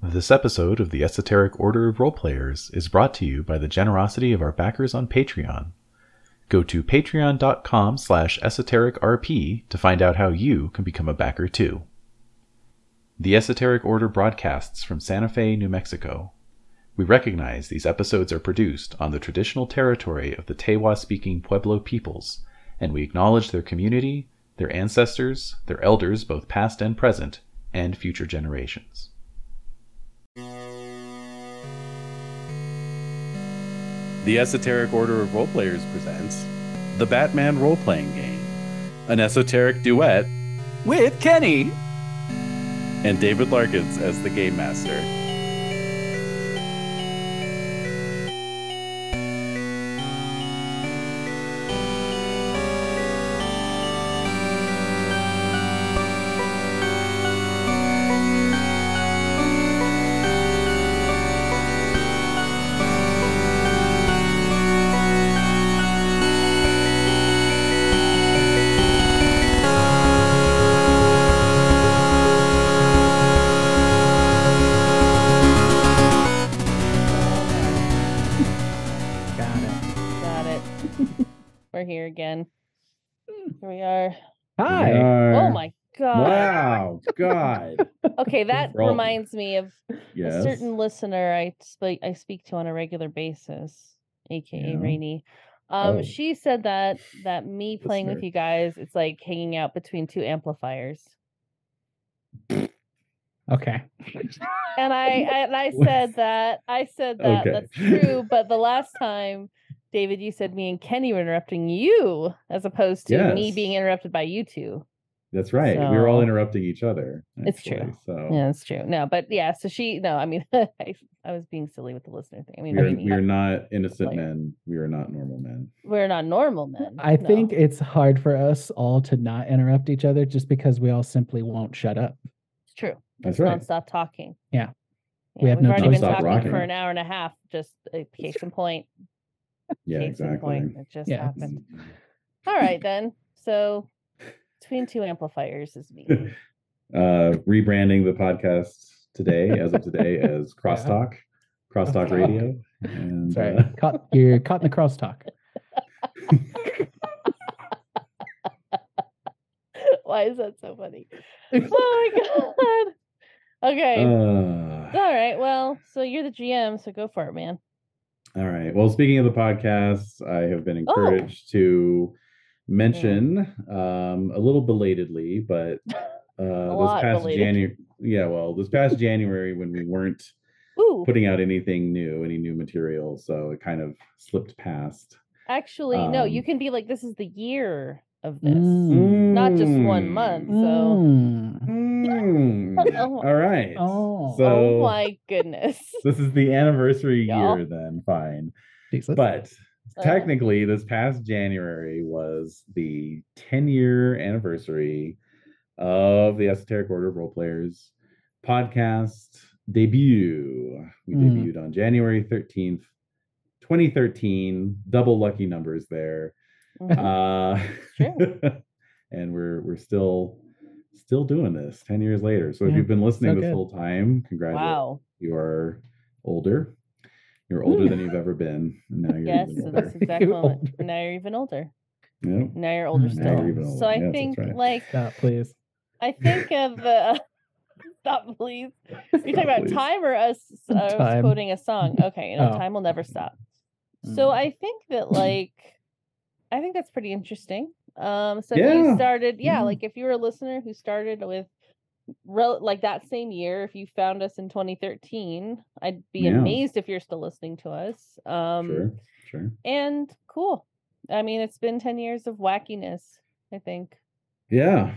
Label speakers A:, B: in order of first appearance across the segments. A: This episode of the Esoteric Order of Roleplayers is brought to you by the generosity of our backers on Patreon. Go to patreon.com slash esotericrp to find out how you can become a backer too. The Esoteric Order broadcasts from Santa Fe, New Mexico. We recognize these episodes are produced on the traditional territory of the Tewa speaking Pueblo peoples, and we acknowledge their community, their ancestors, their elders, both past and present, and future generations.
B: The Esoteric Order of Roleplayers presents the Batman Role Playing Game, an esoteric duet
C: with Kenny
B: and David Larkins as the Game Master.
C: Got it.
D: Got it. We're here again.
E: Hmm.
D: Here we are.
C: Hi.
D: Oh
E: Yar.
D: my god.
E: Wow, God.
D: Okay, that
E: Wrong.
D: reminds me of a
E: Yes.
D: certain listener I speak I speak to on a regular basis, aka
E: Yeah.
D: Rainey. Um,
E: Oh.
D: she said that that me playing with
E: Listener.
D: you guys, it's like hanging out between two amplifiers.
C: Okay.
D: And I and I
E: What?
D: said that I said that
E: Okay.
D: that's true, but the last time David, you said me and Kenny were interrupting you as opposed to me being
E: Yes.
D: interrupted by you two.
E: That's right. We were all
D: So-
E: interrupting each other.
D: It's true.
E: actually, So
D: Yeah, that's true. No, but yeah, so she no, I mean I, I was being silly with the listener thing. I mean
E: we are,
D: we,
E: we are not innocent
D: Like-
E: men. We are not normal men.
D: we're not normal men.
C: I
D: no.
C: think it's hard for us all to not interrupt each other just because we all simply won't shut up.
D: it's true. It's
E: That's right.
D: nonstop talking.
C: Yeah.
D: Yeah,
C: We have
D: we've
C: no
D: already
C: choice.
D: been
E: Nonstop
D: talking for
E: rocking.
D: an hour and a half, just a case in point.
E: Yeah,
D: case in point.
E: exactly.
D: It just
C: Yeah.
D: happened. All right then. So between two amplifiers is me.
E: Uh, rebranding the podcast today, as of today, as Crosstalk, Crosstalk
C: Crosstalk.
E: Radio. And
C: Sorry.
E: uh,
C: Caught, you're caught in the crosstalk.
D: Why is that so funny? Oh my god. Okay.
E: uh,
D: All right. Well, so you're the GM, so go for it, man.
E: Uh, All right. Well, speaking of the podcast, I have
D: Oh.
E: been encouraged to mention
D: Mm.
E: um, a little belatedly, but uh,
D: lot
E: this past
D: belated.
E: January, yeah, well, this past January when we weren't
D: Ooh,
E: putting out anything new, any new material, so it kind of slipped past.
D: actually, no. You
E: um,
D: can be like, this is the year of this.
C: Mm.
D: Not just
E: Hmm.
D: one month. So,
C: Mm.
E: Mm.
D: Oh.
E: All right.
C: Oh.
E: So
D: oh my goodness.
E: this is the anniversary
D: Yeah.
E: year, then. Fine,
C: Jesus.
E: but.
D: Uh,
E: technically this past january was the 10 year anniversary of the esoteric order of role players podcast debut we
C: Mm.
E: debuted on january 13th 2013 double lucky numbers there
D: mhm.
E: uh
D: Sure.
E: and we're we're still still doing this 10 years later so if
C: Yeah,
E: you've been listening
C: so
E: this
C: good.
E: whole time congratulations
D: wow.
E: you are older you're older
C: Mm.
E: than you've ever been and now you're
D: Yes,
E: even
D: at
E: older.
D: this exact
C: You're
D: moment.
C: older.
D: Now you're even older.
E: Yeah.
D: Now you're older
C: Mm.
D: still.
C: Now
E: you're even
D: So
E: older.
D: I
E: Yes, that's
D: think,
E: right.
D: like,
C: Stop, please.
D: I think of the. Stop, please. You're talking about
E: please.
D: time or us, uh, us
C: Time.
D: quoting a song. Okay, you know,
C: Oh.
D: time will never stop. So
C: Mm.
D: I think that like I think that's pretty interesting. Um so if you
E: Yeah. Mm-hmm.
D: started yeah,
E: Yeah.
D: like if you were a listener who started with rel- like that same year if you found us in 2013, I'd be
E: Yeah.
D: amazed if you're still listening to us. Um
E: sure. Sure.
D: and cool. I mean, it's been 10 years of wackiness, I think.
E: Yeah.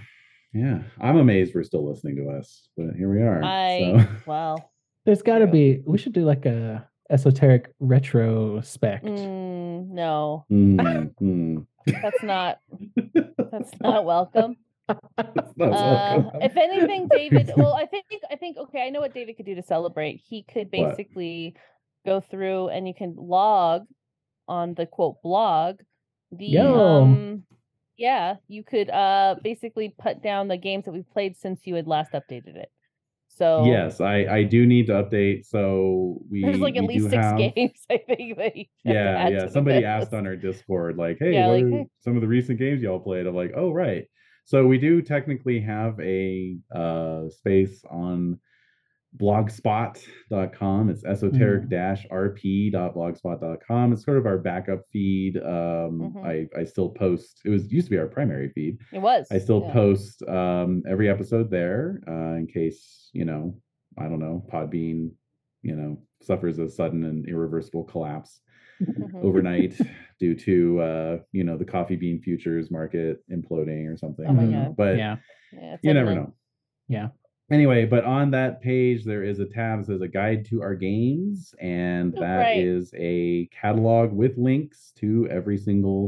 E: Yeah. I'm amazed we're still listening to us, but here we are.
D: I-
E: so-
D: Well,
C: There's got to
D: true.
C: be, we should do like a esoteric retrospect.
D: mm, no,
E: Mm,
D: Um,
E: mm.
D: that's not that's not welcome.
E: That's not
D: Uh,
E: welcome.
D: if anything, David. Well, I think I think okay. I know what David could do to celebrate. He could
E: What?
D: basically go through and you can log on the quote blog. The
C: Yo.
D: um, yeah, you could uh basically put down the games that we've played since you had last updated it. So
E: Yes, I I do need to update. So we
D: there's like at
E: we do
D: least six
E: have-
D: games I think that you have to
E: Yeah,
D: add
E: yeah.
D: to the
E: Somebody
D: list.
E: asked on our Discord, like, "Hey,
D: Yeah,
E: what
D: like,
E: are
D: hey.
E: some of the recent games y'all played?" I'm like, "Oh, right." So we do technically have a uh, space on blogspot.com. It's
D: Mm-hmm.
E: esoteric-rp.blogspot.com. It's sort of our backup feed. Um,
D: Mhm.
E: I I still post. It was used to be our primary feed.
D: It was.
E: I still
D: yeah.
E: post um, every episode there uh, in case, you know, I don't know, Podbean, you know, suffers a sudden and irreversible collapse
D: Mhm.
E: overnight due to, uh, you know, the coffee bean futures market imploding or something.
C: Oh my
E: I don't know,
D: God.
E: But
C: yeah.
D: Yeah, it's
E: Mm-hmm. you
D: like
E: never
D: my-
E: know.
C: Yeah.
E: Anyway, but on that page, there is a tab that says a guide to our games, and
D: Oh,
E: that
D: right.
E: is a catalog with links to every single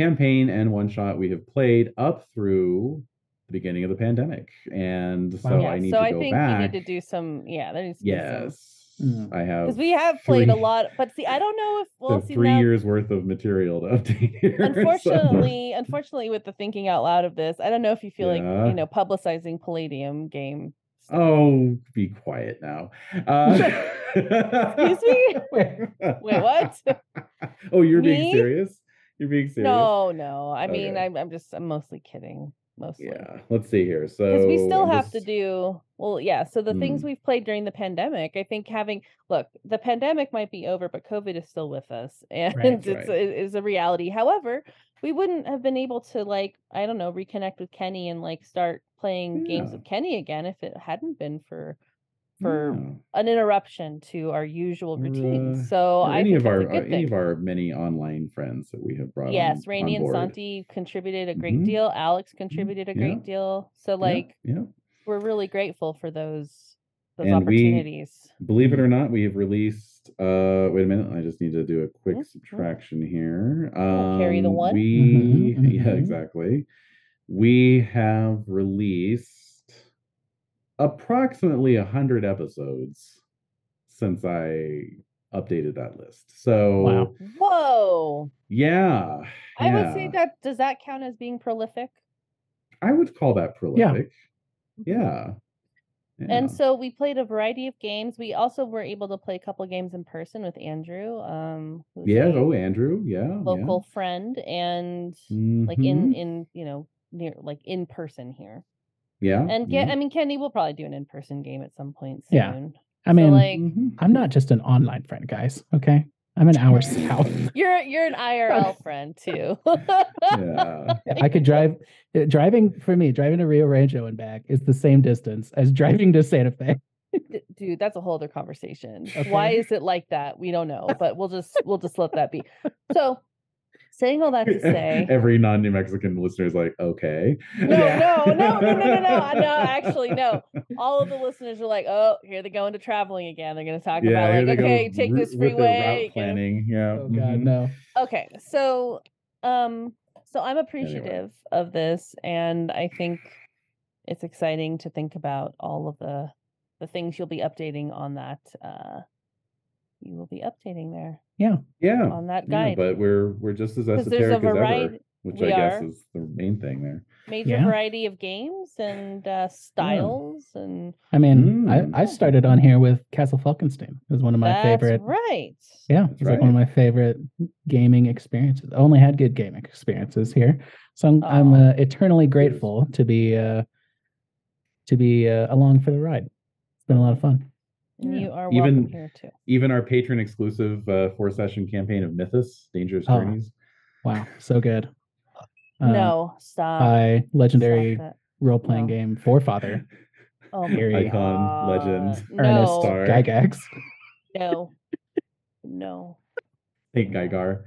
E: campaign and one shot we have played up through the beginning of the pandemic. And so
C: Wow.
E: I
D: Yeah,
E: need
D: so
E: to
D: I
E: go
D: think
E: back.
D: we need to do some. Yeah, there needs to be some.
E: yes,
C: Mm.
E: I have
D: Because we have played a
E: three-
D: lot, but see, I don't know if
E: so
D: well, see
E: three
D: now.
E: years worth of material to update here. so-
D: Unfortunately, unfortunately, with the thinking out loud of this, I don't know if you feel
E: Yeah.
D: like you know publicizing Palladium game.
E: Oh, be quiet now. Uh,
D: Excuse me.
E: Wait,
D: Wait, what?
E: oh, you're being
D: Me?
E: serious? You're being serious?
D: No, no. I mean,
E: Okay.
D: I'm, I'm just I'm mostly kidding, mostly.
E: Yeah. Let's see here. So
D: Because we still
E: I'm
D: have to
E: just-
D: do well, yeah. So the things
E: Mm.
D: we've played during the pandemic, I think having look, the pandemic might be over, but COVID is still with us, and it's
E: right.
D: it is a reality. However, we wouldn't have been able to like I don't know reconnect with Kenny and like start playing games
E: Yeah.
D: with Kenny again if it hadn't been for for
E: Yeah.
D: an interruption to our usual
E: Or,
D: routine.
E: uh,
D: so
E: Or
D: I
E: any
D: think
E: of
D: that's
E: our
D: a good
E: uh, any
D: thing.
E: of our many online friends that we have brought.
D: yes,
E: on,
D: Rainey
E: on
D: and
E: board.
D: Santi contributed a great
E: Mhm.
D: deal. Alex contributed a great deal. So
E: Yeah,
D: like
E: yeah,
D: we're really grateful for those those
E: And we-
D: opportunities.
E: Believe it or not, we have released. Uh, wait a minute. I just need to do a quick
D: Mm, mm.
E: subtraction here. Um,
D: We'll carry the one.
E: We
C: Mhm,
E: yeah
C: mhm.
E: exactly. We have released approximately a hundred episodes since I updated that list. So
C: Wow.
D: Whoa!
E: yeah,
D: I would say
E: yeah.
D: that does that count as being prolific?
E: I would call that prolific. Yeah. yeah.
D: Mm-hmm. And so we played a variety of games. We also were able to play a couple games in person with Andrew, um, who's
E: yeah,
D: a
E: oh Andrew, yeah, yeah.
D: local friend, and like in
E: Mhm.
D: in you know near like in person here.
E: yeah,
D: And
E: yeah.
D: get, I mean, Kenny will probably do an in person game at some point soon.
C: Yeah. I
D: So,
C: mean,
D: like
E: Mhm.
C: I'm not just an online friend, guys. Okay. I'm an hour south.
D: you're you're an IRL friend too.
E: yeah,
C: I could drive uh, driving for me, driving to Rio Rancho and back is the same distance as driving to Santa Fe.
D: D- dude that's a whole other conversation why
C: Okay.
D: is it like that we don't know but we'll just we'll just let that be so saying all that to say
E: every non-New Mexican listener is like, okay,
D: no no no no no no no I- no actually no all of the listeners are like oh here they go into traveling again they're going to talk
E: Yeah, here
D: about
E: they
D: like
E: go
D: okay take
E: ru-
D: this
E: with their route
D: freeway get a-
E: planning. Yeah.
C: Oh God,
E: mhm.
C: no.
D: okay so um so i'm appreciative of this and i think it's exciting to think about all of the the things you'll be updating on that uh you will be updating there
E: Yeah.
D: on that
E: yeah,
D: guide
E: but we're we're just as
D: 'Cause there's a
E: esoteric as ever,
D: variety-
E: which I
D: we
E: guess
D: are.
E: is the main thing there.
D: major
C: Yeah.
D: variety of games and uh, styles and
C: I mean,
E: Mm.
C: I, I started on here with Castle Falkenstein. It was one of my
D: that's
C: favorite.
D: right
C: Yeah,
E: That's
C: it's like one of
E: right.
C: my favorite gaming experiences. I only had good gaming experiences here, so I'm, I'm
D: Aw.
C: uh, eternally grateful to be uh, to be uh, along for the ride. It's been a lot of fun.
D: and
E: Yeah.
D: you are welcome
E: Even-
D: here too
E: Even our patron exclusive uh, four session campaign of Mythos, Dangerous
C: Oh.
E: Journeys.
C: Wow, so good. Uh,
D: no stop
C: by
D: stop
C: legendary
D: that.
C: role playing
D: No.
C: game Forefather
D: oh my
C: Eerie.
E: Icon, legend,
D: God.
C: Ernest
D: no
E: Star.
C: Gygax.
D: no no
E: Thank Gygar.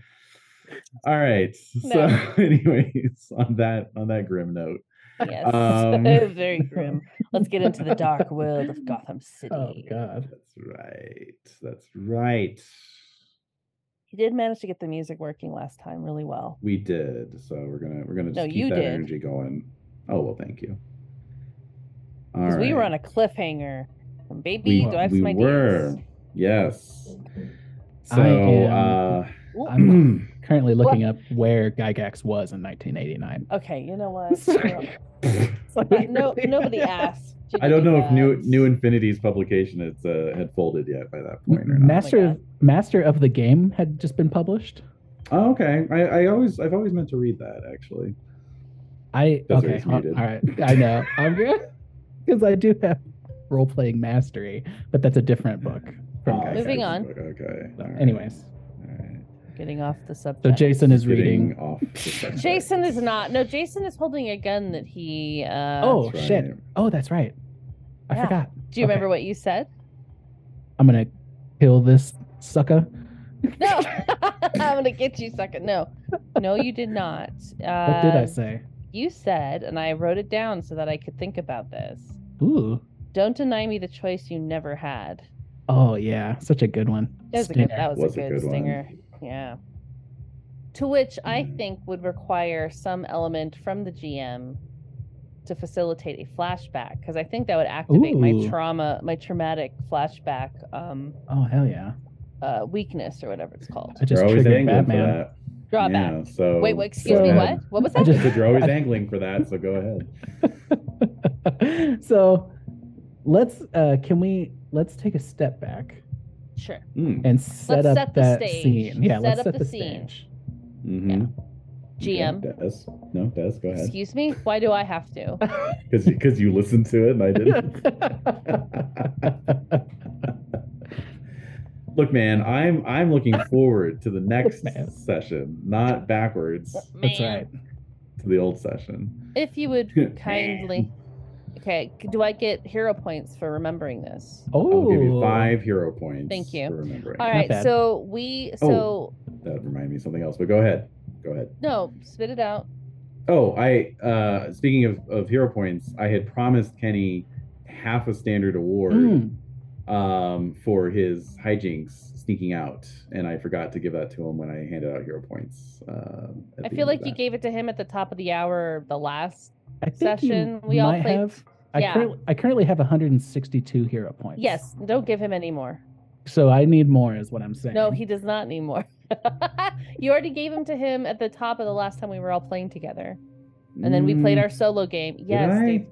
E: All right. So,
D: No.
E: anyways, on that on that grim note,
D: yes
E: Um,
D: very grim let's get into the dark world of gotham city
C: Oh God,
E: that's right. That's right.
D: he did manage to get the music working last time really well
E: We did. So we're gonna we're gonna just
D: No,
E: keep
D: you
E: that
D: did.
E: energy going. Oh well, thank you. All
D: because we were on
E: right.
D: a cliffhanger from baby
E: we,
D: do i have
E: we
D: some ideas
E: were. Yes.
C: I
E: So
C: am-
E: uh
D: Well,
C: I'm currently looking up where Gygax was in 1989.
D: okay you know what
C: Sorry.
D: Well, no, nobody asked.
E: I don't know if New New Infinity's publication is, uh, had folded yet by that point or not.
C: Master
D: Oh my
C: of Master of the Game had just been published.
E: Oh, okay. I, I always I've always meant to read that actually.
C: I
E: That's where
C: okay.
E: he's
C: All
E: muted.
C: right, I know. I'm good because I do have role playing mastery, but that's a different book from
E: Oh,
C: Geiger.
D: Moving
E: okay.
D: on.
E: Okay.
C: So,
E: all right,
C: Anyways,
E: all right.
D: Getting off the
C: so
D: subject.
C: Jason is reading.
E: Getting off. the subject.
D: Jason is not. No, Jason is holding a gun that he. Uh,
C: Oh
E: That's
C: shit!
E: right.
C: Oh, that's right. I
D: Yeah.
C: forgot.
D: Do you remember
C: okay.
D: what you said?
C: I'm gonna kill this sucker.
D: No. I'm gonna get you, sucker. No, no, you did not. Uh,
C: What did I say?
D: You said, and I wrote it down so that I could think about this.
C: Ooh.
D: Don't deny me the choice you never had.
C: Oh yeah, such a good one.
D: That was, a
C: Stinger.
D: good, that was,
E: Was
D: a good, stinger. Yeah. To which I
E: Mm.
D: think would require some element from the GM to facilitate a flashback, because I think that would activate my
C: Ooh.
D: trauma, my traumatic flashback um,
C: Oh hell yeah!
D: uh, weakness or whatever it's called.
C: I just
E: They're always
C: triggered
E: angling for
C: Batman.
E: that.
D: Drawback.
E: Yeah, so
D: wait, wait, excuse
E: go
D: me,
E: ahead.
D: what? What was
C: I
D: that?
C: just-
E: They're always angling for that, so go ahead.
C: so let's uh can we let's take a step back
D: Sure.
E: Mm,
C: and set
D: Let's
C: up
D: set the
C: that
D: stage.
C: scene. Yeah,
D: Set
C: let's
D: up
C: set
D: the
C: the,
D: scene.
C: stage.
E: mhm.
D: GM.
E: Okay, Des. No, Des, go ahead.
D: Excuse me? Why do I have to?
E: Because because you listened to it and I didn't. Look, man, I'm I'm looking forward to the next
C: Man.
E: session, not backwards to
C: That's
D: Man.
C: right.
E: the old session.
D: If you would kindly. Okay, c- do I get hero points for remembering this?
C: Oh,
E: I'll give you five hero points.
D: Thank you.
E: For remembering.
D: All right,
C: bad.
D: so we so
E: Oh. That reminded me of something else, but go ahead. Go ahead.
D: no, spit it out.
E: Oh, I uh speaking of, of hero points, I had promised Kenny half a standard award
D: Hmm.
C: Mm.
E: um for his hijinks sneaking out, and I forgot to give that to him when I handed out hero points. Um, at
D: I
E: the
D: feel
E: end
D: like
E: of
D: you
E: that.
D: gave it to him at the top of the hour, the last.
C: I think you
D: session, we all
C: might
D: played-
C: have. I,
D: Yeah.
C: currently, I currently have 162 hero points.
D: Yes, don't give him any more.
C: So I need more, is what I'm saying.
D: No, he does not need more. you already gave him to him at the top of the last time we were all playing together, and then we played
E: Mm,
D: our solo game. Yes,
E: I?
D: Dave.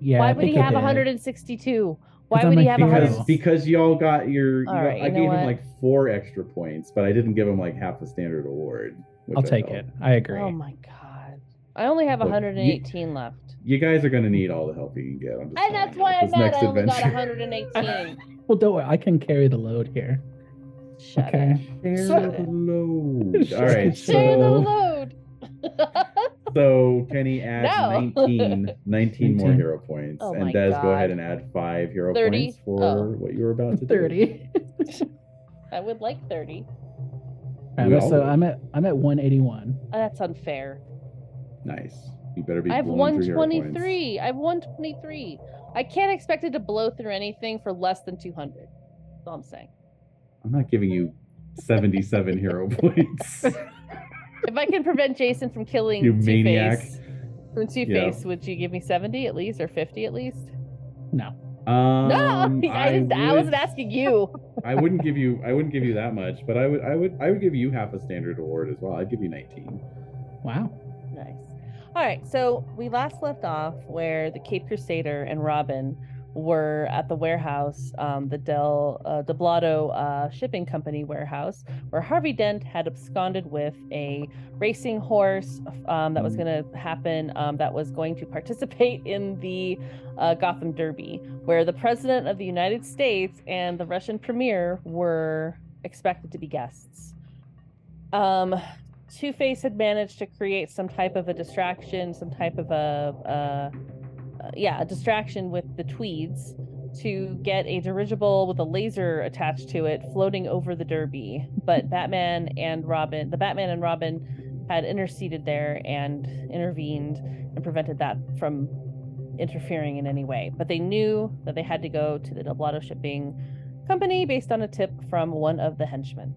C: Yeah.
D: Why
C: I
D: would
C: think
D: he
C: I
D: have
C: did.
D: 162? Why
C: Because
D: would
C: I'm
D: he
C: like,
D: have 100?
E: because because y'all got your. you
D: All
E: got-
D: right,
E: I
D: you know
E: gave him
D: what?
E: like four extra points, but I didn't give him like half a standard award. which
C: I'll
E: I
C: take
E: felt-
C: it. I agree.
D: Oh my god, I only have
E: Look, you-
D: 118 left,
E: You guys are gonna need all the help you can get. I'm
D: and
E: just telling
D: that's
E: you,
D: why
E: with
D: I'm
E: this
D: mad.
E: next
D: I only got
E: adventure.
D: 118.
C: Well, don't worry. I can carry the load here.
D: Shut
C: okay.
D: it.
E: Share the load.
C: Share
E: All right,
C: the
D: Share the
E: so-
D: load.
E: So Kenny adds
D: No.
E: 19, 19 more
C: 19.
E: hero points.
D: Oh
E: and
D: my
E: Des, go
D: God.
E: ahead and add five hero
D: 30?
E: points for
D: Oh.
E: what you were about to do.
C: 30.
D: I would like 30.
E: We all
C: so
E: do.
C: I'm at I'm at 181.
D: Oh, that's unfair.
E: Nice. You better be
D: I have
E: blowing through hero points.
D: 123. I have 123. I can't expect it to blow through anything for less than 200. That's all I'm saying.
E: I'm not giving you 77 hero points.
D: If I can prevent Jason from killing
E: You
D: Two
E: maniac.
D: Face, from Two Face, would you give me 70 at least or 50 at least?
C: No.
E: Um,
D: no, I, didn't, I wasn't asking you.
E: I wouldn't give you. I wouldn't give you that much, but I would. I would. I would give you half a standard award as well. I'd give you 19.
C: Wow.
D: Nice. All right, so we last left off where the Cape Crusader and Robin were at the warehouse, um, the Del uh, Deblotto uh, Shipping Company warehouse, where Harvey Dent had absconded with a racing horse um, that was
E: Mm.
D: going to happen, um, that was going to participate in the uh, Gotham Derby, where the President of the United States and the Russian Premier were expected to be guests. Um, Two Face had managed to create some type of a distraction, some type of a, uh, uh, yeah, a distraction with the Tweeds to get a dirigible with a laser attached to it floating over the Derby. But Batman and Robin, the Batman and Robin, had interceded there and intervened and prevented that from interfering in any way. But they knew that they had to go to the Doblado Shipping Company based on a tip from one of the henchmen.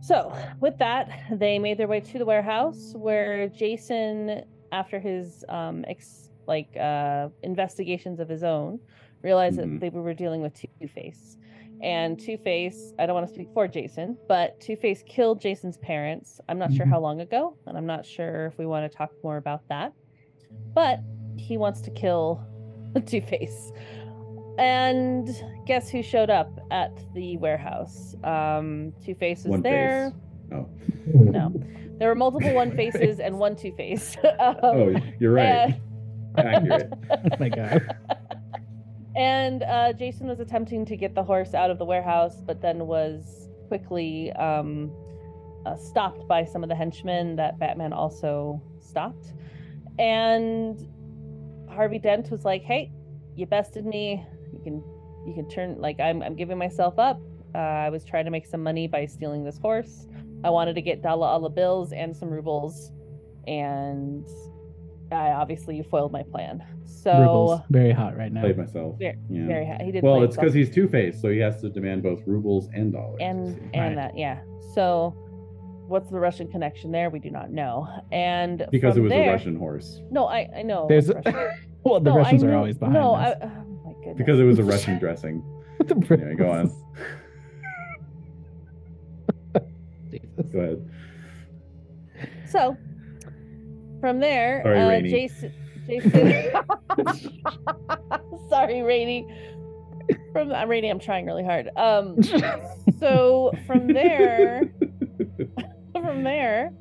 D: So, with that, they made their way to the warehouse where Jason, after his um, ex- like uh, investigations of his own, realized that
E: Mhm.
D: they were dealing with Two Face. And Two Face, I don't want to speak for Jason, but Two Face killed Jason's parents. I'm not sure
C: Mhm.
D: how long ago, and I'm not sure if we want to talk more about that. But he wants to kill Two Face. And guess who showed up at the warehouse? Um, Two Face was
E: One
D: there.
E: face. Oh.
D: No. There were multiple One Faces and one Two Face. um,
E: oh, you're right.
D: and-
E: Accurate.
C: Oh my god.
D: And uh, Jason was attempting to get the horse out of the warehouse, but then was quickly um, uh, stopped by some of the henchmen that Batman also stopped. And Harvey Dent was like, "Hey, you bested me. You can, you can turn. Like, I'm, I'm giving myself up. Uh, I was trying to make some money by stealing this horse. I wanted to get dollar alla bills and some rubles, and I obviously you foiled my plan. So."
C: Rubles. Very hot right now.
E: Played myself.
D: Very-
E: yeah.
D: Very ha- he did.
E: well,
D: play
E: it's because
D: himself.
E: he's Two Face, so he has to demand both rubles and dollars.
D: and
E: you see.
C: Right.
D: and that yeah. So, what's the Russian connection there? We do not know. And
E: because it
D: from
E: was
D: there,
E: a Russian horse.
D: No, I I know.
C: There's-
D: it's Russian.
C: Well, the
D: No, I
C: Russians are
D: knew-
C: always behind
D: No,
C: us.
D: I, oh my goodness.
E: Because it was a Russian dressing.
C: the
E: Yeah, go on.
C: Russians. Jesus.
E: Go ahead.
D: so from there,
E: Sorry,
D: uh,
E: Rainey.
D: Jason. Jason. Sorry, Rainy. From I'm Rainy, I'm trying really hard. Um, so from there, from there,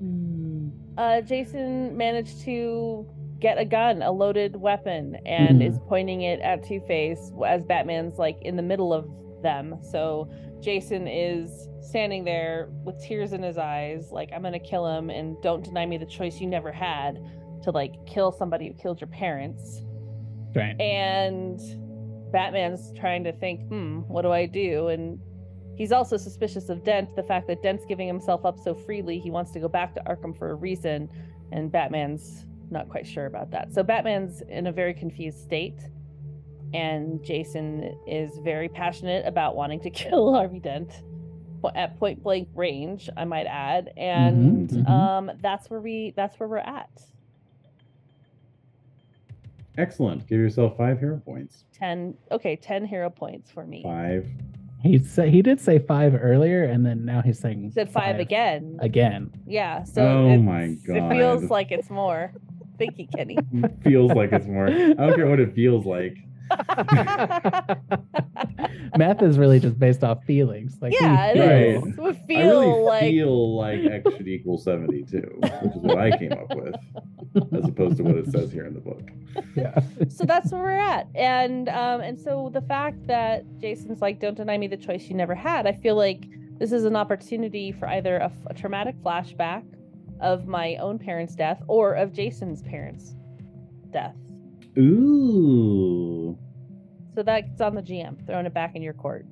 D: uh, Jason managed to get a gun, a loaded weapon, and
C: Mhm.
D: is pointing it at Two Face as Batman's like in the middle of them. So Jason is standing there with tears in his eyes, like, I'm gonna kill him, and don't deny me the choice you never had to like kill somebody who killed your parents
C: Right.
D: and Batman's trying to think, hmm, what do I do? And he's also suspicious of Dent, the fact that Dent's giving himself up so freely. He wants to go back to Arkham for a reason, and Batman's not quite sure about that. So Batman's in a very confused state, and Jason is very passionate about wanting to kill Harvey Dent po- at point blank range, I might add. And
E: Mm-hmm.
C: mhm.
D: um, that's where we that's where we're at.
E: Excellent. Give yourself five hero points.
D: Ten okay, ten hero points for me.
E: Five.
C: He said he did say five earlier, and then now he's saying
D: He said five again.
C: Again.
D: Yeah. So
E: Oh
D: it's-
E: my
D: it feels
E: God.
D: like it's more. Thank you, Kenny.
E: feels like it's more. I don't care what it feels like.
C: Math is really just based off feelings. Like
D: yeah,
C: we
D: it
C: feel.
D: is. We feel
E: I really
D: like
E: feel like X should equal 72, which is what I came up with, as opposed to what it says here in the book.
C: Yeah.
D: so that's where we're at, and um, and so the fact that Jason's like, "Don't deny me the choice you never had," I feel like this is an opportunity for either a, f- a traumatic flashback of my own parents' death or of Jason's parents' death.
E: Ooh.
D: So that's on the GM throwing it back in your court.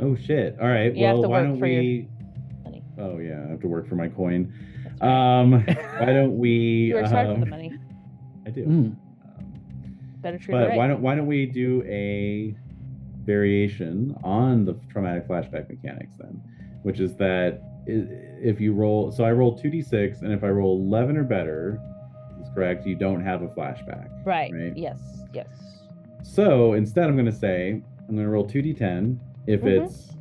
E: Oh shit. All right.
D: You have
E: well,
D: to
E: why
D: work
E: don't
D: for your
E: we?
D: money.
E: Oh yeah, I have to work for my coin.
D: That's right.
E: Um, why don't we?
D: you are charged with
E: um,
D: the money.
E: I do.
C: Mm.
E: Um,
D: Better treat it
E: but
D: right.
E: why don't why don't we do a variation on the traumatic flashback mechanics then, which is that i- if you roll, so I roll two d six, and if I roll eleven or better, is correct, you don't have a flashback.
D: Right.
E: Right.
D: Yes. Yes.
E: So instead, I'm going to say I'm going to roll 2d10. If
D: Mhm.
E: it's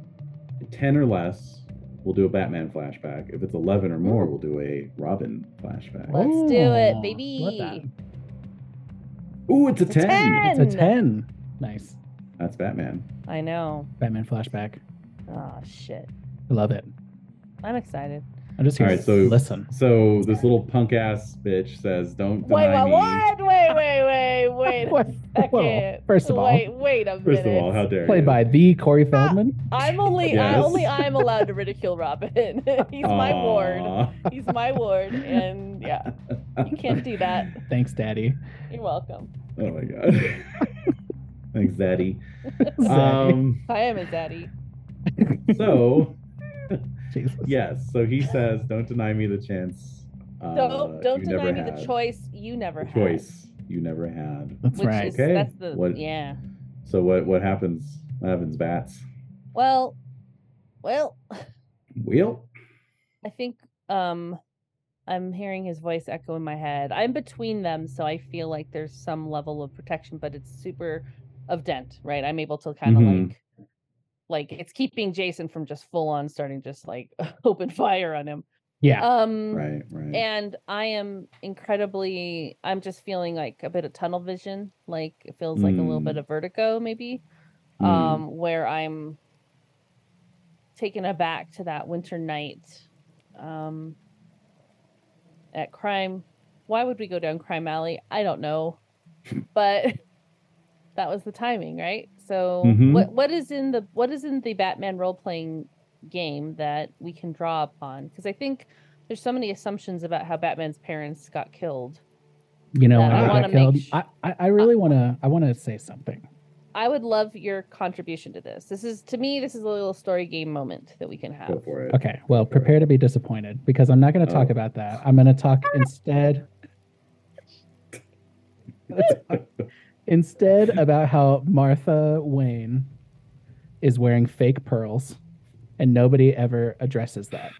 E: 10 or less, we'll do a Batman flashback. If it's 11 or more, we'll do a Robin flashback.
D: Let's do it,
C: Oh, love that.
D: baby.
E: Ooh, it's a
D: It's a
E: 10.
D: 10.
C: It's a ten. Nice.
E: That's Batman.
D: I know.
C: Batman flashback.
D: Oh shit.
C: I love it.
D: I'm excited.
C: I'm just here
E: All
C: to
E: right, so-
C: listen.
E: So this little punk ass bitch says, "Don't
D: Wait,
E: deny
D: wait,
E: me."
D: what? Wait, wait, wait, wait.
C: Well,
D: Second.
C: first of all,
D: wait, wait a minute.
E: First of all, how dare
C: played
E: you?
C: by the Corey Feldman.
D: I'm only, I,
E: Yes.
D: only I'm allowed to ridicule Robin. He's my ward.
E: Aw. Oh
D: He's my ward, and yeah, you can't do that.
C: Thanks, Daddy.
D: You're welcome.
E: Oh my god. Thanks, Zaddy.
C: Zaddy.
E: Um,
D: I am his daddy.
E: so
C: Jesus.
E: yes, so he says, "Don't deny me the chance." Uh,
D: Don't, don't
E: you
D: deny
E: never
D: me
E: had."
D: the choice you never
E: The
D: had.
E: choice you never had.
C: That's
D: Which
C: right.
D: is
E: Okay,
D: that's the
E: what-
D: yeah.
E: So what what happens? What happens, bats?
D: Well, well.
E: Wheel.
D: I think um I'm hearing his voice echo in my head. I'm between them, so I feel like there's some level of protection, but it's super of dent, right? I'm able to kind of
E: Mhm.
D: like like it's keeping Jason from just full on starting just like open fire on him.
C: Yeah.
D: Um,
E: Ah, Right, right.
D: and I am incredibly. I'm just feeling like a bit of tunnel vision. Like it feels like a little bit
E: Mm.
D: of vertigo, maybe.
E: Mm.
D: um, where I'm taken aback to that winter night um, at crime. Why would we go down crime alley? I don't know, but that was the timing, right? So
E: Mhm.
D: what what is in the what is in the Batman role playing game that we can draw upon? Because I think there's so many assumptions about how Batman's parents got killed.
C: You know,
D: Yeah,
C: when
E: I
C: I,
E: wanna
C: got
D: make Uh,
C: killed,
D: sh-
C: I, I, I really want to. I want to say something.
D: I would love your contribution to this. This is to me, this is a little story game moment that we can have.
E: Go for it.
C: Okay. Well, prepare to be disappointed because I'm not going to talk
E: Oh.
C: about that. I'm going to talk instead. Let's talk instead about how Martha Wayne is wearing fake pearls, and nobody ever addresses that.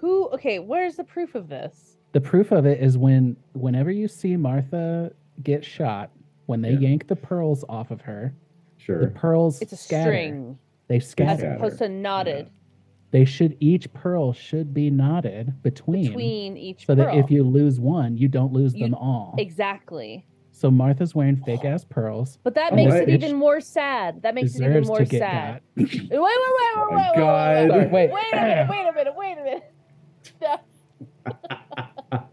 D: Who? Okay, where's the proof of this?
C: The proof of it is when whenever you see Martha get shot, when they
E: Yeah.
C: yank the pearls off of her, the
E: Sure.
C: pearls
D: It's a
C: scatter.
D: string
C: They
D: as
C: scatter.
E: Scatter.
D: opposed to knotted
C: They should each pearl should be knotted between,
D: between each
C: so that
D: pearl.
C: if you lose one, you don't lose
D: You-
C: them all.
D: exactly,
C: so Martha's wearing fake ass pearls.
D: but that
E: Oh,
D: makes
E: that
C: is-
D: it even more sad. That makes it even
C: deserves
D: more
C: to get
D: sad.
C: got.
D: Wait, wait, wait, wait,
E: my
D: wait, wait, wait,
E: God.
C: Sorry,
D: wait,
C: wait.
D: wait a minute, wait a minute, wait a minute. That,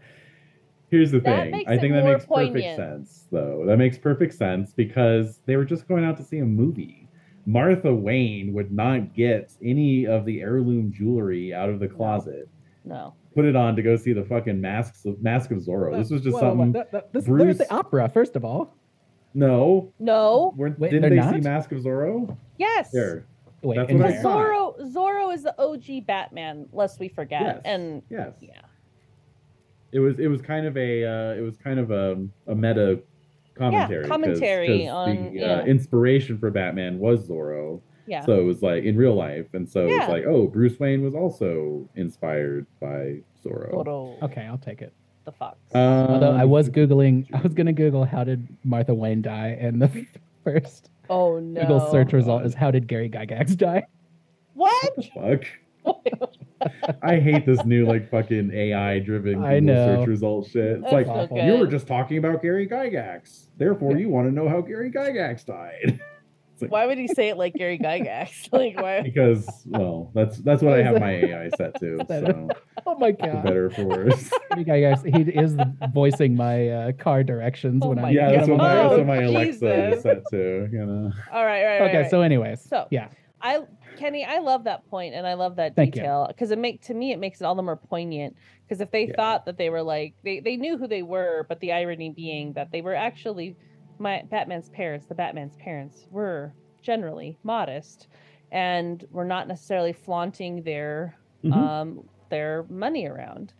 E: Here's the
D: That
E: thing.
D: makes
E: I
D: it
E: think that
D: more
E: makes perfect
D: poignant.
E: sense, though. That makes perfect sense because they were just going out to see a movie. Martha Wayne would not get any of the heirloom jewelry out of the closet.
D: no,
E: Put it on to go see the fucking masks of, Mask of Zorro. This was just
C: Whoa, whoa, whoa,
E: something.
C: that- that- this-
E: Bruce-
C: There's the opera, first of all.
E: No,
D: no,
E: weren't,
C: Wait,
E: didn't
C: they're
E: they see
C: not?
E: Mask of Zorro?
D: yes.
E: There,
C: Wait,
E: That's
C: in
E: what I
C: there.
E: saw.
D: Zorro, Zorro is the OG Batman, lest we forget.
E: Yes.
D: And
E: yes,
D: yeah,
E: it was. It was kind of a. Uh, it was kind of a, a meta commentary. 'cause-
D: commentary
E: 'cause
D: on-
E: the
D: yeah.
E: uh, inspiration for Batman was Zorro.
D: yeah,
E: So it was like in real life, and so
D: Yeah.
E: it's like, oh, Bruce Wayne was also inspired by Zorro.
D: Zorro,
C: Okay, Uh, I'll take it.
D: the fox.
C: Although I
E: Um,
C: was googling, I was gonna Google how did Martha Wayne die, and the first
D: oh no,
C: Google search result is how did Gary Gygax die?
D: What?
E: fuck. I hate this new like fucking AI driven
C: I know.
E: search result shit. It's
D: That's
E: like
C: awful.
E: you were
D: good.
E: just talking about Gary Gygax, therefore you want to know how Gary Gygax died
D: Why would he say it like Gary Gygax? like why?
E: because well, that's that's what I have my AI set to. So
C: Oh my
E: for
C: god!
E: better or for worse.
C: Gary Gygax, he is voicing my uh, car directions
D: Oh
C: when
D: my
C: I
E: yeah,
C: get
E: that's
C: him
E: what
C: on the
E: my, that's
D: Oh,
E: what my Alexa
D: Jesus.
E: is set to. You know.
D: All right, right,
C: road.
D: right.
C: Okay,
D: right.
C: so anyways,
D: So-
C: yeah,
D: I Kenny, I love that point and I love that
C: Thank you.
D: detail because it make to me it makes it all the more poignant because if they
E: Yeah.
D: thought that they were like they they knew who they were, but the irony being that they were actually my Batman's parents, the Batman's parents were generally modest and were not necessarily flaunting their
E: Mhm.
D: um their money around.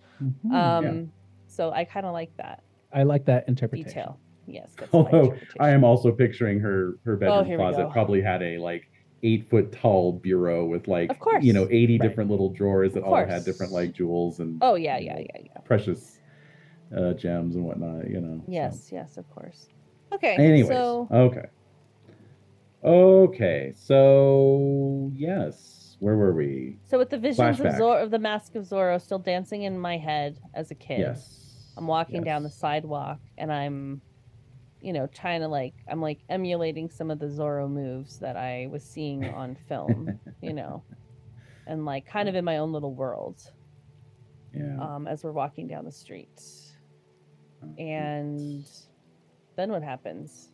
C: Mhm.
E: Mm-hmm.
D: Um so I kind of like that
C: I like that interpretation.
D: detail. Yes, that's my
E: Although I
D: interpretation.
E: am also picturing her her bedroom
D: Oh, here we
E: closet
D: go.
E: probably had a like eight foot tall bureau with like
D: Of course.
E: you know eighty
C: Right.
E: different little drawers that
D: Of
E: all had
D: course.
E: different like jewels and
D: Oh yeah, yeah, yeah, yeah.
E: precious uh, gems and whatnot. You know. so.
D: Yes, yes, of course. Okay.
E: Anyways,
D: So
E: okay. Okay, so yes, where were we?
D: So with the visions
E: Flashback.
D: of Zor- of the Mask of Zorro still dancing in my head as a kid,
E: Yes,
D: I'm walking down the
E: yes.
D: sidewalk and I'm, you know, trying to like I'm like emulating some of the Zorro moves that I was seeing on film, you know, and like kind of in my own little world
E: Yeah.
D: um, as we're walking down the street. And then what happens?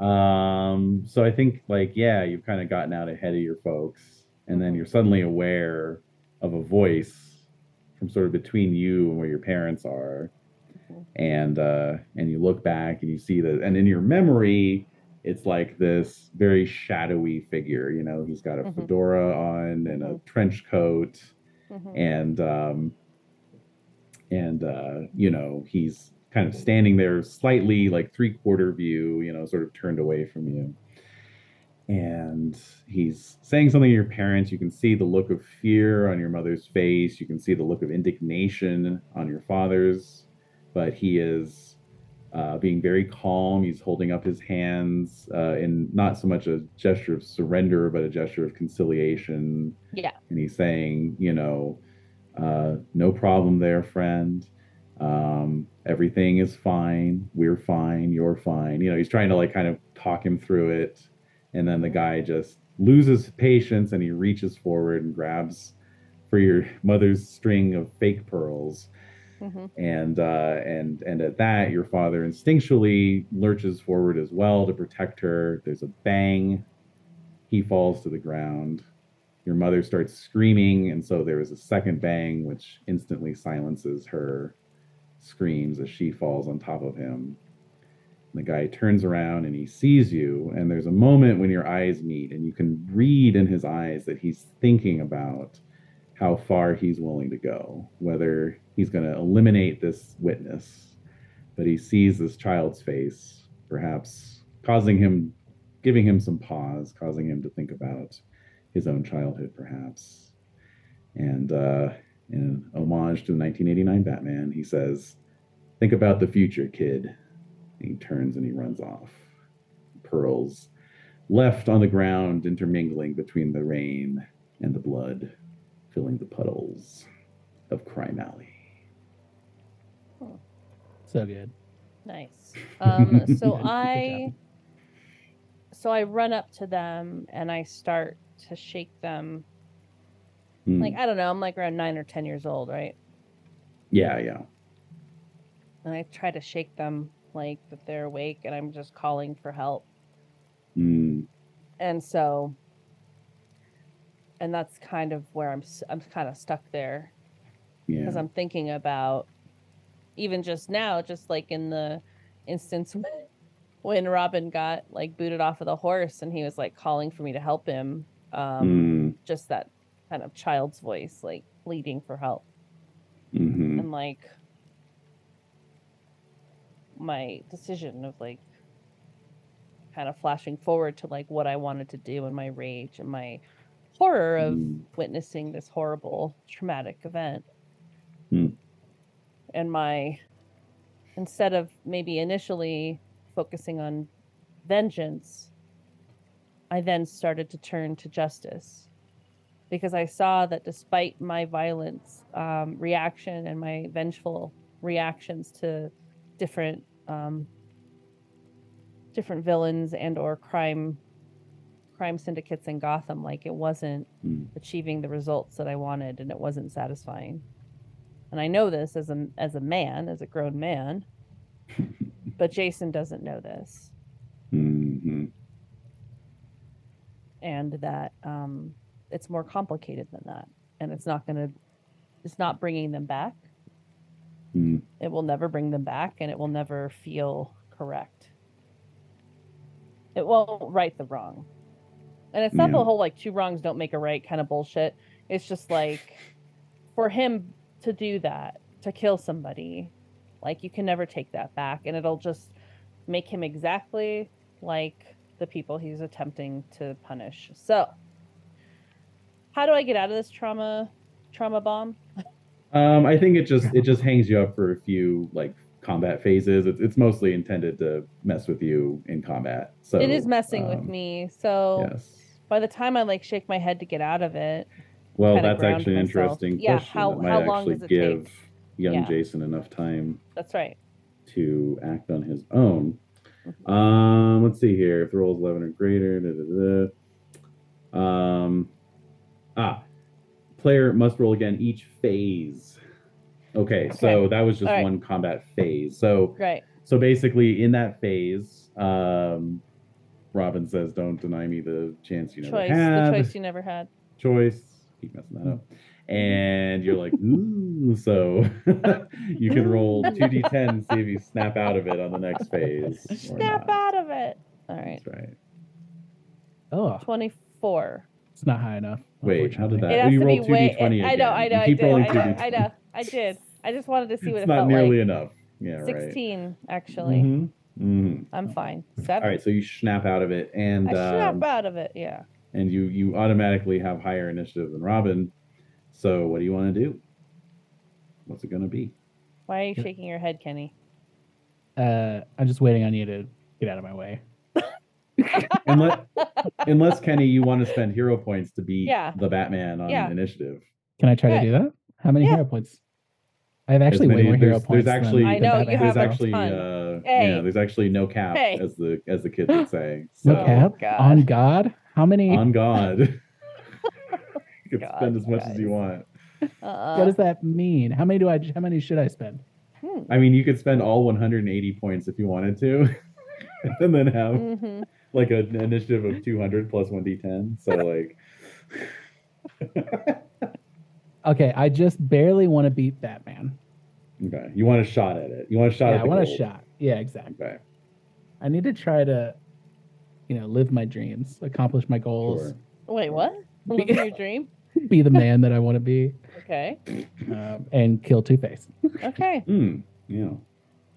E: Um, so I think like, yeah, you've kind of gotten out ahead of your folks, and then
D: Mhm.
E: you're suddenly aware of a voice from sort of between you and where your parents are.
D: Mhm.
E: And uh and you look back and you see that and in your memory, it's like this very shadowy figure, you know, he's got a
D: Mhm.
E: fedora on and a trench coat
D: Mhm.
E: and um, and uh, you know he's kind of standing there slightly like three quarter view you know sort of turned away from you and he's saying something to your parents you can see the look of fear on your mother's face you can see the look of indignation on your father's but he is uh, being very calm he's holding up his hands uh, in not so much a gesture of surrender but a gesture of conciliation
D: Yeah.
E: and he's saying, you know, Uh, no problem there, friend. Um, everything is fine. We're fine. You're fine. You know, he's trying to like kind of talk him through it. And then the guy just loses patience and he reaches forward and grabs for your mother's string of fake pearls
D: Mhm.
E: and uh, and and at that, your father instinctually lurches forward as well to protect her. There's a bang. He falls to the ground. Your mother starts screaming, and so there is a second bang, which instantly silences her screams as she falls on top of him. The guy turns around and he sees you, and there's a moment when your eyes meet, and you can read in his eyes that he's thinking about how far he's willing to go, whether he's going to eliminate this witness. But he sees this child's face, perhaps causing him, giving him some pause, causing him to think about his own childhood, perhaps. And uh, in homage to the 1989 Batman, he says, Think about the future, kid. And he turns and he runs off. Pearls left on the ground, intermingling between the rain and the blood filling the puddles of Crime Alley.
C: So good.
D: Nice. Um, so
C: Good
D: I, so I run up to them and I start to shake them.
E: Hmm.
D: Like I don't know, I'm like around nine or ten years old, right?
E: yeah, yeah.
D: And I try to shake them like that they're awake and I'm just calling for help.
E: Hmm.
D: and so and that's kind of where i'm s- i'm kind of stuck there
E: yeah.
D: because i'm thinking about even just now just like in the instance when- when robin got like booted off of the horse and he was like calling for me to help him um
E: Hmm.
D: just that kind of child's voice like pleading for help
E: mm-hmm.
D: and like my decision of like kind of flashing forward to like what I wanted to do and my rage and my horror of
E: Mm.
D: witnessing this horrible traumatic event.
E: Mm.
D: And my instead of maybe initially focusing on vengeance, I then started to turn to justice because I saw that despite my violence um, reaction and my vengeful reactions to different um, different villains and or crime crime syndicates in Gotham, like it wasn't
E: Mm.
D: achieving the results that I wanted, and it wasn't satisfying. And I know this as a as a man, as a grown man, but Jason doesn't know this.
E: Mm-hmm.
D: and that um, it's more complicated than that and it's not going to it's not bringing them back
E: Mm.
D: it will never bring them back and it will never feel correct it won't right the wrong and it's not
E: Yeah.
D: the whole like two wrongs don't make a right kind of bullshit it's just like for him to do that to kill somebody like you can never take that back and it'll just make him exactly like the people he's attempting to punish so how do i get out of this trauma trauma bomb
E: Um, I think it just it just hangs you up for a few like combat phases. It's, it's mostly intended to mess with you in combat. So
D: it is messing with
E: um,
D: me so
E: Yes.
D: by the time I like shake my head to get out of it,
E: Well,
D: kinda
E: that's
D: ground
E: actually an
D: myself.
E: interesting
D: Yeah,
E: question
D: how-
E: that might
D: how long
E: actually
D: does it
E: give
D: take?
E: young
D: Yeah.
E: Jason enough time
D: that's right.
E: to act on his own. Um, let's see here. If the roll is 11 or greater, da, da, da. Um, ah, player must roll again each phase. Okay, so
D: Okay.
E: that was just
D: All right.
E: one combat phase. So,
D: Right.
E: so basically, in that phase, um, Robin says, "Don't deny me the chance you never
D: choice.
E: had."
D: The choice you never had.
E: choice. Keep messing that up. And you're like, ooh, so you can roll 2d10, see if you snap out of it on the next phase. or
D: Snap
E: not.
D: out of it. All right.
E: That's right.
C: Oh,
D: Twenty four.
C: it's not high enough.
E: Wait, how did
C: unfortunately.
E: that?
D: It
E: oh,
D: has
E: Uh, you
D: to be
E: rolled
D: way.
E: 2d20
D: I know,
E: again.
D: I know,
E: You
D: I
E: keep
D: did,
E: rolling
D: I know, I
E: 2d20.
D: know, I did. I just wanted to see what
E: It's
D: it
E: not
D: felt
E: nearly
D: like.
E: enough. Yeah, right.
D: Sixteen, actually.
E: hmm
D: I'm fine. Seven.
E: All right, so you snap out of it, and
D: I snap
E: um,
D: out of it. Yeah.
E: and you you automatically have higher initiative than Robin. So what do you want to do? What's it gonna be?
D: Why are you shaking your head, Kenny?
C: Uh, I'm just waiting on you to get out of my way.
E: Unless, unless Kenny, you want to spend hero points to beat
D: Yeah.
E: the Batman on
D: Yeah.
E: initiative.
C: Can I try
D: Right.
C: to do that? How many
D: Yeah.
C: hero points? I have actually
E: As
C: way
E: many-
C: more hero
E: there's-
C: points.
E: there's actually-
C: than
E: I
C: the
D: know,
C: bad
D: you
C: guy.
D: have
E: there's
D: a
E: actually
D: ton.
E: uh,
D: Hey.
E: yeah, there's actually no cap
D: Hey.
E: as the as the kids would say. So,
C: no
D: Oh,
C: cap
D: God.
C: on God. How many?
E: on God. you can
D: God,
E: spend as much as you
D: guys.
E: want.
D: Uh,
C: what does that mean? How many do I? How many should I spend?
D: hmm,
E: I mean, you could spend all 180 points if you wanted to, and then have
D: mhm.
E: like an initiative of 200 plus 1d10. So like,
C: Okay, I just barely want to beat Batman.
E: okay, you want a shot at it. You want a shot
C: yeah,
E: at
C: I
E: the
C: want a
E: gold.
C: shot. Yeah, exactly.
E: Okay,
C: I need to try to, you know, live my dreams, accomplish my goals,
E: sure.
D: Wait, what? Live your dream?
C: be the man that I want to be,
D: Okay.
C: um, and kill Two Face.
D: Okay.
E: Hmm. Yeah.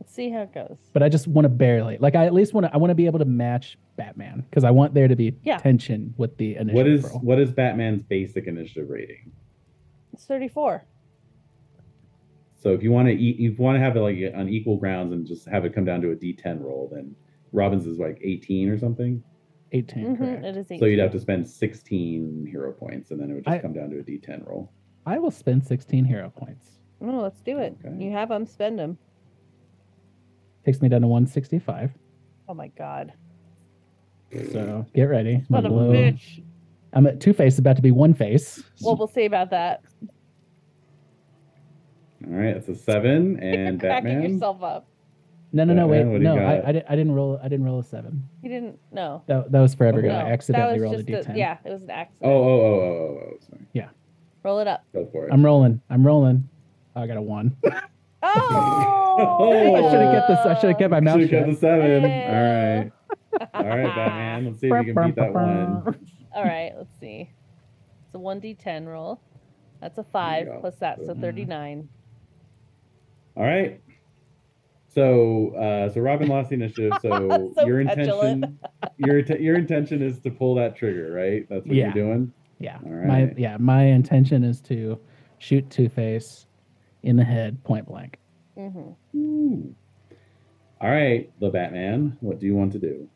D: Let's see how it goes.
C: But I just want to barely, like, I at least want to. I want to be able to match Batman because I want there to be
D: Yeah.
C: tension with the initial.
E: What is
C: roll.
E: what is Batman's basic initiative rating?
D: It's 34.
E: So if you want to eat, you want to have it like on equal grounds and just have it come down to a D10 roll, then Robbins is like 18 or something.
C: 18
D: Mhm,
C: correct.
D: It is 18.
E: So you'd have to spend 16 hero points, and then it would just
C: I-
E: come down to a D10 roll.
C: I will spend 16 hero points.
D: No, let's do it.
E: Okay.
D: You have them, spend them.
C: Takes me down to 165.
D: Oh my god.
C: So get ready.
D: What a
C: Blow-
D: bitch.
C: I'm at Two Face, about to be One Face.
D: Well, we'll see about that.
E: All right, that's a seven, and
D: You're cracking
E: Batman.
D: yourself up.
C: No, no, no, wait,
E: Batman, what do you
C: no.
E: got?
C: I, I, di- I didn't roll. I didn't roll a seven.
D: You didn't know.
C: That, that was forever ago.
D: No,
C: I
D: that
C: accidentally
D: was
C: rolled a
D: just
C: d10.
D: yeah, it was an
E: Oh, oh,
D: accident.
E: oh, oh, oh, oh, sorry.
D: Roll it up.
E: Go for it.
C: I'm rolling. I'm rolling. Oh, I got a one.
D: Oh!
E: Oh.
C: I should have kept this. I should have kept my mouth
E: Should've got
C: shut.
E: the seven.
D: Yeah.
E: All right, all right, Batman. Let's see if you can beat that one.
D: All right, let's see. It's a 1d10 roll. That's a 5
E: go.
D: plus that, so
C: Mhm.
D: 39.
E: All right. So, uh, so Robin lost the initiative. So,
D: So
E: your
D: petulant.
E: intention, your te- your intention is to pull that trigger, right? That's what
C: Yeah.
E: you're doing.
C: Yeah.
E: All
C: My
E: right.
C: yeah. My intention is to shoot Two Face in the head, point blank.
D: Mm-hmm.
E: Ooh. Hmm. All right, the Batman. What do you want to do?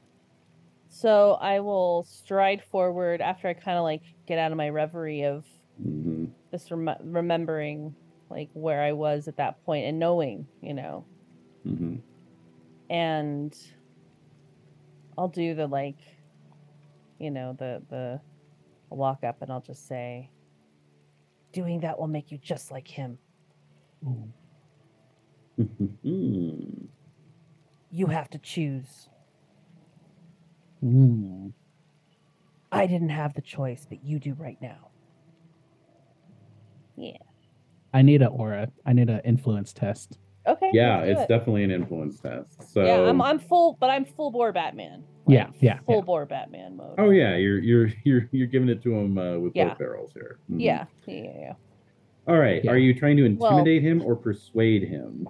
D: So I will stride forward after I kind of like get out of my reverie of
E: hmm
D: just rem- remembering like where I was at that point and knowing, you know,
E: hmm
D: and I'll do the like, you know, the the I'll walk up and I'll just say, "Doing that will make you just like him.
E: mm-hmm.
D: You have to choose.
C: Mm.
D: I didn't have the choice, but you do right now."
C: I need a aura. I need an influence test.
D: Okay.
E: yeah,
D: let's do
E: it's um,
D: it.
E: definitely an influence test. So,
D: yeah. I'm I'm full, but I'm full bore Batman.
C: Yeah, yeah,
D: Full
C: yeah.
D: bore Batman mode.
E: oh yeah, you're you're you're you're giving it to him uh, with
D: Yeah.
E: both barrels here. Mhm.
D: Yeah, yeah, yeah.
E: All right.
C: Yeah.
E: Are you trying to
D: Well-
E: intimidate him or persuade him?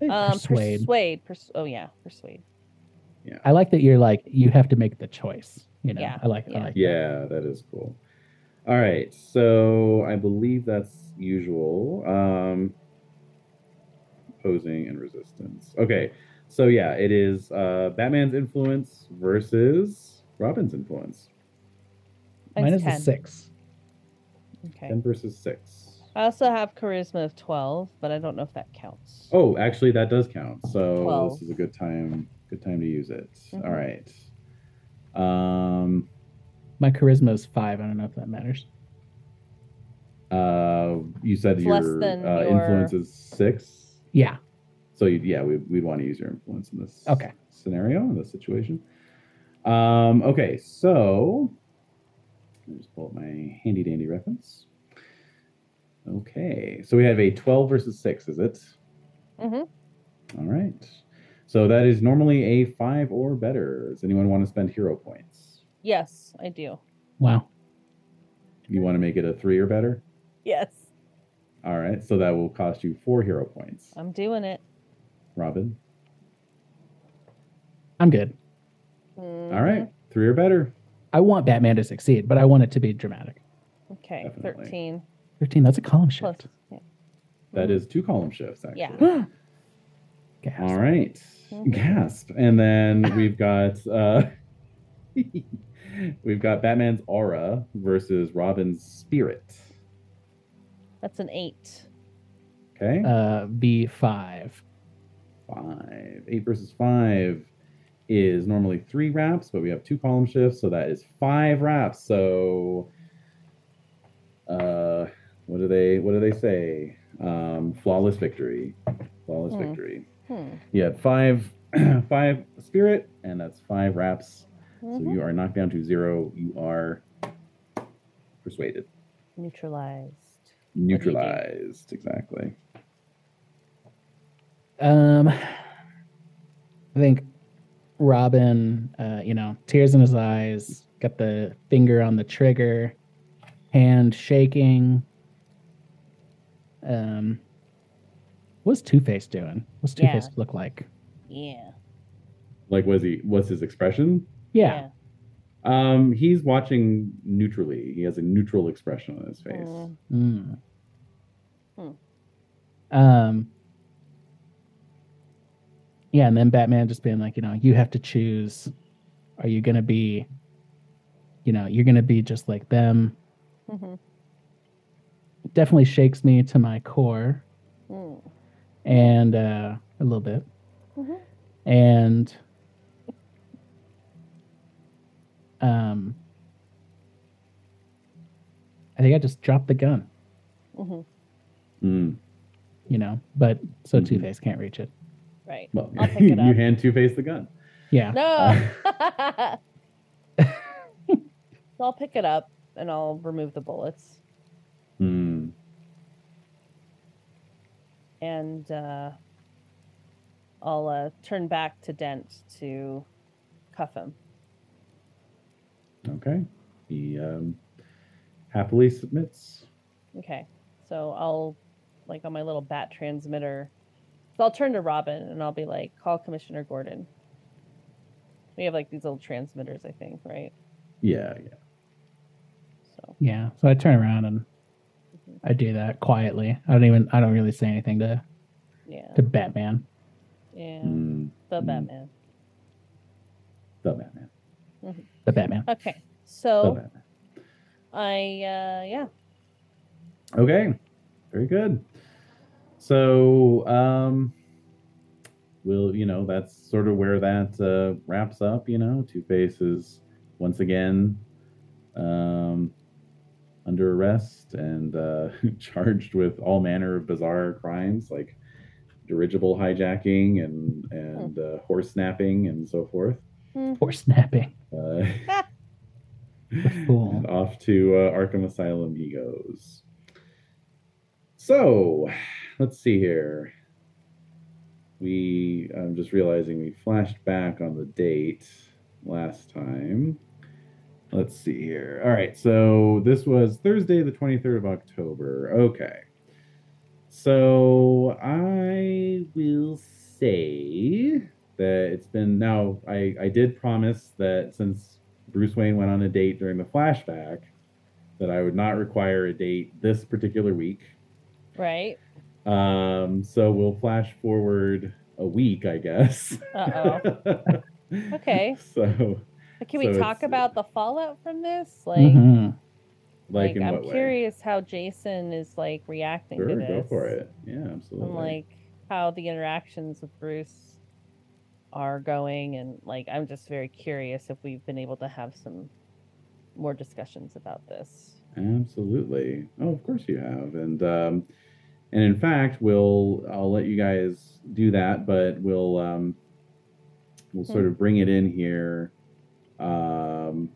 D: yeah. Um,
C: Persuade.
D: persuade. Persuade. Pers- oh yeah, persuade.
C: I like that you're like you have to make the choice. You know,
D: Yeah,
C: I like. I
D: yeah.
C: like. that.
E: Yeah, that is cool. All right, so I believe that's usual. Um, opposing and resistance. Okay, so yeah, it is uh, Batman's influence versus Robin's influence.
C: Mine
D: Mine's
C: is a
D: ten.
C: six.
D: Okay.
E: Ten versus six.
D: I also have charisma of 12, but I don't know if that counts.
E: Oh, actually, that does count. So
D: Twelve.
E: this is a good time. Good time to use it. All
D: Mhm.
E: right. Um.
C: My charisma is five. I don't know if that matters.
E: Uh. You said
D: It's
E: your
D: less than
E: uh,
D: your-
E: influence is six.
C: Yeah.
E: So you yeah, we, we'd want to use your influence in this
C: Okay.
E: scenario in this situation. Um, okay, so let me just pull up my handy dandy reference. Okay, so we have a twelve versus six, is it?
D: Mhm.
E: All right. So that is normally a five or better. Does anyone want to spend hero points?
D: Yes, I do.
C: Wow.
E: You want to make it a three or better?
D: Yes.
E: All right, so that will cost you four hero points.
D: I'm doing it.
E: Robin.
C: I'm good.
D: mm-hmm.
E: All right, three or better.
C: I want Batman to succeed, but I want it to be dramatic.
D: Okay,
E: Definitely.
D: 13
C: Fifteen. That's a column
D: plus.
C: shift.
D: Yeah.
E: That
D: Mhm.
E: is two column shifts, actually.
D: Yeah.
C: Gasp.
E: All right.
D: Mhm.
E: Gasp. And then we've got uh we've got Batman's aura versus Robin's spirit.
D: That's an 8.
E: Okay.
C: uh, be five.
E: five. Eight versus five is normally three wraps, but we have two column shifts, so that is five wraps. So, uh, what do they what do they say? Um, flawless victory. Flawless
D: Hmm.
E: victory.
D: Hmm.
E: You had five five spirit, and that's five wraps. So
D: Mhm.
E: you are knocked down to zero. You are persuaded,
D: Neutralized.
E: neutralized. Exactly.
C: Um, I think Robin, uh, you know, tears in his eyes, got the finger on the trigger, hand shaking. Um, what's Two Face doing? What's Two
D: Yeah.
C: Face look like?
D: Yeah.
E: Like, was he? What's his expression?
C: Yeah,
E: Um, he's watching neutrally. He has a neutral expression on his face.
D: Mm.
C: Mm.
D: Hmm.
C: Um. Yeah, and then Batman just being like, you know, you have to choose. Are you gonna be, you know, you're gonna be just like them?
D: Mhm.
C: It definitely shakes me to my core
D: Mm.
C: and uh, a little bit.
D: Mhm.
C: And um, I think I just dropped the gun.
D: Mhm.
E: Mm.
C: you know, but so
E: Mhm.
C: Two Face can't reach it.
D: Right.
E: Well,
D: I'll pick
E: you
D: it up.
E: hand Two Face the gun.
C: Yeah.
D: No.
E: uh,
D: so I'll pick it up and I'll remove the bullets
E: Mm.
D: and uh, I'll uh, turn back to Dent to cuff him.
E: Okay. He um, happily submits.
D: Okay. So I'll like on my little bat transmitter. So I'll turn to Robin and I'll be like, call Commissioner Gordon. We have like these little transmitters, I think, right?
E: Yeah, yeah.
D: So
C: Yeah. So I turn around and I do that quietly. I don't even I don't really say anything to
D: yeah.
C: to Batman.
D: Yeah.
E: Mm.
D: The
E: Mm.
D: Batman.
E: The Batman.
C: The Batman.
D: Okay.
E: The
D: So
E: Batman.
D: I uh yeah.
E: Okay. Very good. So, um, we'll, you know, that's sort of where that uh, wraps up, you know. Two Face is once again um, under arrest and uh, charged with all manner of bizarre crimes like dirigible hijacking and, and uh, horse snapping and so forth.
C: Or snapping.
E: Uh,
C: fool.
E: and off to uh, Arkham Asylum he goes. So, let's see here. We, I'm just realizing we flashed back on the date last time. Let's see here. All right, so this was Thursday, the 23rd of October. Okay. So, I will say that it's been now I, I did promise that since Bruce Wayne went on a date during the flashback that I would not require a date this particular week.
D: Right?
E: Um, so we'll flash forward a week, I guess.
D: Uh oh. Okay.
E: So
D: But can
E: So
D: we
E: it's- uh, Mm-hmm.
D: talk about the fallout from this? Like
C: Mhm.
E: like, in
D: I'm
E: what way?
D: curious how Jason is like reacting to
E: Sure,
D: this.
E: go for it. Yeah, absolutely.
D: And like how the interactions with Bruce are going and like I'm just very curious if we've been able to have some more discussions about this.
E: Absolutely. Oh, of course you have. And um, and in fact, we'll I'll let you guys do that, but we'll um, we'll sort of bring it in here, um,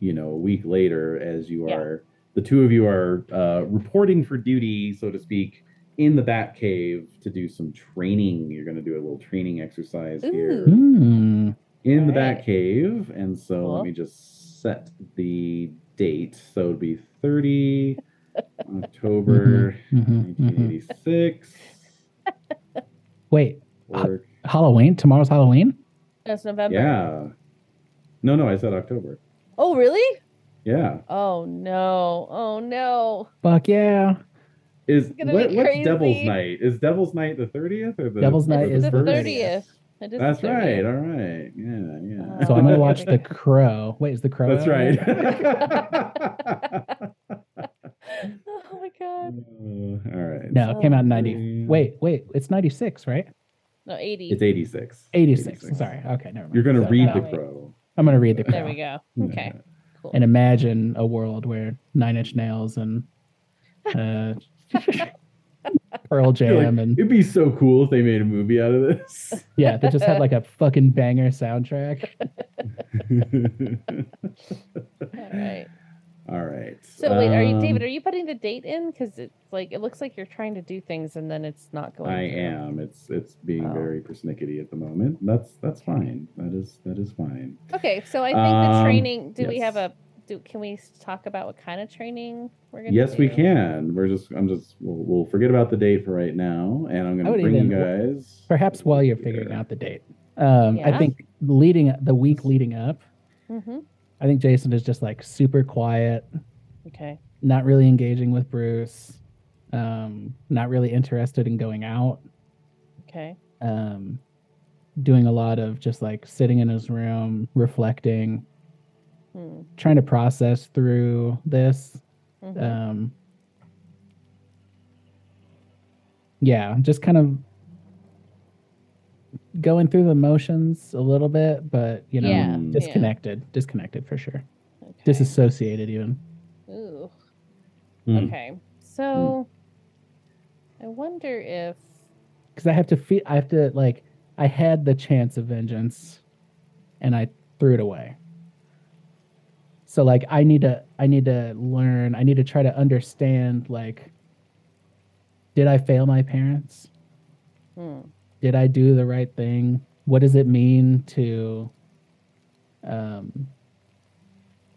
E: you know, a week later as you
D: Yeah.
E: are the two of you are uh, reporting for duty, so to speak, in the Bat Cave to do some training. You're going to do a little training exercise here
D: Ooh.
C: Mm.
E: in the
D: Alright.
E: Batcave, cave and so
D: Cool.
E: let me just set the date so it'd be 30 october
C: Mhm. Mhm.
E: 1986
C: Wait,
E: or,
C: Halloween? Tomorrow's Halloween?
D: That's November.
E: yeah no no i said october
D: Oh really?
E: yeah
D: Oh no. Oh no.
C: Fuck yeah.
E: is
D: gonna
E: what,
D: be
E: what's devil's
D: crazy.
E: night is devil's night the 30th or the
C: Devil's Night
E: or
C: is
D: the
C: the
D: 30th. It is
E: that's
D: the
E: right
D: 30th.
E: all right yeah yeah
C: So I'm gonna watch The Crow. Wait, is The Crow?
E: that's
C: out
E: right
C: yet?
D: oh my god. Oh
E: Uh, all right
C: No, it came out in
E: Oh.
C: 90. Wait, wait, it's 96, right?
D: No, 80.
E: It's 86.
C: 86.
E: 86.
C: Sorry. Okay, never mind.
E: You're going to
C: So,
E: read
C: no.
E: the
D: way.
E: crow.
C: I'm going to read the crow
D: There we go. Okay. Cool.
C: and imagine a world where Nine Inch Nails and uh, Pearl
E: You're like,
C: Jam and
E: It'd be so cool if they made a movie out of this.
C: yeah, they just had like a fucking banger soundtrack.
D: All right.
E: All right.
D: So wait, are you David?
E: Um,
D: Are you putting the date in? Because it's like it looks like you're trying to do things and then it's not going.
E: I
D: through.
E: am. It's it's being
D: Oh.
E: very persnickety at the moment. That's that's fine. That is that is fine.
D: Okay, so I think the
E: Um,
D: training. Do we have
E: yes.
D: a? Do can we s- talk about what kind of training we're gonna?
E: Yes, we
D: do?
E: can. We're just I'm just we'll, we'll forget about the date for right now, and I'm
C: I
E: gonna
C: would
E: bring
C: even-
E: you guys.
C: Perhaps while you're figuring out the date, um,
D: Yeah.
C: I think leading the week leading up,
D: Mm-hmm.
C: I think Jason is just like super quiet,
D: Okay.
C: not really engaging with Bruce, um, not really interested in going out,
D: Okay.
C: um, doing a lot of just like sitting in his room, reflecting,
D: Hmm.
C: trying to process through this.
D: mhm.
E: Uh,
C: Um, yeah, just kind of going through the motions a little bit, but you know,
D: Yeah,
E: yeah.
C: disconnected, disconnected for sure,
D: okay.
C: disassociated even.
D: Ooh.
E: Hmm.
D: Okay. So, I wonder if.
C: Because I have to feel, I have to like, I had the chance of vengeance, and I threw it away. So like, I need to, I need to learn, I need to try to understand like, did I fail my parents?
D: Hmm.
E: Um,
C: did I do the right thing? What does it mean to, um,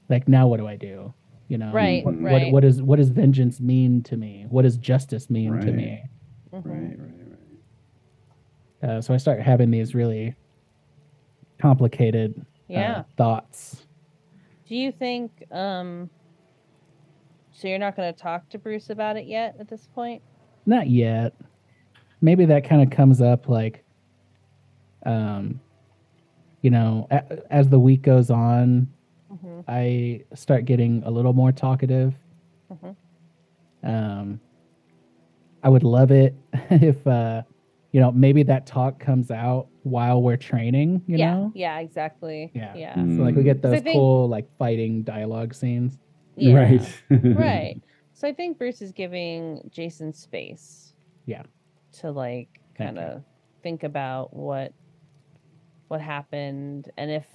C: like now what do I do? You know,
D: Right,
C: What, what-
D: right.
C: what is what does vengeance mean to me? What does justice mean to
E: Right.
C: me?
D: mhm.
E: Right, right, right.
C: Uh, so I start having these really complicated uh,
D: Yeah.
C: thoughts.
D: Do you think? Um. So you're not going to talk to Bruce about it yet at this point?
C: Not yet. Maybe that kind of comes up like, um, you know, a- as the week goes on,
D: Mm-hmm.
C: I start getting a little more talkative.
D: Mhm.
C: Um, I would love it if, uh, you know, maybe that talk comes out while we're training, you
D: yeah.
C: know?
D: Yeah. Exactly.
C: Yeah.
D: Yeah.
E: Mm.
C: So, like, we get
D: I
C: those
D: think-
C: cool, like, fighting dialogue scenes.
D: yeah.
E: Right.
D: right. So I think Bruce is giving Jason space.
C: Yeah.
D: To like
C: Thank
D: kind
C: you.
D: of think about what what happened and if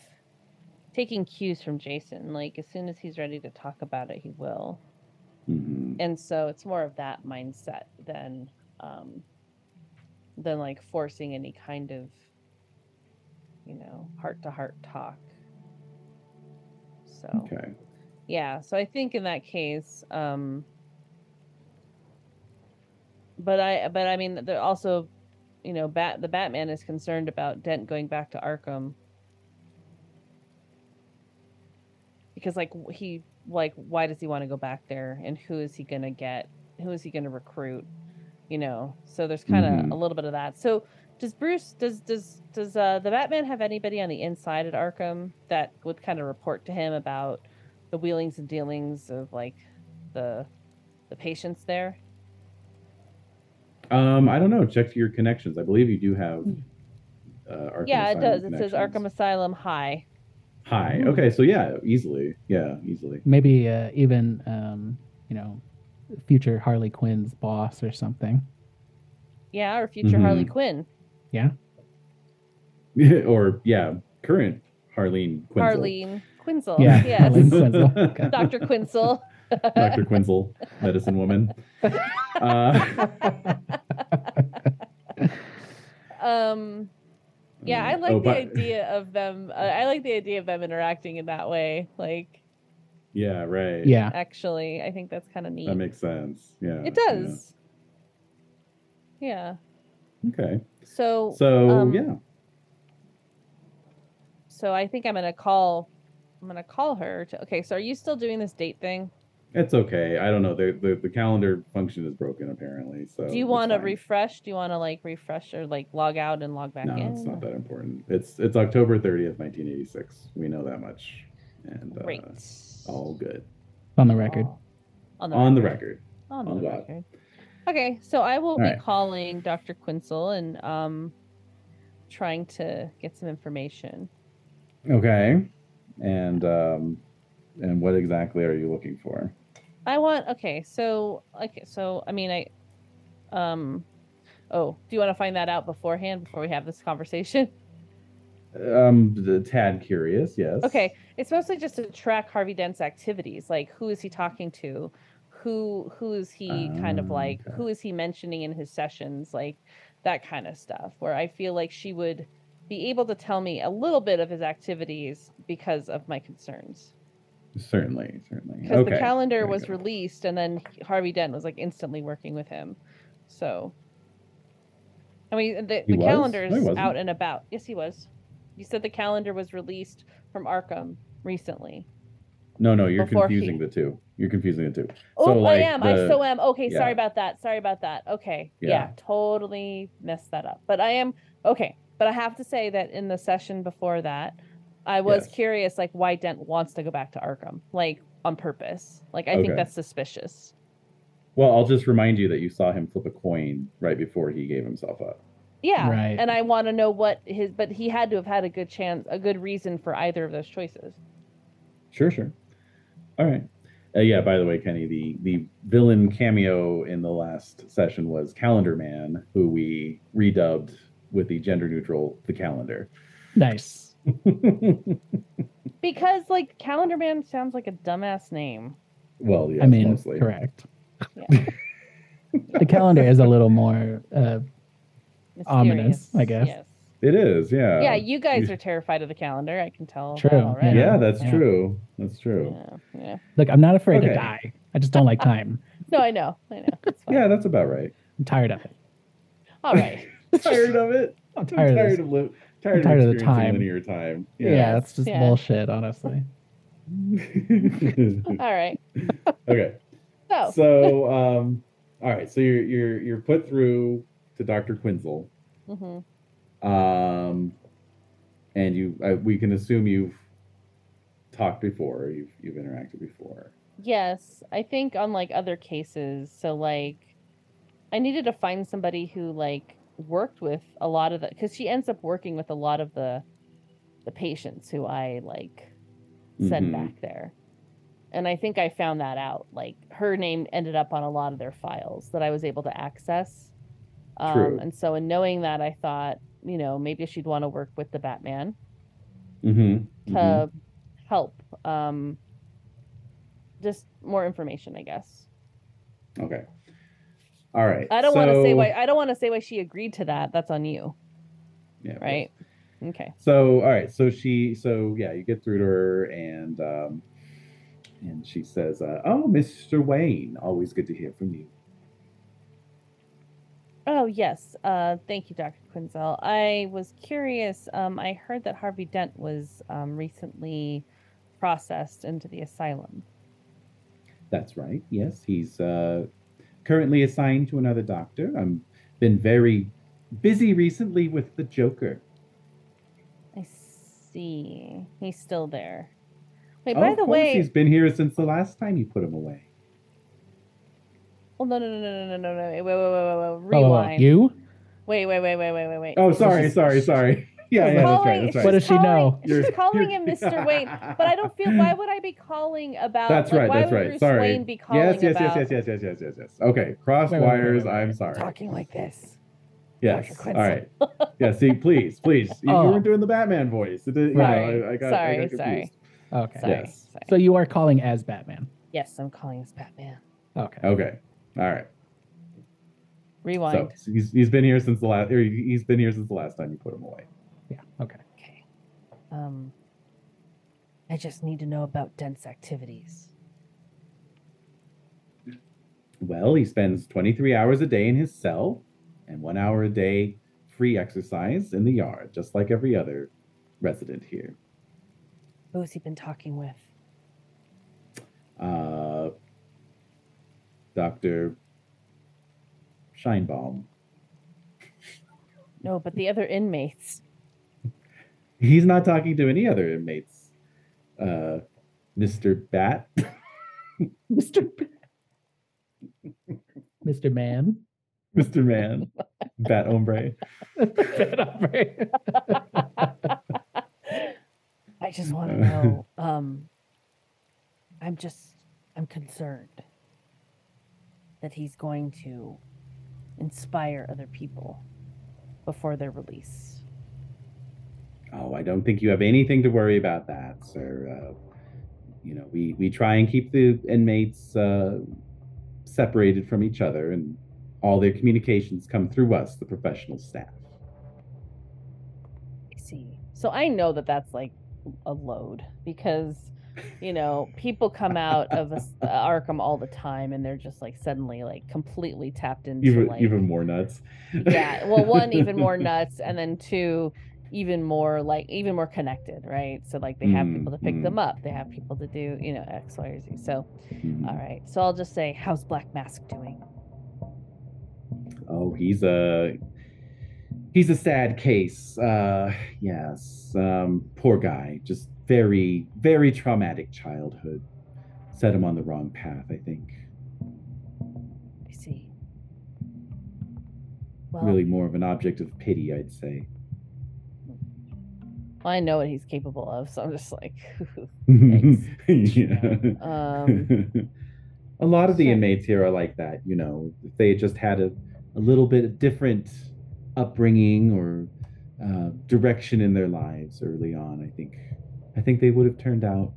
D: taking cues from Jason, like as soon as he's ready to talk about it, he will.
E: Mhm.
D: And so it's more of that mindset than um than like forcing any kind of you know, heart to heart talk. So
E: Okay.
D: yeah, so I think in that case, um but I but I mean they're also you know, Bat the Batman is concerned about Dent going back to Arkham. Because like w- he like why does he want to go back there and who is he going to get? Who is he going to recruit? You know. So there's kind of
E: Mhm.
D: a little bit of that. So does Bruce does does does uh the Batman have anybody on the inside at Arkham that would kind of report to him about the wheelings and dealings of like the the patients there?
E: Um, I don't know. Check your connections. I believe you do have. Uh, Arkham
D: Hmm. yeah, it
E: Asylum
D: does. It says Arkham Hmm.
E: connections.
D: Asylum High.
E: Hi. Okay, so yeah, easily. Yeah, easily.
C: Maybe uh, even, um, you know, future Harley Quinn's boss or something.
D: Yeah, or
E: Mm-hmm.
D: future Harley Quinn.
E: or yeah, current Harleen Quinzel.
D: Harleen Quinzel.
C: Yeah, Harleen
D: Yes.
C: Quinzel. Okay.
D: Dr. Quinzel.
E: Dr. Quinzel, medicine woman. Uh,
D: Um yeah, I like
E: oh,
D: the
E: but-
D: idea of them uh, I like the idea of them interacting in that way. Like
E: Yeah, right.
C: Yeah.
D: actually, I think that's kind of neat.
E: That makes sense. Yeah.
D: it
E: yeah.
D: does. Yeah.
E: Okay.
D: So
E: So
D: um,
E: yeah.
D: so I think I'm going to call I'm going to call her to Okay, so are you still doing this date thing?
E: It's okay. I don't know. The, the the calendar function is broken apparently. So
D: Do you
E: Oh, it's
D: want to
E: fine.
D: refresh? Do you want to like refresh or like log out and log back
E: No,
D: in?
E: it's not that important. It's it's October thirtieth, nineteen eighty six. We know that much. And uh,
D: Great.
E: all good.
C: On the record.
D: On the
E: On the
D: record.
E: record.
D: On
E: On
D: the
E: God.
D: record. Okay, so I will
E: All
D: be
E: right.
D: calling Dr. Quinsel and um trying to get some information.
E: Okay. And um, and what exactly are you looking for?
D: I want okay, so like so I mean I um oh, do you want to find that out beforehand before we have this conversation?
E: Um, the tad curious, yes.
D: Okay, it's mostly just to track Harvey Dent's activities. Like, who is he talking to? Who who is he kind of
E: Ah,
D: like?
E: okay.
D: Who is he mentioning in his sessions? Like that kind of stuff. Where I feel like she would be able to tell me a little bit of his activities because of my concerns.
E: Certainly, certainly.
D: Because
E: Okay.
D: the calendar
E: very
D: was
E: good.
D: released, and then he- Harvey Dent was like instantly working with him. So, I mean, the,
E: He
D: the
E: was? No, he
D: calendar is
E: wasn't.
D: out and about. Yes, he was. You said the calendar was released from Arkham recently.
E: no, no, you're
D: before he-
E: confusing the two. You're confusing the two.
D: Oh,
E: So, like,
D: I am. I
E: the-
D: so am. Okay,
E: yeah.
D: sorry about that. Sorry about that. Okay. Yeah.
E: Yeah.
D: totally messed that up. But I am okay. But I have to say that in the session before that, I was
E: Yes.
D: curious like why Dent wants to go back to Arkham, like on purpose. Like I
E: Okay.
D: think that's suspicious.
E: Well, I'll just remind you that you saw him flip a coin right before he gave himself up.
D: Yeah.
C: Right.
D: And I want to know what his but he had to have had a good chance, a good reason for either of those choices.
E: Sure, sure. All right. Uh, yeah. By the way, Kenny, the the villain cameo in the last session was Calendar Man, who we redubbed with the gender neutral the calendar.
C: Nice.
D: Because like Calendar Man sounds like a dumbass name.
E: well, yes,
C: I mean,
E: mostly.
C: correct.
D: Yeah.
C: The calendar is a little more. Uh, Ominous,
D: Mysterious.
C: I guess.
D: Yes.
E: It is. Yeah.
D: yeah, you guys
E: Uh, you-
D: are terrified of the calendar. I can tell.
C: True,
D: That already.
E: Yeah, that's
D: Yeah.
E: true. That's true.
D: Yeah, yeah.
C: look, I'm not afraid
E: Okay.
C: to die. I just don't like time.
D: No, I know. I know. It's fine.
E: Yeah, that's about right.
C: I'm tired of it.
D: All right.
E: tired of it.
C: I'm
E: I'm
C: tired of this.
E: of li- tired,
C: tired of the
E: experiencing
C: time.
E: linear time.
C: Yeah, that's just
D: Yeah.
C: bullshit, honestly.
E: Yeah.
D: All right.
E: okay.
D: So,
E: So, um, all right. So you're you're you're put through to Doctor Quinzel,
D: mhm.
E: um, and you I, we can assume you've talked before, you've you've interacted before.
D: yes, I think on like other cases, so like I needed to find somebody who like worked with a lot of the cuz she ends up working with a lot of the the patients who I like send
E: Mhm.
D: back there. And I think I found that out. Like her name ended up on a lot of their files that I was able to access. Um,
E: True.
D: And so, in knowing that, I thought, you know, maybe she'd want to work with the Batman
E: Mm-hmm.
D: to help. Um, just more information, I guess.
E: Okay. All right.
D: I don't want to say
E: so-
D: why. I don't want to say why she agreed to that. That's on you,
E: Yeah, of course.
D: right? Okay.
E: So, all right. So she, so yeah, you get through to her, and um, and she says, uh, "Oh, Mr. Wayne, always good to hear from you."
D: Oh yes. Uh, thank you, Dr. Quinzel. I was curious. Um, I heard that Harvey Dent was um, recently processed into the asylum.
E: That's right. Yes, he's uh, currently assigned to another doctor. I've been very busy recently with the Joker.
D: I see. He's still there. Wait. by
E: Oh, of
D: the
E: course,
D: way,
E: he's been here since the last time you put him away.
D: well, Oh, no, no, no, no, no, no, no, no. Wait, wait,
E: uh,
D: wait, wait, wait.
C: Oh,
D: Rewind.
C: you?
D: Wait, wait, wait, wait, wait, wait, wait.
E: Oh,
D: She's
E: sorry,
D: just-
E: sorry, sorry. Yeah,
D: she's
E: yeah, that's
D: calling-
E: right. That's right.
C: What does she
D: calling-
C: know?
E: You're-
D: She's calling him
E: you're-
D: Mr. Wayne, but I don't feel. Why would I be calling about?
E: That's
D: like,
E: right.
D: Why
E: That's
D: would
E: right.
D: Bruce
E: sorry.
D: Wayne be calling
E: yes, yes,
D: about
E: yes, yes, yes, yes, yes, yes, yes. Okay, cross
C: Wait, wait, wait, wait,
E: wires.
C: wait,
E: I'm
C: wait.
E: sorry.
D: talking like this?
E: Yes.
D: Dr.
E: All
D: Quinzel.
E: right. Yeah. See, please, please. You, you
C: Oh.
E: weren't doing the Batman voice. It did, you know,
D: Sorry,
E: I, I got, I
D: sorry,
E: got confused.
D: sorry.
C: Okay.
D: Sorry.
E: Yes.
D: sorry.
C: So you are calling as Batman.
D: yes, I'm calling as Batman.
C: Okay.
E: Okay. All right.
D: Rewind.
E: So he's, he's been here since the last. Or he's been here since the last time you put him away.
C: Yeah. Okay.
D: Okay. Um, I just need to know about dense activities.
E: Well, he spends 23 hours a day in his cell and one hour a day free exercise in the yard, just like every other resident here.
D: Who's he been talking with?
E: Uh, Dr. Scheinbaum.
D: No, but the other inmates.
E: He's not talking to any other inmates. Uh, Mr. Bat.
C: Mr. Mr. Man.
E: Mr. Man, Bat Ombre.
C: Bad hombre.
D: I just want to know. Um, I'm just, I'm concerned that he's going to inspire other people before their release.
E: Oh, I don't think you have anything to worry about that, sir. Uh, you know, we, we try and keep the inmates uh, separated from each other, and all their communications come through us, the professional staff.
D: I see. So I know that that's like a load because, you know, people come out of a, Arkham all the time and they're just like suddenly like completely tapped into
E: Even,
D: like
E: even more nuts.
D: yeah well one even more nuts and then two even more like even more connected right so like they have
E: Mm,
D: people to pick
E: mm.
C: Mm-hmm.
D: them up they have people to do you know x y or z so
E: Mhm.
C: Mm-hmm.
D: all right so i'll just say how's black mask doing
E: Oh, he's a he's a sad case. Uh, yes, um, poor guy. Just very, very traumatic childhood. Set him on the wrong path, I think.
D: i see well
E: Really, more of an object of pity, I'd say.
D: i know what he's capable of so i'm just like
E: yeah.
D: um
E: a lot of the
D: so-
E: inmates here are like that. You know, if they had just had a, a little bit different upbringing or uh, direction in their lives early on, I think, I think they would have turned out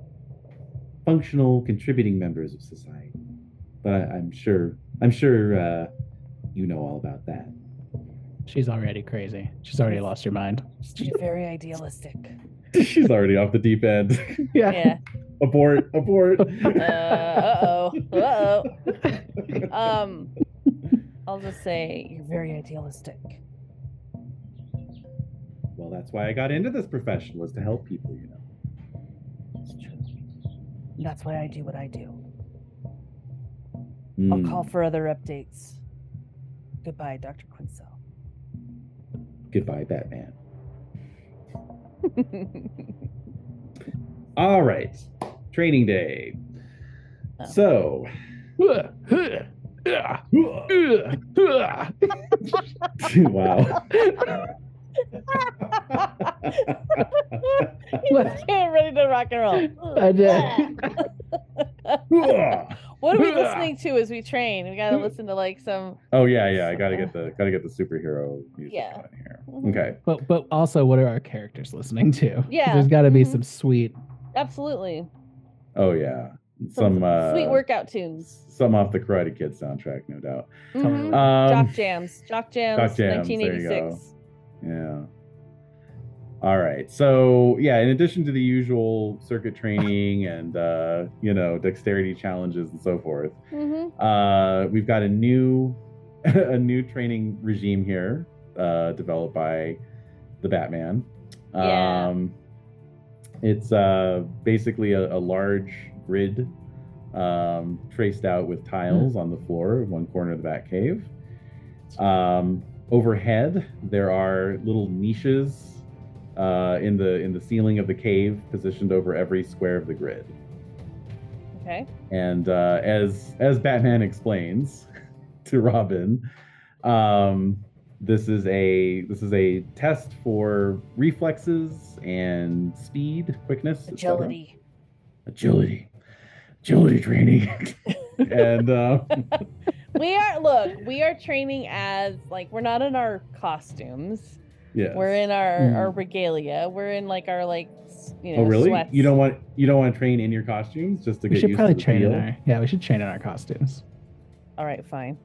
E: functional, contributing members of society. But I, I'm sure, I'm sure uh, you know all about that.
C: She's already crazy. She's already lost her mind.
D: she's very idealistic
E: She's already off the deep end.
D: yeah
E: abort, abort.
D: uh, uh-oh uh-oh um i'll just say you're very idealistic
E: Well, that's why I got into this profession was to help people, you know.
D: It's true. That's why I do what I do. I'll
E: Hmm.
D: call for other updates. Goodbye, Dr. Quinsell.
E: Goodbye, Batman. All right, training day.
D: Oh.
E: So, wow.
C: What?
D: Get ready to rock and
C: I
D: roll.
C: did.
D: what are we listening to as we train? We gotta listen to like some.
E: oh yeah, yeah. I gotta get the gotta get the superhero music
D: Yeah. Mm-hmm.
E: on here. Okay.
C: But but also, what are our characters listening to? 'Cause
D: Yeah,
C: There's got to be
D: mhm.
C: some sweet.
D: Absolutely.
E: Oh yeah.
D: Some,
E: Some uh,
D: sweet workout tunes.
E: Some off the Karate Kid soundtrack, no doubt.
D: Mhm.
E: Um,
D: Jock jams. Jock jams.
E: Jock jams, there you
D: 1986.
E: go. Yeah. All right. So yeah, in addition to the usual circuit training and uh, you know dexterity challenges and so forth,
C: Mm-hmm.
D: Mhm.
E: uh, we've got a new a new training regime here uh, developed by the Batman.
D: Yeah.
E: Um, it's uh, basically a, a large grid um, traced out with tiles on the floor, in one corner of the Batcave. Um, overhead, there are little niches uh, in the in the ceiling of the cave, positioned over every square of the grid.
D: Okay.
E: And uh, as as Batman explains to Robin, um, this is a this is a test for reflexes and speed, quickness, et cetera.
D: Agility.
E: agility, agility training, and uh,
D: we are look. We are training as like we're not in our costumes.
E: yeah.
D: We're in our, our
C: Mm.
D: regalia. We're in like our like s- you know.
E: oh really?
D: Sweats.
E: You don't want you don't want to train in your costumes just to
C: We
E: get
C: should
E: used
C: probably
E: to the
C: train in
E: feel?
C: our. Yeah, we should train in our costumes.
D: All right, fine.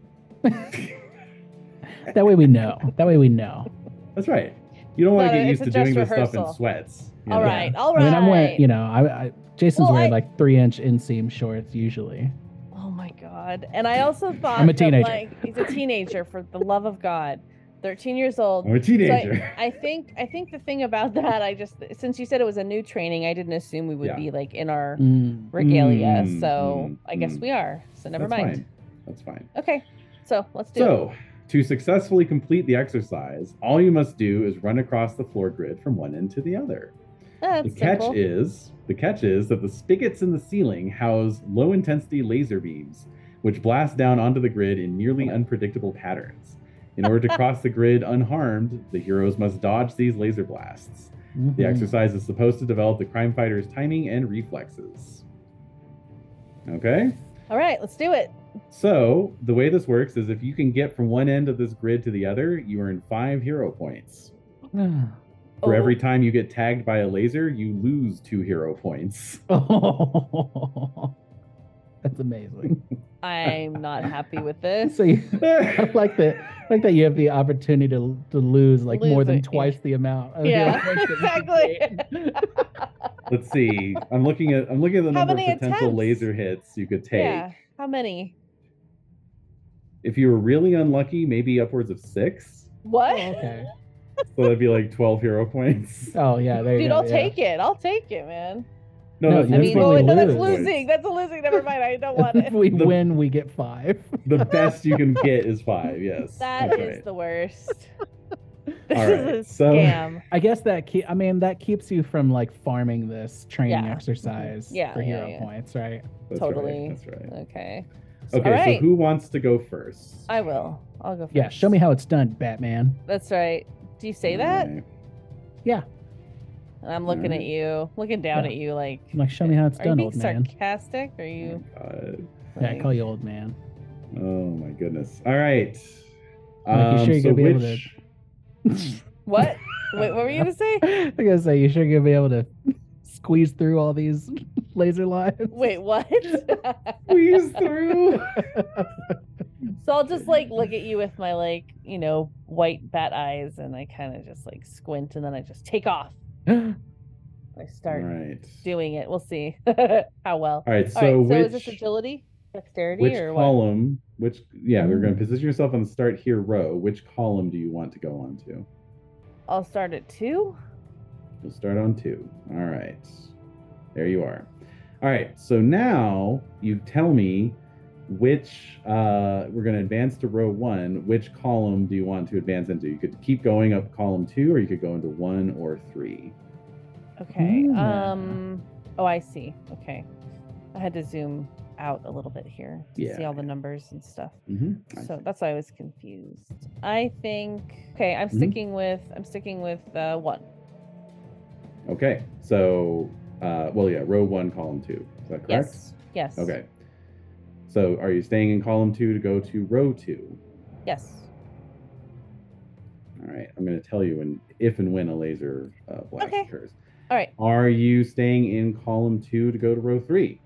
C: That way we know. That way we know.
E: That's right. You don't want
D: No,
E: to
D: no,
E: get
D: it's
E: used to
D: a
E: doing
D: dress
E: this stuff in
D: rehearsal.
E: sweats. you
D: All
E: know?
D: right, all
C: I
D: right.
C: mean, I'm wearing. You know, I, I Jason's
D: Well,
C: wearing
D: I-
C: like three inch inseam shorts usually.
D: Oh my god! And I also thought
C: I'm a
D: that,
C: teenager.
D: like, he's a teenager for the love of God, thirteen years old.
E: I'm a teenager.
D: I think I think the thing about that I just since you said it was a new training, I didn't assume we would
E: Yeah.
D: be like in our
C: Mm.
D: regalia.
E: Mm,
D: so
E: mm,
D: I guess
E: mm.
D: we are. So never
E: That's
D: mind.
E: Fine. That's fine.
D: Okay, so let's do it.
E: So, to successfully complete the exercise, all you must do is run across the floor grid from one end to the other.
D: Ah,
E: the
D: That's
E: catch
D: simple.
E: is the catch is that the spigots in the ceiling house low intensity laser beams which blast down onto the grid in nearly
D: Oh.
E: unpredictable patterns. In order to cross the grid unharmed, the heroes must dodge these laser blasts. The
D: Hmm.
C: Mhm.
E: exercise is supposed to develop the crime fighter's timing and reflexes. Okay?
D: All right, let's do it.
E: So, the way this works is if you can get from one end of this grid to the other, you earn five hero points. For
D: Oh.
E: every time you get tagged by a laser, you lose two hero points.
C: Oh, that's amazing.
D: I'm not happy with this.
C: So you, I like that. I like that you have the opportunity to to lose like more
D: Lose
C: than
D: it, yeah.
C: twice the amount. Of
D: Yeah,
C: hero points
D: exactly.
C: that you could get.
E: Let's see. I'm looking at I'm looking at the
D: How
E: number of
D: many
E: potential
D: attempts?
E: laser hits you could take.
D: Yeah. How many?
E: If you were really unlucky, maybe upwards of six.
D: What?
C: Oh, okay.
E: So that'd be like 12 hero points.
C: Oh yeah, there you
D: Dude,
C: go.
D: I'll
C: yeah.
D: take it. I'll take it, man.
E: No,
C: No,
E: that's,
C: you
D: I
E: that's
D: mean,
C: what
D: oh,
E: probably
C: we
D: wait, no, that's
E: laser points.
D: losing. That's a losing. Never mind. I don't want
C: If
D: it.
C: we
E: The-
C: win, we get five.
E: The best you can get is five, yes.
D: That
E: that's
D: is
E: right.
D: the worst. This
E: All right,
D: is a
E: so-
D: scam.
C: I guess that keep. I mean, that keeps you from like farming this training
D: Yeah.
C: exercise
D: Yeah,
C: for
D: yeah,
C: hero
D: yeah.
C: points, right?
E: That's
D: totally.
E: Right, that's right.
D: Okay.
E: Okay,
D: All right.
E: so who wants to go first?
D: I will. I'll go first.
C: Yeah. Show me how it's done, Batman.
D: That's right. Do you say that?
E: Alright. Mm-hmm.
D: And I'm looking at
E: Alright.
D: you, looking down
C: Yeah.
D: at you, like.
C: I'm like, show me how it's
D: Are you
C: done,
D: being
C: old man.
D: sarcastic? Are you?
E: Oh, God.
C: Yeah, I
D: like-
C: call you old man.
E: Oh my goodness. All right.
C: Mike, you
E: Um,
C: sure you're
E: so
C: gonna be able to-
E: which-
D: What? Wait, what were you gonna say?
C: I gotta say, you sure gonna be able to squeeze through all these laser lines?
D: Wait, what?
E: squeeze through?
D: so I'll just like look at you with my like, you know, white bat eyes, and I kind of just like squint, and then I just take off. I
E: All
D: start
E: right.
D: doing it. We'll see how well.
E: All right. So,
D: All right. so
E: which,
D: is this agility, dexterity,
E: which
D: or what? Mm-hmm.
E: column? Which yeah, we're going to position yourself on the start here row. Which column do you want to go on to?
D: I'll start at two.
E: We'll start on two. All right. There you are. All right. So now you tell me which uh, we're going to advance to row one. Which column do you want to advance into? You could keep going up column two, or you could go into one or three.
D: Okay.
C: Hmm.
D: Um. Oh, I see. Okay. I had to zoom out a little bit here to see
E: Yeah.
D: all the numbers and stuff.
E: Mm-hmm.
D: So that's why I was confused. I think. Okay, I'm
E: Mhm.
D: sticking with. I'm sticking with uh, one.
E: Okay. So, uh, well, yeah, row one, column two. Is that correct?
D: Yes. Yes.
E: Okay. So, are you staying in column two to go to row two?
D: Yes.
E: All right. I'm going to tell you when, if and when a laser uh, blast
D: Okay.
E: occurs.
D: All right.
E: Are you staying in column two to go to row three?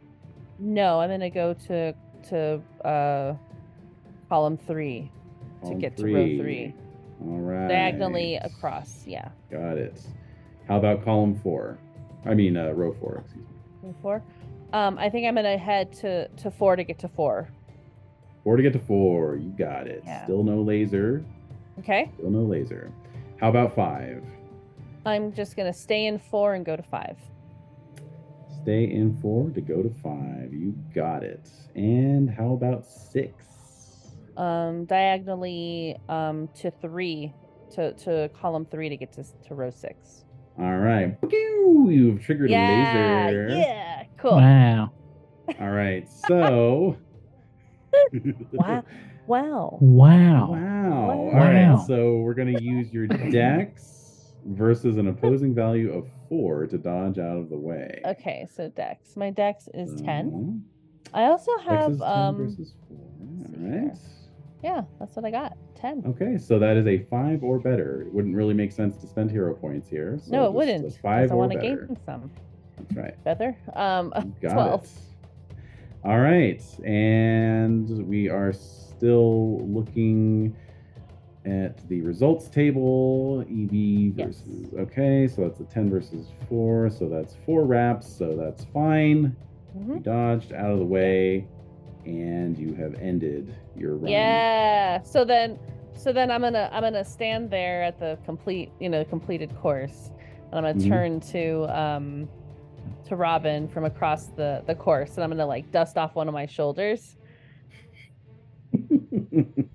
D: No, I'm gonna go to to uh, column three to
E: Column
D: get to row three,
E: All right.
D: diagonally across. Yeah.
E: Got it. How about column four? I mean, uh, row four. Excuse me.
D: Row Four. Um, I think I'm gonna head to to four to get to four.
E: Four to get to four. You got it.
D: Yeah.
E: Still no laser.
D: Okay.
E: Still no laser. How about five?
D: I'm just gonna stay in four and go to five.
E: Stay in four to go to five. You got it. And how about six?
D: Um, diagonally um to three to to column three to get to to row six.
E: All right. Pew! You've triggered
D: yeah,
E: a laser.
D: yeah, cool.
C: Wow.
E: All right. So.
D: Wow. Wow.
C: Wow.
E: Wow. All
C: Wow.
E: right. So we're going to use your dex versus an opposing value of four to dodge out of the way.
D: Okay, so Dex. My Dex is ten.
E: So,
D: I also
E: Mm-hmm. dex
D: have
E: Uh-huh. is 10
D: um
E: versus four.
D: let's see
E: All right.
D: yeah, that's what I got. Ten.
E: Okay. So that is a five or better. It wouldn't really make sense to spend hero points here. so
D: no, it
E: just a
D: wouldn't. 'cause
E: Five
D: I
E: or
D: want to
E: better.
D: gain some
E: That's right.
D: feather. Um
E: You Got
D: Twelve.
E: it. All right, and we are still looking at the results table. EV
D: Yes.
E: versus okay, so that's a ten versus four, so that's four wraps, so that's fine.
D: mhm.
E: You dodged out of the way, and you have ended your run.
D: Yeah. So then so then I'm gonna I'm gonna stand there at the complete you know, completed course and I'm gonna
E: Mhm.
D: turn to um to Robin from across the the course and I'm gonna like dust off one of my shoulders.
E: it's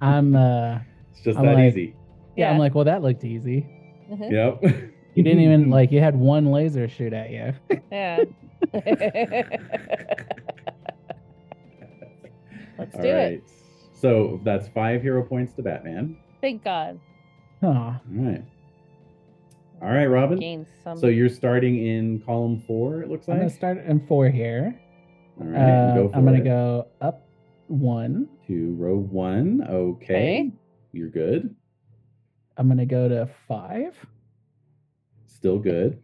C: I'm. uh
E: just
C: I'm
E: that
C: like-
E: easy.
C: yeah, I'm
D: Yeah.
C: like, well, that looked easy.
D: Mhm.
E: Yep.
C: You didn't even like. You had one laser shoot at you.
D: Yeah. Let's
E: All
D: do
E: right.
D: it.
E: So that's five hero points to Batman.
D: Thank God.
C: Aw,
E: All right. All right, Robin.
D: Gain some.
E: So you're starting in column four, it looks
C: I'm
E: like.
C: gonna start in four here.
E: All right,
C: Uh,
E: go for
C: I'm gonna
E: it.
C: go up one.
E: to row one. Okay.
D: Okay.
E: You're good.
C: I'm gonna go to five.
E: Still good.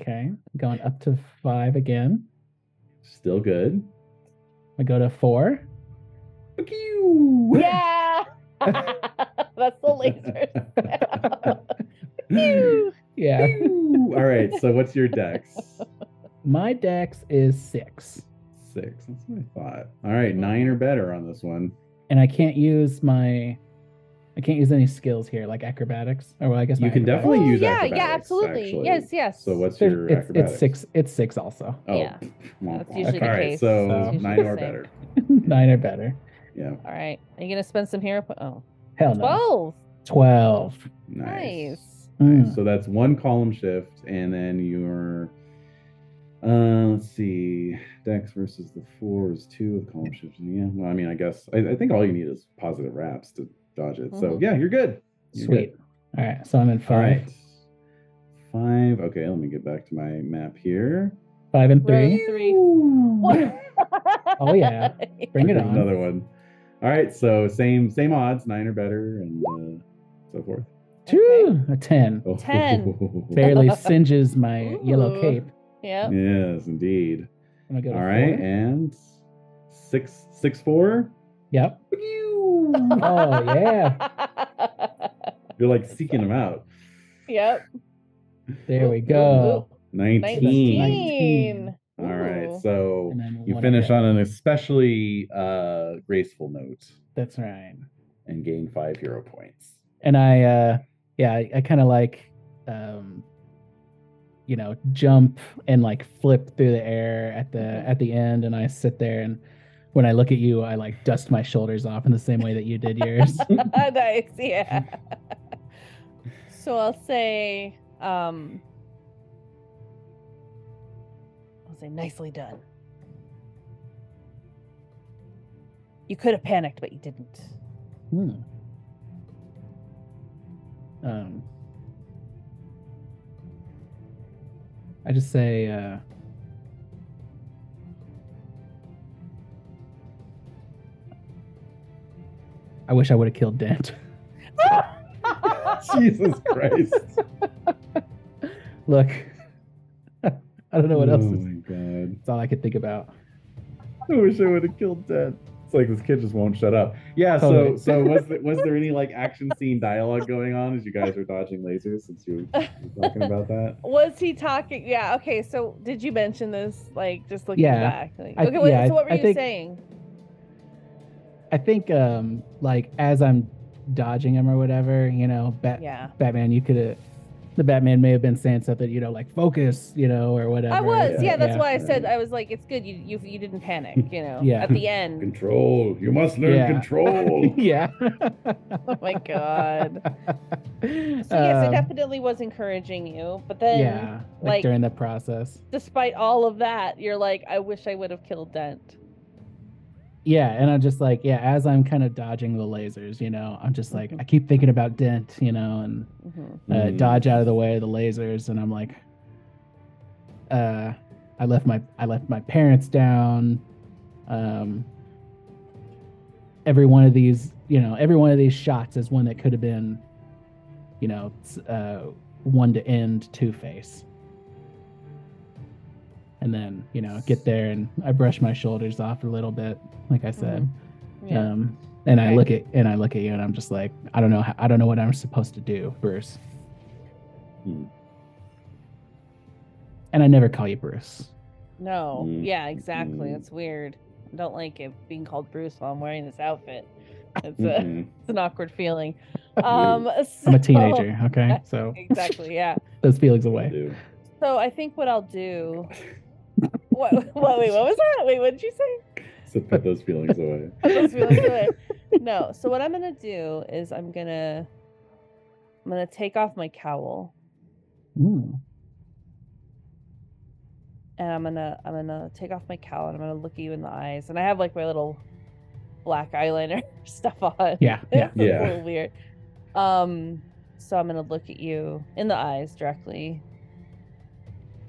C: Okay, going up to five again.
E: Still good.
C: I go to four.
E: Fuck you.
D: yeah. That's the laser. Phew.
C: Yeah,
E: Phew. All right. So what's your dex?
C: my dex is six,
E: Six. That's what I thought.
C: Mm-hmm.
E: All right, nine or better on this one.
C: and I can't use my, I can't use any skills here like acrobatics. Or well, I guess
E: You
C: my
E: can
C: acrobatics-
E: definitely
D: Oh,
E: use
D: yeah,
E: acrobatics.
D: yeah, absolutely.
E: actually.
D: Yes, yes.
E: So what's
C: There's-
E: your
C: it's,
E: acrobatics?
C: it's six. It's six also.
E: Oh,
D: Yeah.
E: womp
D: That's
E: womp.
D: usually the
E: All right,
D: case.
E: so
C: That's usually
E: nine
D: the same.
E: or better.
C: Nine or better.
E: Yeah,
D: All right. Are you gonna spend some hero? Po- oh,
C: Hell no.
D: 12.
C: Twelve.
E: nice.
D: Nice.
E: Nice.
C: Mm.
E: So that's one column shift, and then your uh, let's see, Dex versus the four is two with column shift. Yeah, well, I mean, I guess I, I think all you need is positive wraps to dodge it. So
D: Mhm.
E: yeah, you're good. You're good.
C: Sweet. All right, so I'm in
E: All
C: five,
E: right, five. Okay, let me get back to my map here.
C: five and three.
D: Row three.
E: Ooh.
C: Oh, yeah. Bring it
E: There's
C: on.
E: Another one. All right, so same same odds, nine or better, and uh, so forth.
C: Two. A ten.
E: Oh.
D: Ten.
C: Barely singes my yellow
D: Ooh.
C: cape.
D: Yep.
E: yes, indeed.
C: I'm gonna go to
E: All right,
C: four.
E: and six six four.
C: Yep. Oh,
D: yeah.
E: You're like seeking them out.
D: yep.
C: There
D: Oop,
C: we
D: oop,
C: go.
E: Nineteen.
C: 19.
E: All right,
D: Ooh.
E: so
C: And then
E: you
C: one
E: finish
C: away.
E: on an especially uh, graceful note
C: That's right.
E: and gain five hero points.
C: And I, uh, yeah, I, I kind of like, um, you know, jump and like flip through the air at the
D: Mhm.
C: at the end, and I sit there and when I look at you, I like dust my shoulders off in the same way that you did yours.
D: nice, yeah. so I'll say, um, I'll say, nicely done. You could have panicked, but you didn't.
C: Hmm. Um, I just say, uh, I wish I would have killed Dent.
E: Jesus Christ!
C: Look, I don't know what else.
E: Oh
C: Is,
E: my god!
C: that's all I could think about.
E: I wish I would have killed Dad. It's like this kid just won't shut up. Yeah. So
C: Totally.
E: so was there, was there any like action scene dialogue going on as you guys were dodging lasers since you were talking about that?
D: Was he talking? Yeah. Okay. So did you mention this? Like just looking
C: Yeah,
D: back. Like,
C: I-
D: okay. wait,
C: yeah,
D: so what
C: I-
D: were
C: I
D: you
C: think-
D: saying?
C: I think, um, like as I'm dodging him or whatever, you know, bat,
D: Yeah.
C: Batman, you could have. The Batman may have been saying something, you know, like focus, you know, or whatever.
D: I was.
E: yeah,
D: Yeah. That's
C: yeah.
D: why I said I was like, it's good. You you you didn't panic. You know.
C: Yeah.
D: At the end.
E: Control. You must learn
C: Yeah.
E: control.
C: yeah.
D: Oh my god.
C: so
D: So yes, it definitely was encouraging you, but then
C: Um, Yeah, like,
D: like-
C: during the process.
D: despite all of that, you're like, I wish I would have killed Dent.
C: Yeah, and I'm just like, yeah, as I'm kind of dodging the lasers, you know, I'm just like,
D: Mhm.
C: I keep thinking about Dent, you know, and uh,
E: Mm.
C: dodge out of the way of the lasers, and I'm like, uh, I left my I left my parents down. Um, every one of these, you know, every one of these shots is one that could have been, you know, s- uh, one to end Two Face. And then, you know, get there and I brush my shoulders off a little bit, like I said.
D: Yeah.
C: Um, and I
D: Okay.
C: look at and I look at you, and I'm just like, I don't know, how, I don't know what I'm supposed to do, Bruce.
E: Hmm.
C: And I never call you Bruce.
D: no.
E: Mm,
D: Yeah, exactly.
E: mm.
D: It's weird. I don't like it being called Bruce while I'm wearing this outfit. It's, a,
E: Mhm.
D: it's an awkward feeling.
C: I'm
D: Um,
C: a
D: so-
C: teenager, okay? So
D: Exactly. Yeah.
C: those feelings away.
E: Dude.
D: So I think what I'll do. What, what? Wait. What was that? Wait. What did you say?
E: So put those feelings away.
D: Let's be- let's do it. No. So what I'm gonna do is I'm gonna I'm gonna take off my cowl
C: Ooh,
D: and I'm gonna I'm gonna take off my cowl and I'm gonna look you in the eyes and I have like my little black eyeliner stuff on.
C: Yeah. Yeah.
D: It's a
E: Yeah.
D: little weird. Um, so I'm gonna look at you in the eyes directly,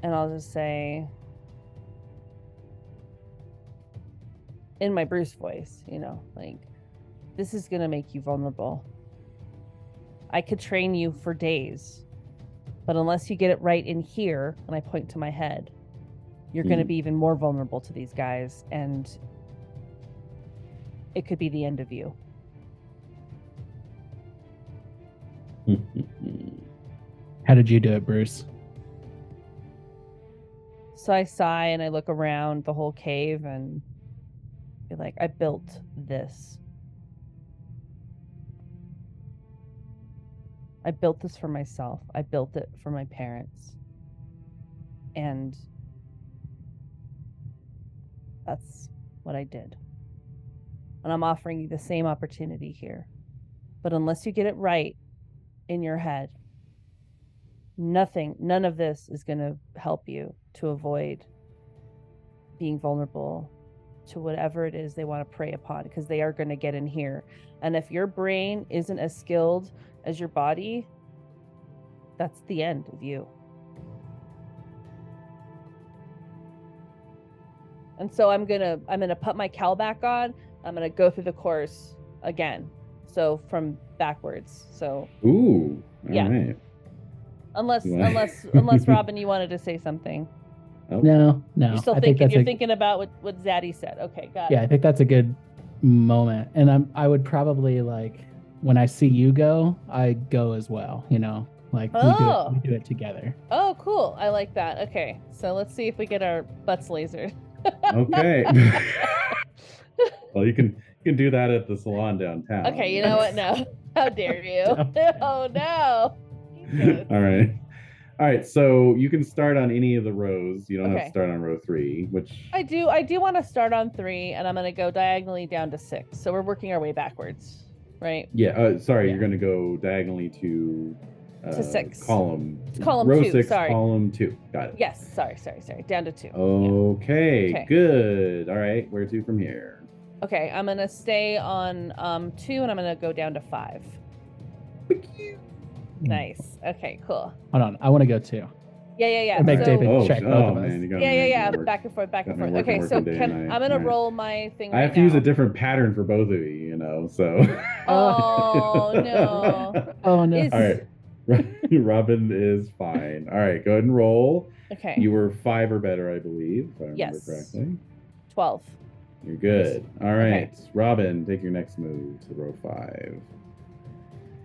D: and I'll just say, in my Bruce voice, you know, like, this is gonna make you vulnerable. I could train you for days, but unless you get it right in here, and I point to my head, you're gonna
B: Mhm.
D: be even more vulnerable to these guys, and it could be the end of you.
C: How did you do it, Bruce?
D: So I sigh and I look around the whole cave and be like, I built this. I built this for myself. I built it for my parents. And that's what I did. And I'm offering you the same opportunity here. But unless you get it right in your head, nothing, none of this is going to help you to avoid being vulnerable to whatever it is they want to prey upon because they are going to get in here. And if your brain isn't as skilled as your body, that's the end of you. And so I'm going to I'm going to put my cowl back on. I'm going to go through the course again. So from backwards. So
E: Ooh. all
D: Yeah.
E: right.
D: unless
E: Right.
D: unless unless Robin you wanted to say something.
E: Oh,
C: No, no.
D: You're still
C: I think
D: thinking.
C: that's
D: You're
C: a-
D: thinking about what what Zaddy said. Okay, got
C: yeah,
D: it.
C: I think that's a good moment. And I'm I would probably like when I see you go, I go as well. You know, like
D: Oh.
C: we, do it, we do it together.
D: Oh, cool. I like that. Okay, so let's see if we get our butts lasered.
E: Okay. well, you can you can do that at the salon downtown.
D: Okay, you know what? No, how dare you? oh no. Jesus.
E: All right. All right. So you can start on any of the rows. You don't have
D: Okay.
E: to start on row three, which
D: I do. I do want to start on three, and I'm gonna go diagonally down to six. So we're working our way backwards, right?
E: yeah. Uh, sorry,
D: Yeah.
E: you're going to go diagonally to uh,
D: six.
E: column.
D: Column
E: row
D: two,
E: six.
D: sorry.
E: Column Oh. two. Got it.
D: Yes. Sorry. Sorry. Sorry. Down to two. Yeah.
E: Okay,
D: Okay.
E: Good. All right. Where to from here?
D: Okay. I'm gonna stay on um two, and I'm gonna go down to five.
C: Hmm.
D: Nice. Okay. Cool.
C: Hold on, I want to go too.
D: Yeah. Yeah. Yeah.
C: It'd make
D: so,
C: David
E: oh,
C: check
E: sh-
C: both
E: oh,
C: of us.
E: man, you got
D: yeah.
E: me
D: Yeah. Yeah.
E: work.
D: Back and forth. Back and
E: Got me
D: forth. Okay.
E: working,
D: So
E: working day
D: can
E: and night.
D: I'm gonna
E: All right.
D: roll my thing.
E: I have
D: right
E: to use
D: now.
E: a different pattern for both of you, you know. So.
D: Oh no.
C: Oh no,
D: Is-
E: All right. Robin is fine. All right, go ahead and roll.
D: Okay.
E: You were five or better, I believe, if I remember
D: Yes.
E: correctly.
D: Twelve.
E: You're good. All right,
D: Okay.
E: Robin, take your next move to row five.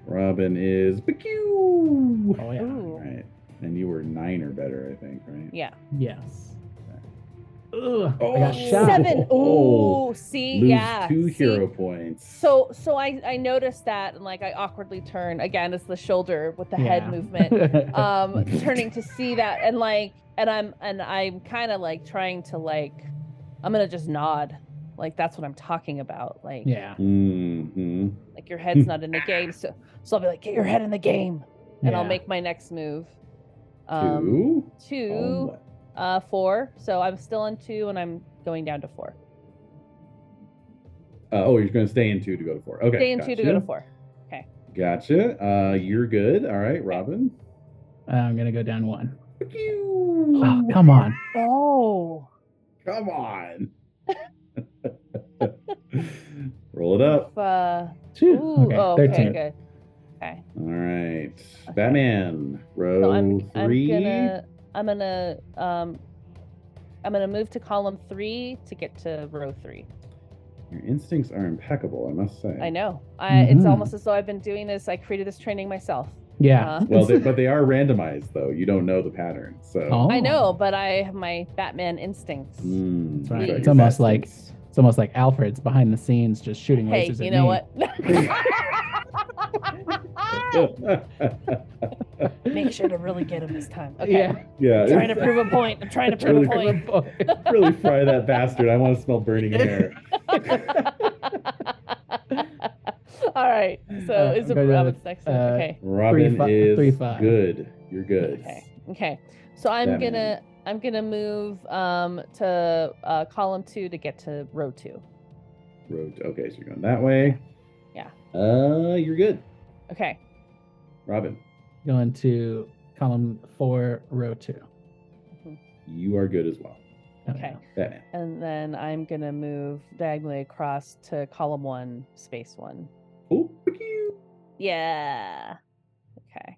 E: Robin is BQ.
C: oh yeah,
E: All
D: Ooh.
E: right, and you were nine or better, I think, right?
D: Yeah.
C: yes. Ugh,
E: Oh,
C: I got shot.
D: Seven.
E: Oh.
D: Ooh. See.
E: Lose
D: yeah.
E: two
D: see?
E: hero points.
D: So so I I noticed that and like I awkwardly turn again. It's the shoulder with the head
C: Yeah.
D: movement. Um, turning to see that and like and I'm and I'm kind of like trying to like I'm gonna just nod. Like that's what I'm talking about. Like
C: yeah,
E: hmm
D: like your head's not in the game. So so I'll be like get your head in the game and I'll
C: yeah.
D: make my next move.
E: two.
D: um, two.
E: Oh, my-
D: Uh, four. So I'm still in two, and I'm going down to four.
E: uh, oh, you're going to stay in two to go to four. Okay.
D: Stay in two to go to
E: gotcha.
D: four.
E: Gotcha. Uh, you're good. All right, Robin.
C: Uh, I'm gonna go down one. Oh,
E: Come
C: come on.
D: Oh.
E: on. Roll it up.
D: Uh,
C: Phew.
D: ooh,
C: okay,
D: oh, okay,
C: thirteen.
D: good.
E: All right. Batman, row
D: So I'm, I'm
E: 3
D: gonna, I'm gonna, um, I'm gonna move to column three to get to row three.
E: Your instincts are impeccable, I must say.
D: I know. I, It's
C: Mhm.
D: almost as though I've been doing this. I created this training myself.
C: Yeah.
D: Uh,
E: Well, they, but they are randomized, though. You don't know the pattern. So.
C: Oh.
D: I know, but I have my Batman instincts.
E: Mm,
C: That's right.
E: so
D: It's
E: your
C: almost like-
E: instincts-
C: It's almost like Alfred's behind the scenes, just shooting
D: Hey,
C: lasers at
D: you know
C: me.
D: what? Make sure to really get him this time. Okay.
C: Yeah.
E: yeah.
D: I'm trying to
E: it's-
D: prove a point. I'm trying to prove
E: Really
D: a point.
E: really fry that bastard. I want to smell burning hair.
D: All right. So
C: Uh,
D: is it
C: I'm gonna,
D: Robin's next one?
C: uh,
D: okay.
E: Robin
C: fi-
E: is
C: three five.
E: good. You're good.
D: Okay. Okay. So I'm
E: Batman.
D: gonna I'm gonna move um to uh column two to get to row two.
E: Road. Okay, so you're going that way.
D: Yeah.
E: Uh, you're good,
D: Okay.
E: Robin.
C: Going to column four, row two.
E: You are good as well.
C: Oh,
D: Okay.
E: Batman.
D: And then I'm going to move diagonally across to column one, space one.
E: Oh, pew.
D: Yeah. Okay.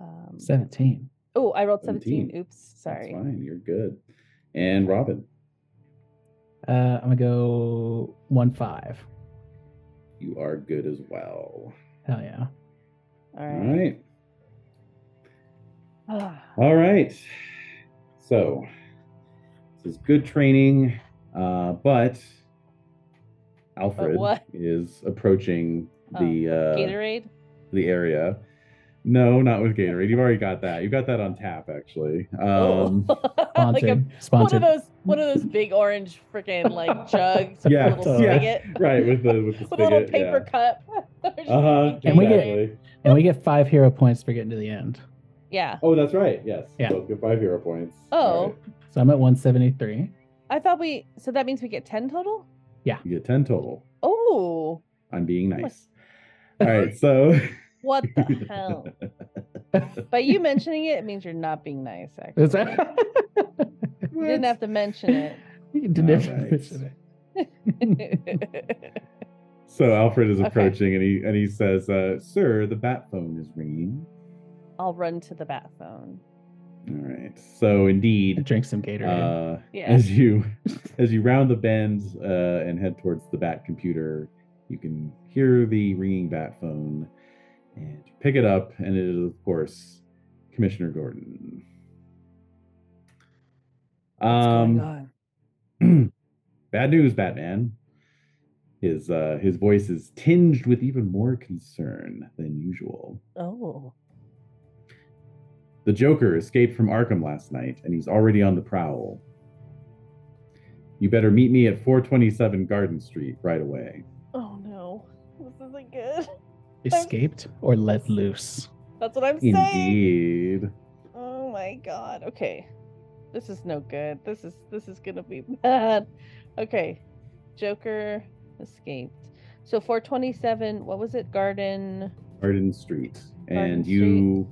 D: Um,
C: Seventeen.
D: Oh, I rolled 17.
E: 17.
D: Oops.
E: that's
D: Sorry.
E: fine. You're good. And Robin,
C: Uh, I'm gonna go one five.
E: you are good as well.
C: Hell yeah.
D: All
E: All
D: right.
E: right.
D: Ah,
E: All right. So this is good training, uh, but Alfred
D: what?
E: is approaching
D: Oh,
E: the uh,
D: Gatorade?
E: the area. No, not with Gatorade. You've already got that. You got that on tap, actually. Um,
D: oh. like a,
C: Sponsored. Sponsored.
D: one of those one of those big orange freaking like jugs with
E: Yeah,
D: a little
C: yeah,
D: spigot.
E: right with the with the
D: with a little
E: spigot,
D: paper cup.
E: Yeah. Uh huh.
C: And we get-
E: Exactly.
C: and we get five hero points for getting to the end.
D: Yeah.
E: Oh, that's right. Yes.
C: Yeah.
E: So get five hero points.
D: Oh.
E: All right.
C: So I'm at 173.
D: I thought we so that means we get ten total?
E: You get ten total.
D: Oh
E: I'm being
D: what-
E: nice. All right. So.
D: what the hell? By you mentioning it, it means you're not being nice, actually.
C: Is that?
D: You didn't have to mention
C: You didn't have
E: All right.
C: to mention it.
D: it.
E: So Alfred is
D: Okay.
E: approaching, and he and he says, uh, "Sir, the bat phone is ringing."
D: I'll run to the bat phone.
E: All right. So indeed,
C: Drink some Gatorade.
E: uh,
D: Yeah.
E: as you as you round the bend uh, and head towards the bat computer, you can hear the ringing bat phone, and you pick it up, and it is of course Commissioner Gordon.
D: What's going
E: Um,
D: on?
E: bad news, Batman. His uh, his voice is tinged with even more concern than usual.
D: Oh.
E: The Joker escaped from Arkham last night, and he's already on the prowl. You better meet me at 427 Garden Street right away.
D: Oh no. This isn't good.
C: Escaped or let loose.
D: That's what I'm saying.
E: Indeed.
D: Oh my god. Okay. This is no good. This is this is gonna be bad. Okay. Joker escaped. So 427, what was it? Garden.
E: Garden Street.
D: Garden
E: and you,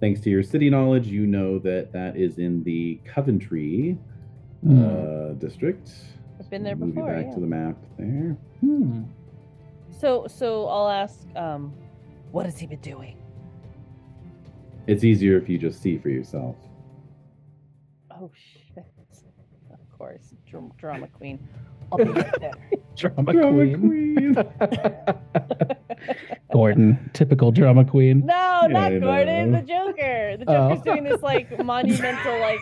E: thanks to your city knowledge, you know that that is in the Coventry uh, district.
D: I've been there
E: Move you
D: before.
E: back
D: yeah.
E: to the map there.
C: Hmm.
D: So so I'll ask, um, what has he been doing?
E: It's easier if you just see for yourself.
D: Oh shit. Of course. Dr- drama queen. I'll be right there.
C: Drama,
E: Drama
C: queen.
E: queen.
C: Gordon, typical drama queen.
D: No,
E: Yeah,
D: not
E: I
D: Gordon,
E: know.
D: the Joker. The
C: Oh.
D: Joker's doing this like monumental like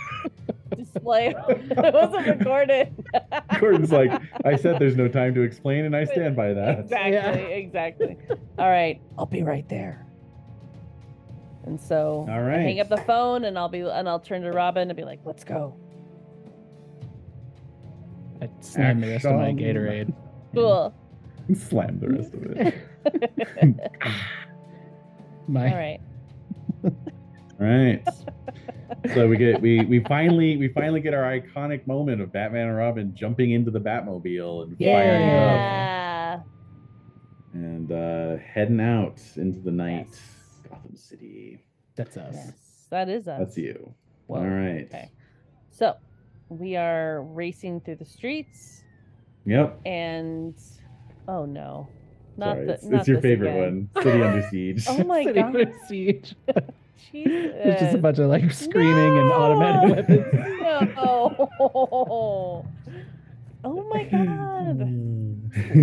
D: display. it wasn't recorded.
E: Gordon's like, I said there's no time to explain, and I stand by that.
D: Exactly,
C: Yeah.
D: exactly. All right, I'll be right there. And so
E: All
D: I hang
E: right.
D: up the phone and I'll be and I'll turn to Robin and be like, "Let's go."
C: I slammed the rest of my
E: Action.
C: Gatorade.
D: Cool.
E: Slam the rest of it. Mm-hmm.
C: My,
D: All right.
E: All right. So we get we we finally we finally get our iconic moment of Batman and Robin jumping into the Batmobile and firing up
D: Yeah.
E: and uh, heading out into the night,
D: Yes.
E: Gotham City.
C: That's us.
D: Yes, that is us.
E: That's you.
D: Whoa.
E: All right.
D: Okay. So we are racing through the streets.
E: Yep.
D: and oh no, not
E: Sorry.
D: the,
E: it's,
D: not
E: it's your
D: this
E: favorite
D: again.
E: one, City Under Siege.
D: Oh my
C: City
D: god, Uh,
C: under siege. There's just
D: Jesus!
C: a bunch of like screaming and automatic
D: No!
C: weapons.
D: No. Oh my god. Oh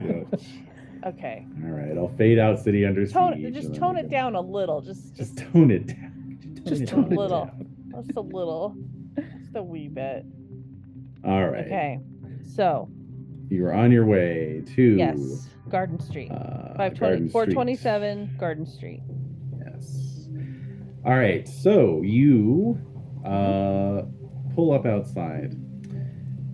E: Yeah.
D: Okay,
E: All right. I'll fade out City Under Siege.
D: tone just
E: and then
D: tone
E: we
D: it
E: can-
D: down a little, just
E: Just
D: just
E: tone it down.
C: Just
D: tone it
E: down.
D: down. just a little, just a wee bit.
E: All right.
D: Okay, so
E: You are on your way to
D: yes, Garden Street.
E: uh,
D: 520,
E: Garden Street.
D: 427 Garden Street.
E: Yes. All right. So you uh, pull up outside.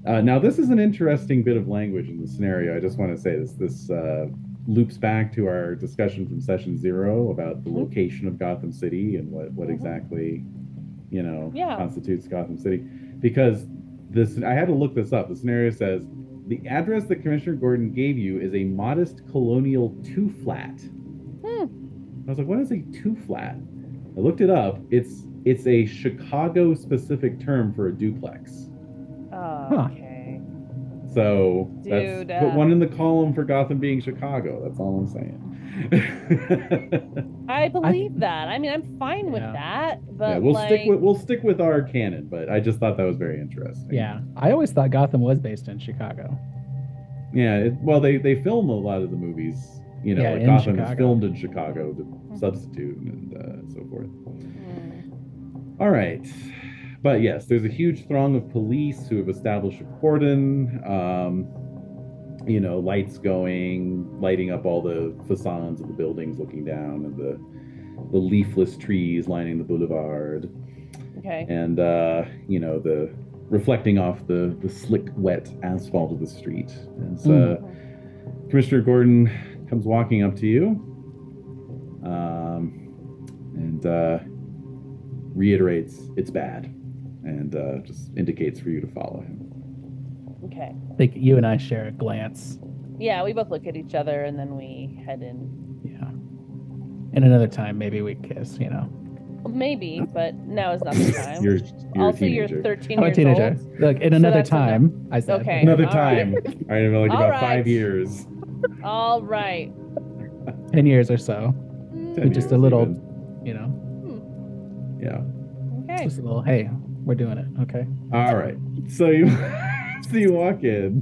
E: Uh, now, this is an interesting bit of language in the scenario. I just want to say this. This uh, loops back to our discussion from session zero about the
D: Mhm.
E: location of Gotham City and what, what
D: Mhm.
E: exactly, you know,
D: Yeah.
E: constitutes Gotham City. Because this, I had to look this up. The scenario says The address that Commissioner Gordon gave you is a modest colonial two flat. I was like, what is a two flat? I looked it up. It's it's a Chicago specific term for a duplex.
D: Oh, okay.
E: So that's,
D: Dude,
E: put
D: uh,
E: one in the column for Gotham being Chicago. That's all I'm saying.
D: I believe that. I mean, I'm fine with
C: Yeah.
D: that, but
E: yeah, we'll
D: like,
E: stick with we'll stick with our canon, but I just thought that was very interesting.
C: Yeah, I always thought Gotham was based in Chicago.
E: Yeah, it, well, they they film a lot of the movies. You know,
C: Yeah,
E: like
C: in
E: Gotham is
C: Chicago.
E: filmed in Chicago to
D: Mm-hmm.
E: substitute and uh, so forth.
D: Mm,
E: All right, but yes, there's a huge throng of police who have established a cordon. Um, you know, lights going, lighting up all the facades of the buildings, looking down at the the leafless trees lining the boulevard,
D: okay.
E: and uh, you know the reflecting off the the slick, wet asphalt of the street. As uh,
C: Mm.
E: Commissioner Gordon comes walking up to you um, and uh, reiterates it's bad and uh, just indicates for you to follow him.
D: Okay.
C: I think you and I share a glance.
D: Yeah, we both look at each other and then we head in.
C: Yeah. And another time, maybe we kiss. You know,
D: Well, maybe, but now is not the time.
E: You're, you're
D: also,
E: a teenager.
D: you're 13
C: I'm a
D: years
C: teenager.
D: old.
C: Look, in
D: So
C: another
D: that's enough.
C: time, I said.
D: Okay.
E: Another
D: All
E: time.
D: right.
E: All right, in like
D: All
E: about
D: right.
E: five years.
D: All right.
C: Ten years or so.
E: ten
C: Just a
E: years
C: little-
E: even.
C: You know,
E: Yeah.
D: Mm-hmm. Okay.
C: just a little. Hey, we're doing it. Okay.
E: All right. So you so you walk in,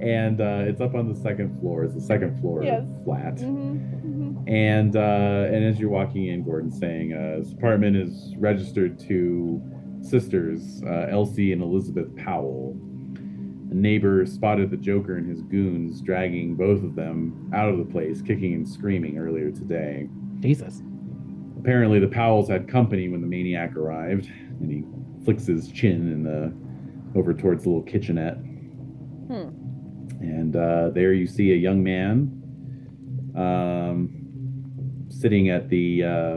E: and uh, it's up on the second floor. It's the second floor
D: Yes.
E: flat.
D: Mm-hmm.
E: And uh, and as you're walking in, Gordon's saying uh, his apartment is registered to sisters uh, Elsie and Elizabeth Powell. A neighbor spotted the Joker and his goons dragging both of them out of the place, kicking and screaming earlier today.
C: Jesus.
E: Apparently, the Powells had company when the maniac arrived, and he flicks his chin in the over towards the little kitchenette.
D: Hmm.
E: And uh, there you see a young man um, sitting at the, uh,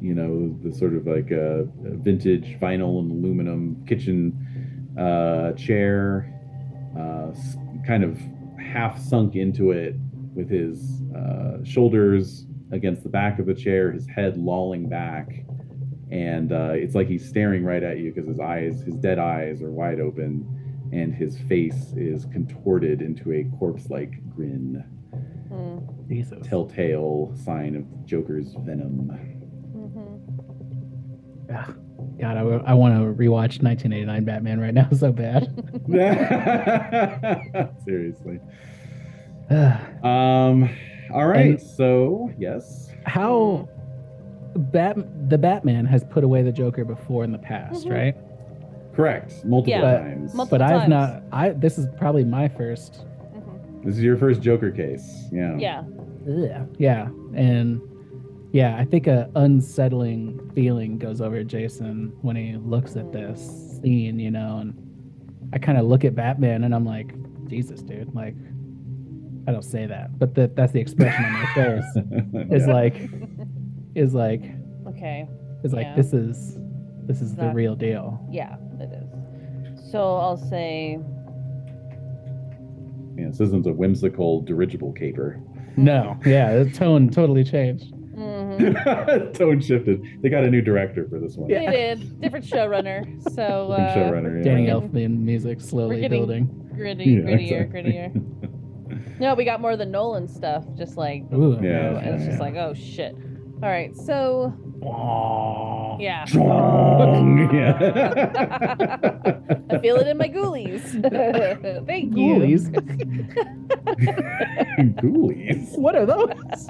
E: you know, the sort of like a vintage vinyl and aluminum kitchen uh, chair, uh, s- kind of half sunk into it with his uh, shoulders against the back of the chair, his head lolling back, and uh, it's like he's staring right at you because his eyes, his dead eyes, are wide open, and his face is contorted into a corpse-like grin,
D: Mm-hmm.
C: Jesus.
E: telltale sign of Joker's venom.
D: Mm-hmm.
C: Ugh. God, I, w- I want to rewatch 1989 Batman right now so bad.
E: Seriously.
C: Ugh.
E: Um. All right.
C: And-
E: so yes.
C: How Bat the Batman has put away the Joker before in the past,
D: Mhm.
C: right?
E: Correct. Multiple
D: Yeah.
E: times.
D: Multiple-
C: But I've
D: Sometimes.
C: not. I this is probably my first.
E: This is your first Joker case. Yeah.
D: Yeah.
C: Ugh. Yeah, and yeah, I think a unsettling feeling goes over Jason when he looks at this scene, you know, and I kind of look at Batman and I'm like, Jesus, dude, like, I don't say that, but that that's the expression on my face is like, is like,
D: Okay.
C: is like,
D: Yeah.
C: this is, this is the
D: Not-
C: real deal.
D: Yeah, it is. So I'll say,
E: Yeah, this isn't a whimsical dirigible caper.
D: Hmm.
C: No, yeah, the tone totally changed.
D: mhm.
E: Tone shifted. They got a new director for this one.
D: We did. Different showrunner. So
E: Different
D: uh,
E: showrunner. yeah.
C: Danny Elfman music slowly
D: getting-
C: building.
D: gritty,
E: Yeah,
D: grittier,
E: exactly.
D: grittier. No, we got more of the Nolan stuff. Just like
C: Ooh,
E: Yeah,
D: it's
E: yeah,
D: just
E: yeah.
D: like oh shit. All right, so yeah,
E: Strong. Yeah.
D: I feel it in my ghoulies. Thank you.
C: Ghoulies.
E: Ghoulies.
C: What are those?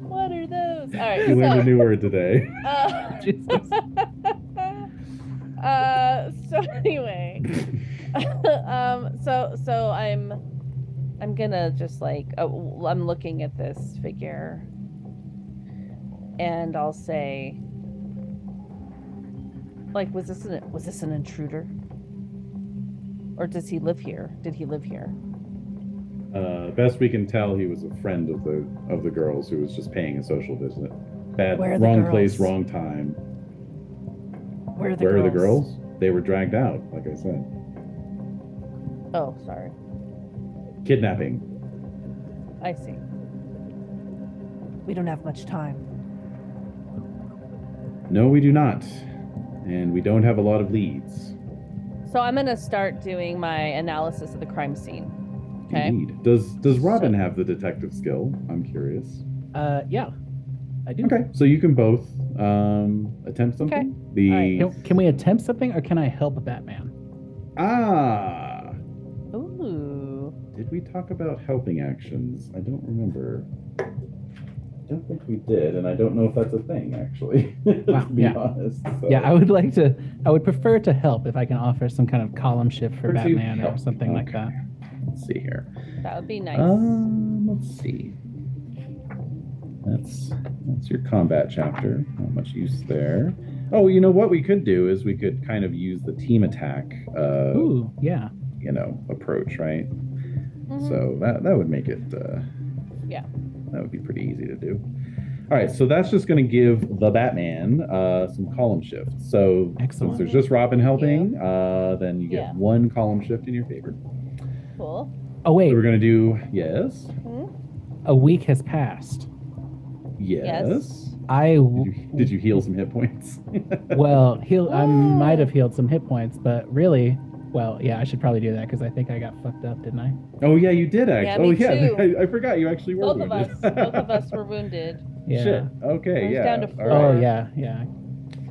D: What are those? All
E: You learned a
D: right,
E: new word today.
D: so uh,
C: Jesus.
D: uh, so anyway, um, so so I'm I'm gonna just like oh, I'm looking at this figure, and I'll say, like, was this an was this an intruder, or does he live here? Did he live here?
E: Uh, best we can tell, he was a friend of the of the girls who was just paying a social visit. Bad,
D: Where are the
E: wrong place,
D: girls?
E: wrong time.
D: Where are the
E: Where
D: girls?
E: are the girls? They were dragged out, like I said.
D: Oh, sorry.
E: Kidnapping.
D: I see. We don't have much time.
E: No, we do not. And we don't have a lot of leads.
D: So I'm gonna start doing my analysis of the crime scene. Okay.
E: Indeed. Does does Robin
D: So-
E: have the detective skill? I'm curious.
C: Uh, yeah, I do.
E: Okay, so you can both um, attempt
D: Okay.
E: something. The
D: Alright.
C: Can, can we attempt something, or can I help Batman?
E: ah,
D: Ooh.
E: did we talk about helping actions? I don't remember. I don't think we did, and I don't know if that's a thing actually.
C: Wow,
E: to be
C: yeah.
E: honest. so-
C: Yeah, I would like to. I would prefer to help if I can offer some kind of column shift for
E: Prefer to
C: Batman or
E: help.
C: something like that.
E: Okay. Let's see here.
D: That would be nice.
E: Um, let's see. That's that's your combat chapter. Not much use there. Oh, you know what we could do is we could kind of use the team attack, uh,
C: Ooh, yeah.
E: you know, approach, right?
D: Mhm.
E: So that that would make it. Uh,
D: Yeah.
E: That would be pretty easy to do. All right, so that's just going to give the Batman uh, some column shifts. So since
C: Excellent.
E: there's just Robin helping, uh, then you get
D: Yeah.
E: one column shift in your favor.
D: Cool.
C: Oh
E: So
C: wait,
E: we're going to do yes,
C: a week has passed.
E: yes.
C: I
E: Did you, did you heal some hit points?
C: well, heal.
E: Ah.
C: I might
D: Whoa.
C: have healed some hit points, but really, well, yeah, I should probably do that because I think I got fucked up, didn't I?
E: oh yeah, you did actually.
D: Yeah,
E: oh
D: me
E: yeah,
D: too.
E: I, I forgot you actually were.
D: Both of us.
E: wounded.
D: both of us were wounded.
C: Yeah.
E: Shit. Okay.
D: I was
E: yeah.
D: down to
E: all
D: four.
C: Oh
E: right,
C: yeah, yeah.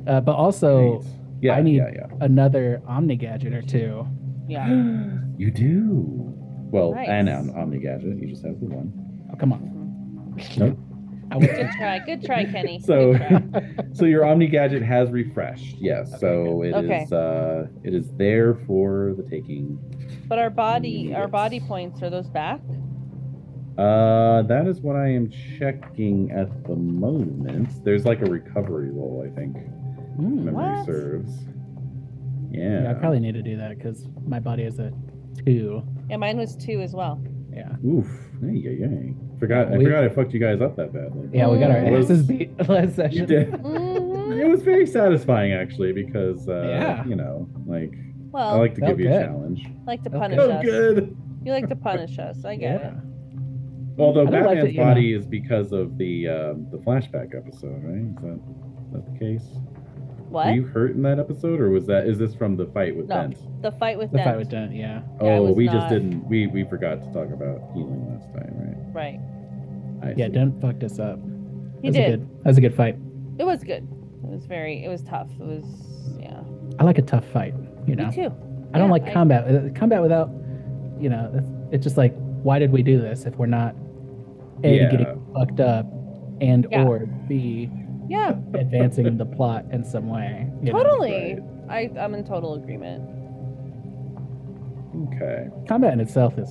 C: Uh, but also
E: great. yeah.
C: I need-
E: Yeah, yeah.
C: another Omni gadget or two.
D: Yeah.
E: You do. Well,
D: Nice.
E: and an Omni gadget. You just have the one.
C: Oh come on.
E: Nope.
C: I would
D: Good try. Good try, Kenny.
E: So,
D: Good try.
E: so your Omni gadget has refreshed. Yes. so it is.
D: Okay.
E: Uh, it is there for the taking.
D: But our body, our
E: Yes.
D: body points are those back?
E: Uh, that is what I am checking at the moment. There's like a recovery roll, I think. if
C: Mm.
E: Memory
D: What?
E: serves. Yeah.
C: Yeah, I probably need to do that because my body is a two.
D: Yeah, mine was two as well.
C: Yeah.
E: Oof. Hey, yay, yay. Forgot. I
C: We-
E: forgot I fucked you guys up that badly.
C: Yeah, we got our
D: Mm.
C: asses beat last
E: Oh, You
C: session.
E: did.
D: Mhm.
E: It was very satisfying actually because uh,
C: Yeah.
E: you know like I
D: Well, like,
E: like to
C: felt
E: give you a
C: good.
E: challenge.
D: to
C: Okay.
D: punish
C: Felt
E: Oh,
D: us.
E: good.
D: You like to punish us. I get
C: Yeah.
D: it.
E: Although
C: I don't like
E: Batman's
C: that, you
E: body is because of the um, the flashback episode, right? Is that, is that the case? Were
D: What?
E: you hurt in that episode, or was that is this from the fight with
D: No.
E: Dent?
D: The fight with
C: The
D: them.
C: fight with Dent, yeah.
D: Yeah, I
E: oh,
D: was
E: we just
D: not-
E: didn't. We we forgot to talk about healing last time,
D: Right.
E: right? I
C: Yeah,
E: see.
C: Dent fucked us up.
D: He
C: that was A
D: did.
C: good, that was a good fight.
D: It was good. It was very. It was tough. It was. Yeah.
C: I like a tough fight, you know.
D: Me too.
C: I don't
D: Yeah,
C: like
D: I-
C: combat. Uh, Combat without, you know, it's, it's just like, why did we do this if we're not a
E: Yeah.
C: getting fucked up, and
D: Yeah.
C: or b
D: Yeah.
C: advancing the plot in some way. you know?
D: Totally. I. I'm in total agreement.
E: Okay.
C: Combat in itself is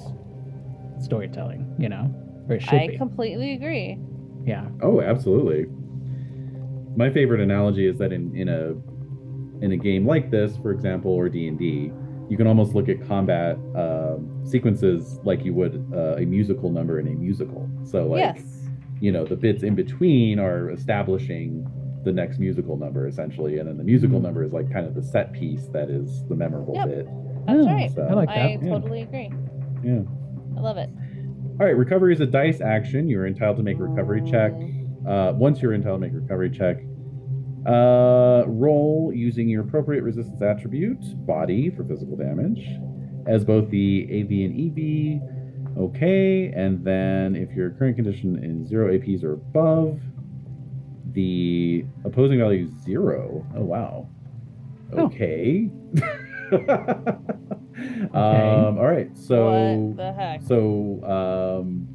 C: storytelling, you know, or it should
D: I
C: be.
D: completely agree.
C: yeah.
E: Oh, absolutely. My favorite analogy is that in, in a in a game like this, for example, or D and D, you can almost look at combat um, sequences like you would uh, a musical number in a musical. So, like
D: yes.
E: you know, the bits in between are establishing the next musical number essentially, and then the musical
C: Mhm.
E: number is like kind of the set piece that is the memorable
D: Mm-hmm. Yep.
E: bit.
D: That's
C: Oh,
D: right.
E: So-
C: I like that.
D: I
E: yeah.
D: totally agree.
E: Yeah.
D: I love it.
E: All right, recovery is a dice action. You're entitled to make a recovery check.
D: Mm.
E: Uh, once you're entitled to make a recovery check, uh, roll using your appropriate resistance attribute, body for physical damage, as both the AV and EV. Okay, and then if your current condition is zero APs or above, the opposing value is zero. Oh wow.
C: Oh.
E: Okay. Um, all right. So
D: what the heck?
E: so um,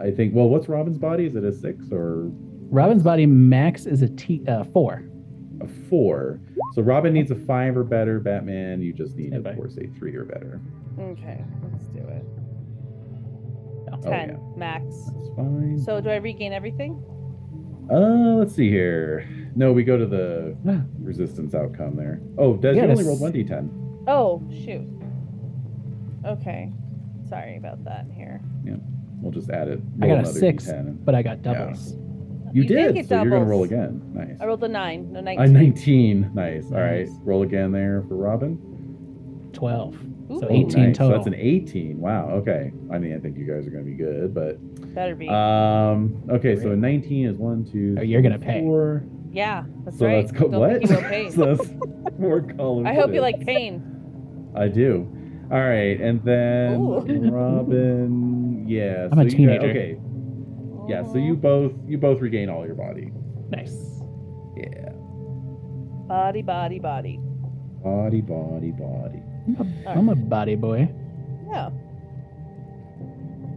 E: I think. Well, what's Robin's body? Is it a six or
C: Robin's body max is a T uh, four.
E: a four? So Robin needs a five or better. Batman, you just need, of
C: Okay.
E: course, a three or better.
D: Okay. Let's do it.
E: Oh
D: Ten
E: yeah,
D: max.
E: that's fine.
D: So do I regain everything?
E: uh, let's see here. No, we go to the
C: Ah.
E: resistance outcome there. Oh, Des,
C: Yeah,
E: you only
C: that's-
E: rolled one d10.
D: Oh shoot. Okay. Sorry about that. Here.
E: We'll just add it.
C: I
E: Roll
C: got a
E: another
C: six,
E: D10.
C: but I got doubles.
E: You,
D: You did
E: did.
D: get
E: so you're gonna
D: doubles.
E: roll again. Nice.
D: I rolled a nine, no
E: A
D: 19.
E: 19. Nice. All right.
C: Nice.
E: Roll again there for Robin. Oh,
C: 12. so
D: Ooh,
C: 18
E: Nice. So that's
C: total.
E: an 18. Wow. Okay. I mean, I think you guys are going to be good, but
D: Better be.
E: um, okay. So 19 is one, two.
C: Oh, you're gonna
E: three,
C: pay.
E: Four.
D: yeah, that's
E: so
D: right.
E: that's go-
D: Don't
E: what?
D: Think you will pain.
E: so that's more columns.
D: I hope
E: in.
D: you like pain.
E: I do. All right, and then
D: Ooh.
E: Robin. Yeah.
C: I'm a
E: you got-
C: teenager.
E: okay. Yeah. So you both you both regain all your body.
C: Nice.
E: Yeah.
D: Mm, Body, body, body.
E: Body, body, body.
C: I'm a body boy.
D: Yeah.
E: All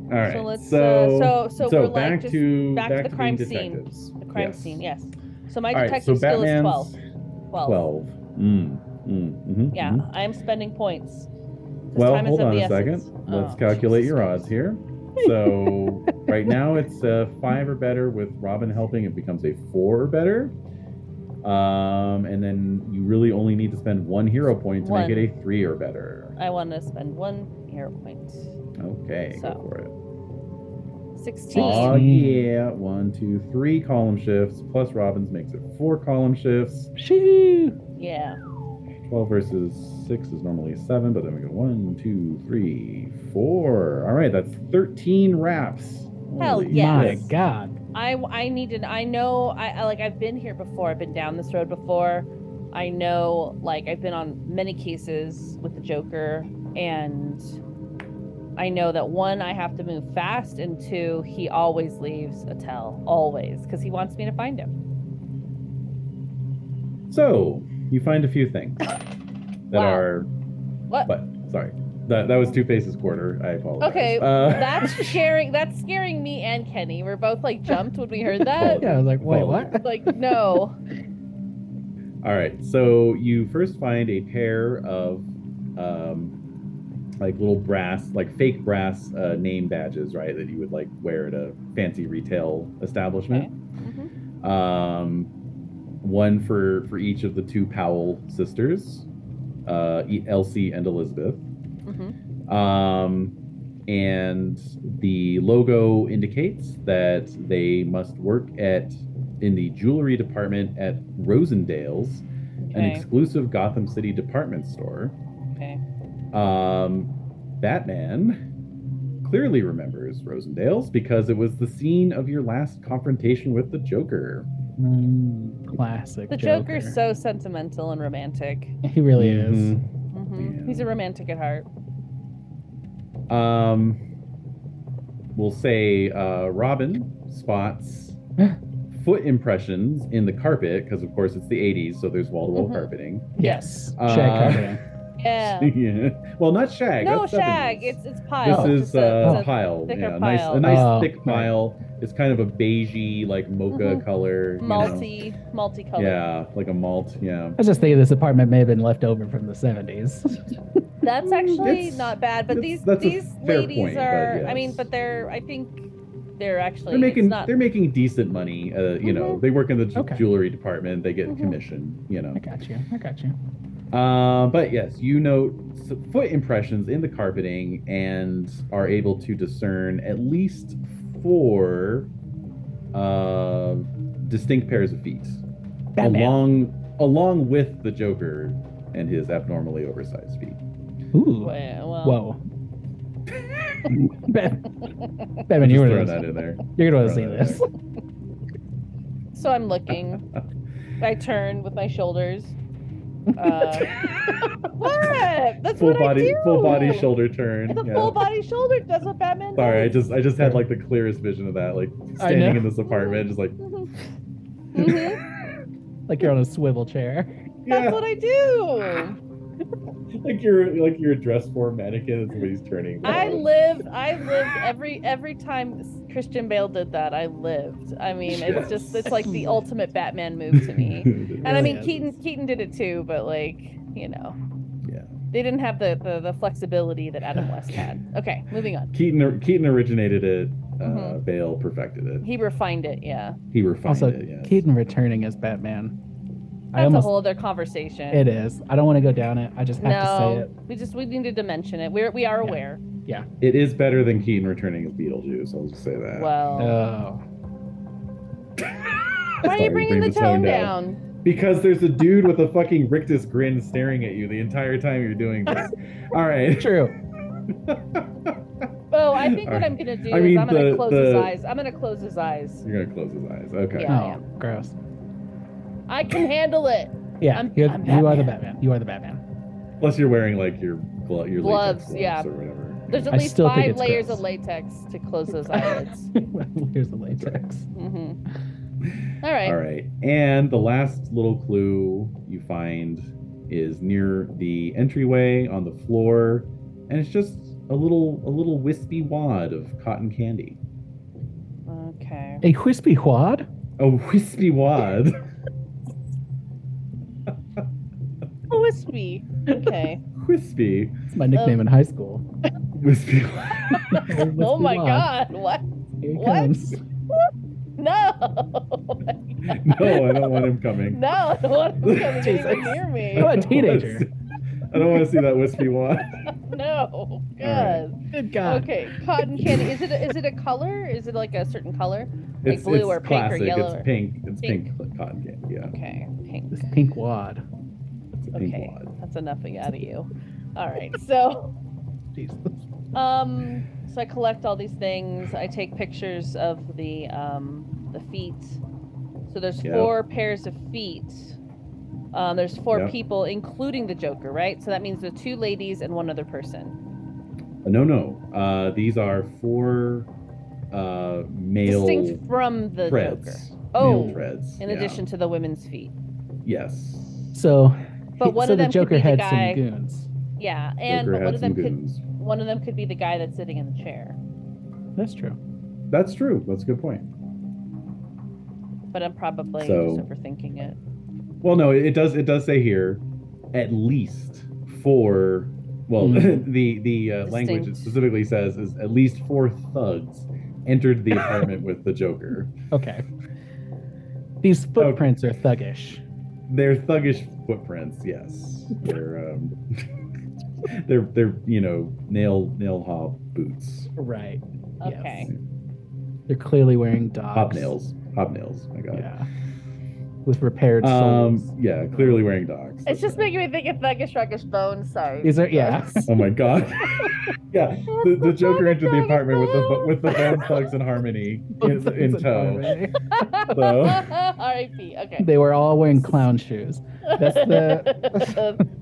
E: right.
D: So let's.
E: So
D: uh, so, so we're
E: back
D: like just
E: to
D: back, to the crime
E: being
D: scene.
E: detectives.
D: The crime
E: Yes.
D: scene. Yes. So my
E: All right. So
D: detective skill
E: Batman's
D: is 12. 12.
E: 12. Mm. Mm. hmm
D: Yeah, I am spending points. This
E: Well,
D: time is
E: hold
D: of
E: on
D: the
E: a second.
D: essence.
E: Let's
D: Oh,
E: calculate
D: Jesus
E: your
D: Christ.
E: odds here. So right now it's a five or better. With Robin helping, it becomes a four or better. Um, and then you really only need to spend one hero point to
D: One.
E: make it a three or better.
D: I want to spend one hero point.
E: Okay,
D: So,
E: go for it.
D: 16.
E: Oh
C: Team.
E: yeah, one, two, three column shifts plus Robin's makes it four column shifts.
C: Shoo!
D: yeah.
E: 12 versus 6 is normally 7, but then we go 1, 2, 3, 4. All right, that's 13 wraps.
D: Hell
E: Holy
D: yes.
C: My
E: shit.
C: God.
D: I I need to. I know. I, I like. I've been here before. I've been down this road before. I know. Like I've been on many cases with the Joker, and I know that one, I have to move fast, and two, he always leaves a tell, always, because he wants me to find him.
E: So, you find a few things that
D: Wow.
E: are.
D: What?
E: But, sorry. That, that was Two Faces Quarter. I apologize.
D: Okay,
E: Uh,
D: That's scaring. That's scaring me and Kenny. We're both like jumped when we heard that.
C: Yeah, I was like, wait,
E: Well,
C: what?
D: Like no.
E: All right, so you first find a pair of um, like little brass, like fake brass uh, name badges, right? That you would like wear at a fancy retail establishment. Mm-hmm, Um, one for for each of the two Powell sisters, uh, E- Elsie and Elizabeth. mm-hmm.
D: hmm
E: Um, and the logo indicates that they must work at in the jewelry department at Rosendale's an
D: Okay.
E: exclusive Gotham City department store.
D: Okay.
E: Um, Batman clearly remembers Rosendale's because it was the scene of your last confrontation with the Joker.
C: Mm, classic.
D: The
C: Joker.
D: Joker's so sentimental and romantic.
C: He really is.
E: Mhm.
D: hmm
E: Yeah.
D: He's a romantic at heart.
E: Um, we'll say uh, Robin spots foot impressions in the carpet because, of course, it's the 80s, so there's wall to wall
D: Mhm.
E: carpeting.
C: Yes.
E: Uh,
C: Shag carpeting.
D: Yeah.
E: Yeah. Well, not shag.
D: no
E: that's
D: shag.
E: 70s.
D: It's it's pile.
E: This
D: It's
E: is
D: a-
E: uh,
D: it's a-
E: pile.
D: thicker
E: Yeah, nice,
D: pile.
E: a nice
C: Oh,
E: thick
C: right.
E: pile. It's kind of a beigey, like mocha
D: Mhm.
E: color. you know?
D: multi multicolored.
E: Yeah, like a malt. Yeah.
C: I was just thinking this apartment may have been left over from the 70s.
D: That's
E: Mm,
D: actually
E: it's-
D: not bad, but
E: it's-
D: these
E: that's a
D: these
E: fair
D: ladies
E: point, but
D: are. I mean,
E: yes.
D: but they're. I think they're actually.
E: They're making
D: It's not, Mm-hmm.
E: they're making decent money. Uh, you know, they work in the ju-
C: Okay.
E: jewelry department. They get
D: Mhm.
E: commission. You know.
C: I got you. I got you.
E: Uh, but yes, you note s- foot impressions in the carpeting and are able to discern at least four uh, distinct pairs of feet,
C: Batman.
E: along along with the Joker and his abnormally oversized feet.
C: Ooh.
D: well, well,
C: Whoa. Bat- Batman,
E: Just
C: you're
E: throw
C: gonna,
E: that in there.
C: you're gonna want to see
E: throw that
C: this.
D: So I'm looking. I turn with my shoulders. Uh, what? That's
E: full
D: what I
E: body,
D: do.
E: full body shoulder turn.
D: It's a
E: yeah.
D: full body shoulder. That's what Batman
E: Sorry, I
D: does.
E: just I just had like the clearest vision of that, like
C: I
E: standing
C: know.
E: in this apartment, just like
D: Mhm.
C: Like you're on a swivel chair.
E: yeah,
D: That's what I do.
E: like you're like you're a dress form mannequin, and somebody's turning.
D: I
E: around.
D: lived. I lived every every time Christian Bale did that. I lived. I mean, it's just it's like the ultimate Batman move to me. And I mean,
C: Yes.
D: Keaton Keaton did it too, but like you know,
E: Yeah.
D: they didn't have the the, the flexibility that Adam West had. Okay, moving on.
E: Keaton Keaton originated it. Uh,
D: Mhm.
E: Bale perfected it.
D: He refined it. Yeah,
E: He refined
C: also,
E: it. Yes.
C: Keaton returning as Batman.
D: that's
C: I
D: a
C: almost.
D: whole other conversation.
C: It is. I don't want to go down it. I just have to say
D: no,
C: it.
D: we just we needed to mention it. We're we are
C: Yeah.
D: aware.
E: It is
C: Uh,
E: better than Keaton returning as Beetlejuice. I'll just say that.
D: Well,
C: Oh.
D: Why are
E: Sorry,
D: you bringing the tone down?
E: Because there's a dude with a fucking rictus grin staring at you the entire time you're doing this. All right.
C: True.
D: Oh, I think what
E: Alright.
D: I'm gonna do
E: I
D: is
E: mean,
D: I'm gonna
E: the-
D: close
E: the-
D: his eyes. I'm gonna close his eyes.
E: You're gonna close his eyes. Okay.
D: Yeah,
C: oh,
D: yeah.
C: gross.
D: I can handle it.
C: Yeah,
D: I'm-
C: you're,
D: I'm
C: you are the
D: Batman.
C: Batman. You are the Batman.
E: Plus you're wearing like your glo- your latex
D: Gloves, yeah.
E: or whatever.
D: There's at
C: I
D: least
C: still think
D: five
C: it's
D: layers
C: gross.
D: of latex to close those eyelids.
C: Here's the latex.
D: Mm-hmm. All right.
E: All right. And the last little clue you find is near the entryway on the floor, and it's just a little a little wispy wad of cotton candy.
D: Okay.
C: A wispy wad?
E: A wispy wad.
D: Oh, it's me. Okay.
E: wispy.
C: It's my nickname in high school.
E: Wispy wad.
C: A
D: Um, oh
C: wispy
D: my
C: wad.
D: God! What?
C: Here it
D: What?
C: comes.
D: No.
E: No, I don't want him coming.
D: No, I don't want him coming
E: Jesus.
D: anywhere near me.
C: I'm a teenager.
E: I don't want to see that wispy wad.
D: No.
E: right.
D: God.
C: Good God.
D: Okay. Cotton candy. Is it a, is it a color? Is it like a certain color? Like
E: It's,
D: blue
E: it's
D: or pink or
E: classic.
D: yellow or-
E: It's pink. It's
D: Pink.
E: pink, cotton candy. Yeah.
D: Okay. Pink.
C: This pink wad.
E: It's a pink
D: Okay.
E: wad.
D: That's enough out of you. All right. So.
C: Jesus.
E: Uh,
D: Um, so I collect all these things. I take pictures of the um, the feet. So there's
E: Yep.
D: four pairs of feet. Um, there's four
E: Yep.
D: people, including the Joker, right? So that means the two ladies and one other person.
E: No, no. Uh, these are four uh, male
D: Distinct from the Joker.
E: threads.
D: Oh,
E: male threads.
D: in
E: yeah.
D: addition to the women's feet.
E: Yes.
C: So,
D: But one
C: so
D: of them
C: the
D: could
C: Joker
D: be the
C: had
D: guy-
C: some goons.
D: Yeah, and
E: Joker
D: but
E: had
D: one of
E: some
D: them could
E: goons.
D: one of them could be the guy that's sitting in the chair.
C: That's true.
E: That's true. That's a good point.
D: But I'm probably
E: So-
D: just overthinking it.
E: Well, no, it does. It does say here, at least four. Well,
C: Mhm.
E: the the uh, language it
D: Distinct.
E: specifically says is at least four thugs entered the apartment with the Joker.
C: Okay. These footprints are thuggish.
E: They're thuggish footprints. Yes, they're um, they're they're you know nail nail hob boots,
C: Right. Yes.
D: Okay.
C: They're clearly wearing dogs.
E: hobnails, hobnails. My God.
C: Yeah. With repaired soles.
E: Um, yeah, clearly wearing dogs.
D: It's
E: That's
D: just
E: right.
D: making me think of Thuggish Ruggish Bones. Sorry.
C: These are yeah.
E: Oh my god. yeah, the, the Joker entered the apartment with the with the bone thugs in harmony in, in tow. So-
D: R.I.P. Okay.
C: They were all wearing clown shoes. That's
D: the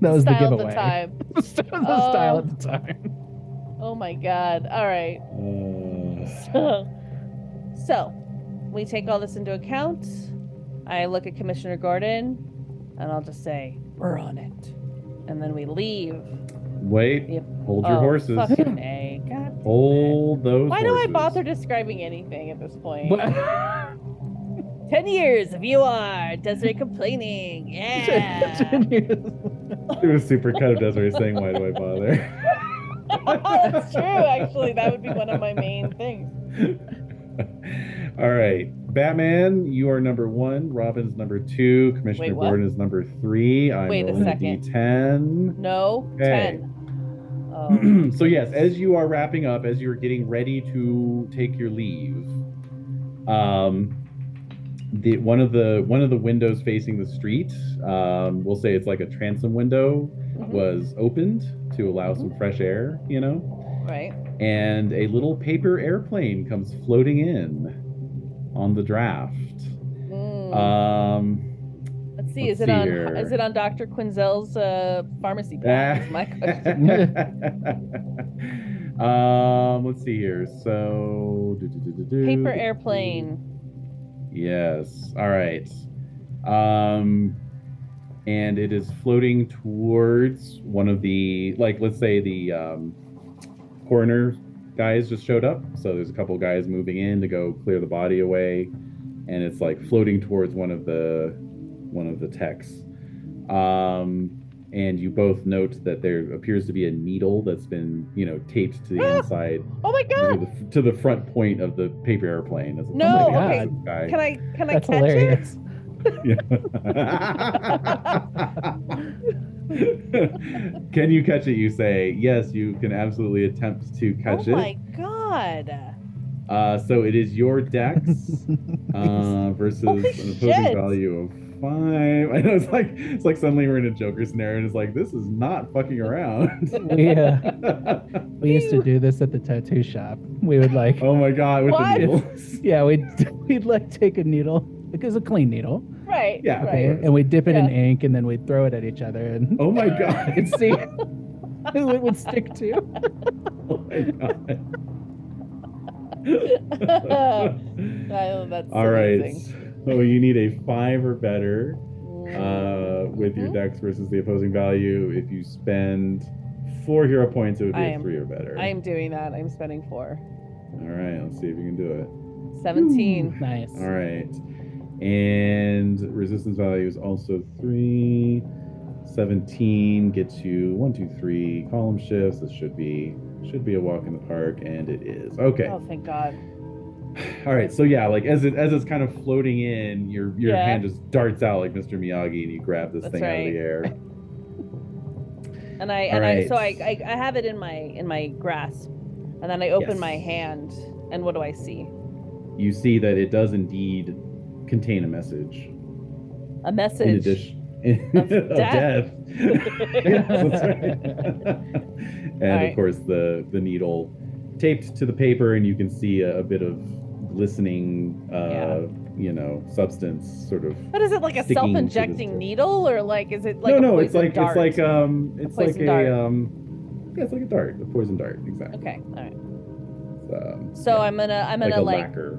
C: That was the
D: style
C: giveaway.
D: At the time.
C: That was the style
D: Um,
C: at the time.
D: Oh my god! All right.
E: Uh,
D: So, so we take all this into account. I look at Commissioner Gordon, and I'll just say, "We're on it." And then we leave.
E: wait,
D: Yep.
E: hold your
D: Oh,
E: horses.
D: Fucking a. God.
E: Hold those.
D: Why do I
E: horses.
D: bother describing anything at this point?
C: But-
D: Ten years of you are Desiree complaining. Yeah.
E: Do a super cut of Desiree saying, "Why do I bother?"
D: That's true. Actually, that would be one of my main things.
E: All right, Batman, you are number one. Robin's number two. Commissioner
D: Wait, what?
E: Gordon is number three. I'm
D: Wait a
E: rolling
D: second.
E: D10.
D: No,
E: Okay.
D: ten. Oh.
E: Um, so yes, as you are wrapping up, as you're getting ready to take your leave, um, the one of the one of the windows facing the street, um, we'll say it's like a transom window,
D: Mhm.
E: was opened to allow some fresh air, you know,
D: mhm, Right.
E: and a little paper airplane comes floating in on the draft.
D: Mm.
E: Um,
D: let's see.
E: let's
D: is it
E: see
D: on?
E: here.
D: Is it on Dr. Quinzel's uh, pharmacy plan? is my uh, question.
E: um, let's see here. So, do-do-do-do-do.
D: Paper airplane.
E: Yes. All right. Um, and it is floating towards one of the like, let's say the um, coroner guys just showed up. So there's a couple guys moving in to go clear the body away, and it's like floating towards one of the one of the techs. Um, and you both note that there appears to be a needle that's been you know taped to the
D: Ah!
E: inside
D: Oh my
E: to
D: god!
E: the, to the front point of the paper airplane. It's a-
D: No,
E: oh my
C: okay.
E: God, guy.
D: Can I? Can I
C: That's
D: catch it?
C: hilarious.
E: can you catch it? You say yes. You can absolutely attempt to catch
D: oh
E: it.
D: my god!
E: Uh, so it is your dex uh, versus
D: Holy
E: an opposing
D: shit.
E: value of five. I know it's like it's like suddenly we're in a Joker scenario, and it's like this is not fucking around.
C: we uh,
E: oh
C: we used to do this at the tattoo shop. We would like
E: my god, with
D: What?
E: the needles.
C: yeah, we'd we'd like take a needle, like it was a clean needle,
D: Right.
E: Yeah,
D: Right.
C: okay, and we'd dip it in
D: Yeah.
C: ink, and then we'd throw it at each other, and
E: Oh my
C: we
E: god.
C: could see who it would stick to.
E: Oh my god.
D: I love Oh, that's
E: All right.
D: amazing.
E: So you need a five or better. uh,
D: Mm.
E: with your
D: Mhm.
E: dex versus the opposing value. If you spend four hero points, it would be
D: I
E: a
D: am-
E: three or better.
D: I am doing that. I'm spending four.
E: All right, let's see if you can do it.
D: 17.
C: Nice.
E: All right. And resistance value is also three. 17 gets you one, two, three column shifts. This should be should be a walk in the park, and it is. Okay.
D: Oh, thank God.
E: All right, so yeah, like as it as it's kind of floating in, your your
D: Yeah.
E: hand just darts out like Mr. Miyagi, and you grab this
D: That's
E: thing out of
D: right.
E: the air.
D: And I
E: All
D: and I so
E: right.
D: I, I I have it in my in my grasp, and then I open
E: Yes.
D: my hand, and what do I see?
E: you see that it does indeed contain a message.
D: A
E: In
D: message.
E: addition,
D: Of death.
E: Yes, that's right. and of
D: Alright.
E: course, the the needle taped to the paper, and you can see a, a bit of glistening, uh,
D: Yeah.
E: you know, substance sort of.
D: But is it like a
E: Sticking to the
D: self-injecting
E: tip.
D: needle, or like is it like
E: no,
D: a
E: no, it's
D: poison
E: like
D: dart?
E: it's like um, it's like
D: poison
E: a
D: dart.
E: um, yeah, it's like a dart, a poison dart, exactly.
D: Okay, all right.
E: It's, um,
D: So
E: yeah,
D: I'm gonna I'm
E: like
D: gonna
E: a
D: like,
E: lacquer. a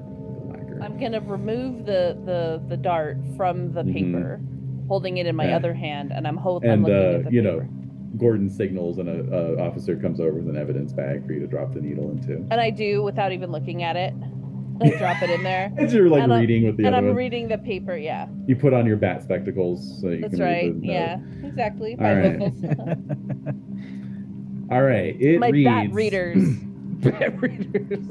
E: lacquer.
D: I'm gonna remove the the the dart from the
E: Mhm.
D: paper, holding it in my
E: Yeah.
D: other hand, and I'm holding I'm
E: and
D: looking
E: uh,
D: at the
E: you know,
D: paper.
E: Gordon signals, and a, a officer comes over with an evidence bag for you to drop the needle into.
D: And I do without even looking at it. I drop it in there.
E: As you're like
D: And I'm-
E: reading with the
D: and
E: other
D: I'm
E: one,
D: reading the paper, yeah.
E: you put on your bat spectacles so you
D: That's
E: can
D: right.
E: read the note.
D: Yeah. Exactly.
E: All right.
D: Bifocals.
E: All right. It
D: My
E: reads,
D: bat readers.
C: Bad readers.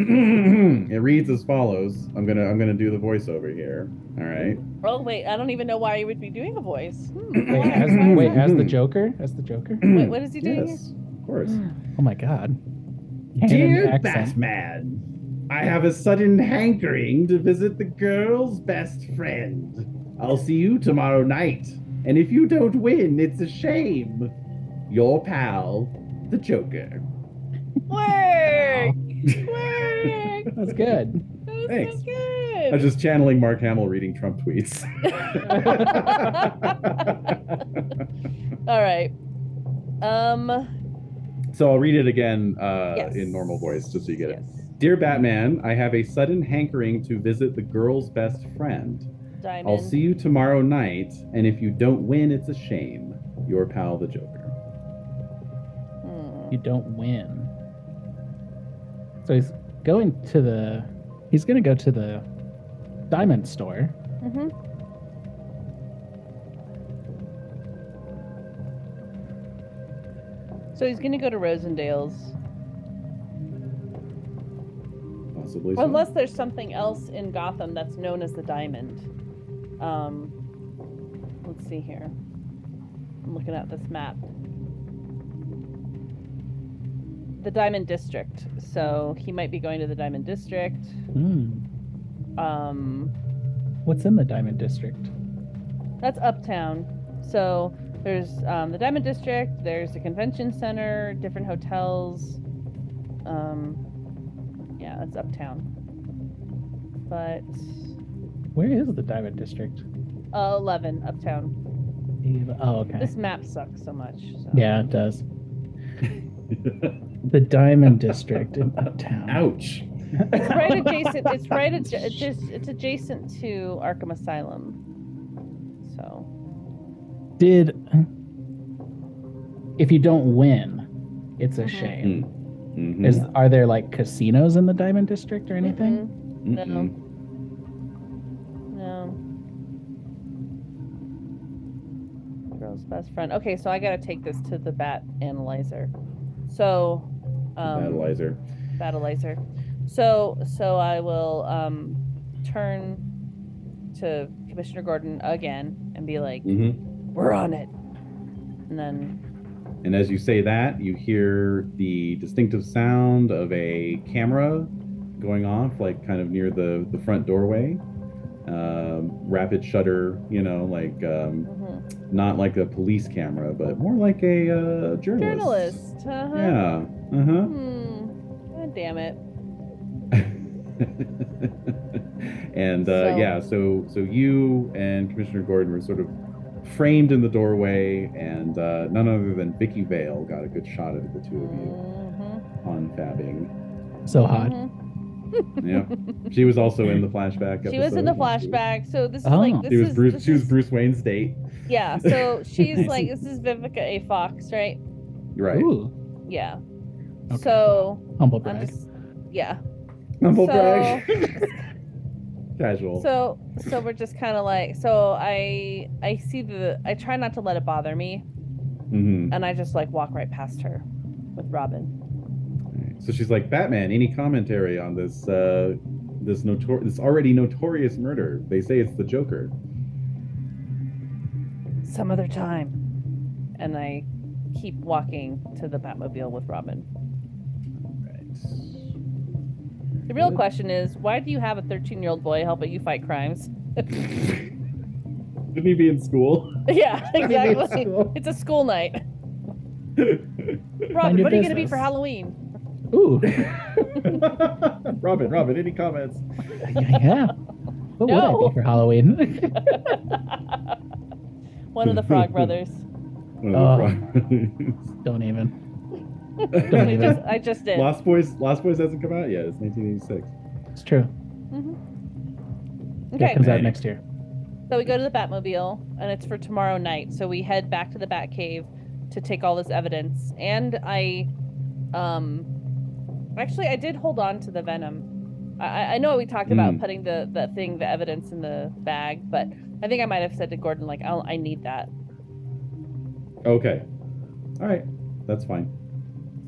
D: Mhm.
E: it reads as follows. I'm gonna I'm gonna do the voiceover here. All right.
D: Oh wait, I don't even know why you would be doing a voice. Hmm,
C: Wait,
D: why-
C: as,
D: why is
C: wait,
D: that?
C: as the Joker? As the Joker?
D: Wait, what is he doing?
E: yes, of course.
C: Oh my god. And an
E: Dear
C: accent.
E: Batman, I have a sudden hankering to visit the girl's best friend. I'll see you tomorrow night, and if you don't win, it's a shame. Your pal, the Joker.
D: Work.
E: Thanks.
D: Work.
C: That's good.
D: That was so
E: Thanks. I
D: good.
E: was just channeling Mark Hamill reading Trump tweets.
D: All right. Um
E: so I'll read it again uh,
D: yes.
E: in normal voice just so you get it.
D: Yes.
E: Dear Batman, I have a sudden hankering to visit the girl's best friend.
D: Diamond.
E: I'll see you tomorrow night, and if you don't win, it's a shame. Your pal, the Joker.
D: Hmm.
C: You don't win. So he's going to the. He's going to go to the diamond store.
D: Mhm. So he's gonna go to Rosendale's,
E: Possibly. so.
D: unless there's something else in Gotham that's known as the Diamond. Um, let's see here. I'm looking at this map. The Diamond District. So he might be going to the Diamond District.
C: Hmm.
D: Um,
C: What's in the diamond district?
D: That's uptown. So there's um, the Diamond District. There's the convention center, different hotels. Um, yeah, that's uptown. But
C: Where is the diamond district?
D: uh, eleven uptown.
C: Eva- Oh, okay.
D: This map sucks so much. So.
C: yeah, it does. The diamond district in uptown.
E: Ouch.
D: It's right adjacent. It's right adja- it's just It's adjacent to Arkham Asylum. So
C: Did. If you don't win, it's a
D: Mhm.
C: shame.
E: Mm. Mhm.
C: Is are there like casinos in the diamond district or anything?
D: Mm-mm, um,
E: Mm-mm.
D: Mm-hmm. no. Girl's best friend. Okay, so I gotta take this to the bat analyzer. So, um,
E: Analyzer.
D: Battleizer. So so I will um turn to Commissioner Gordon again and be like,
E: Mhm.
D: "We're on it." And then
E: And as you say that, you hear the distinctive sound of a camera going off, like kind of near the the front doorway. Um, rapid shutter, you know, like um,
D: Mhm.
E: not like a police camera, but more like a uh, journalist.
D: Journalist. Uh-huh.
E: Yeah. Uh huh.
D: Hmm. God damn it.
E: and uh,
D: So-
E: yeah, so so you and Commissioner Gordon were sort of framed in the doorway, and uh, none other than Vicky Vale got a good shot at the two of you
D: Mhm.
E: on fabbing.
C: So hot.
E: Mm-hmm.
D: Mhm.
E: Yeah, she was also in the flashback.
D: She was in the
E: episode.
D: flashback. So this is
C: Oh.
D: like this
E: She was
D: is
E: Bruce.
D: this
E: She was
D: is-
E: Bruce Wayne's date.
D: Yeah. So she's
E: Nice.
D: like this is Vivica A. Fox, right?
E: Right.
C: Ooh,
D: Yeah.
C: Okay.
D: So
C: humble
D: I'm
C: brag.
D: just yeah.
E: Humble
D: so
E: brag. Casual.
D: so so we're just kind of like so I I see the I try not to let it bother me
E: Mhm.
D: and I just like walk right past her with Robin.
E: Alright. So she's like Batman. Any commentary on this? Uh, this notor- this already notorious murder. They say it's the Joker.
D: Some other time. And I keep walking to the Batmobile with Robin.
E: Right.
D: The real question is, why do you have a 13 year old boy helping you fight crimes?
E: Didn't he be in school?
D: yeah, exactly.
E: school.
D: It's a school night. Robin,
C: your
D: what are you going to be
C: business.
D: for Halloween?
C: Ooh,
E: Robin, Robin, any comments?
C: yeah. What would I
D: No.
C: be for Halloween?
D: One of the Frog Brothers.
E: One of the
C: Don't even.
E: frogs.
C: Uh, Don't
D: I
C: even.
D: just, I just did.
E: Lost Boys, Lost Boys hasn't come out yet. It's 1986.
C: It's true. That
D: Okay,
C: comes out
E: Hey.
C: next year.
D: so we go to the Batmobile, and it's for tomorrow night. So we head back to the Batcave to take all this evidence. And I, um, actually, I did hold on to the venom. I- I, I know we talked about
E: Mm.
D: putting the, the thing, the evidence in the bag, but I think I might have said to Gordon, like, I'll, I need that.
E: Okay. All right. That's fine.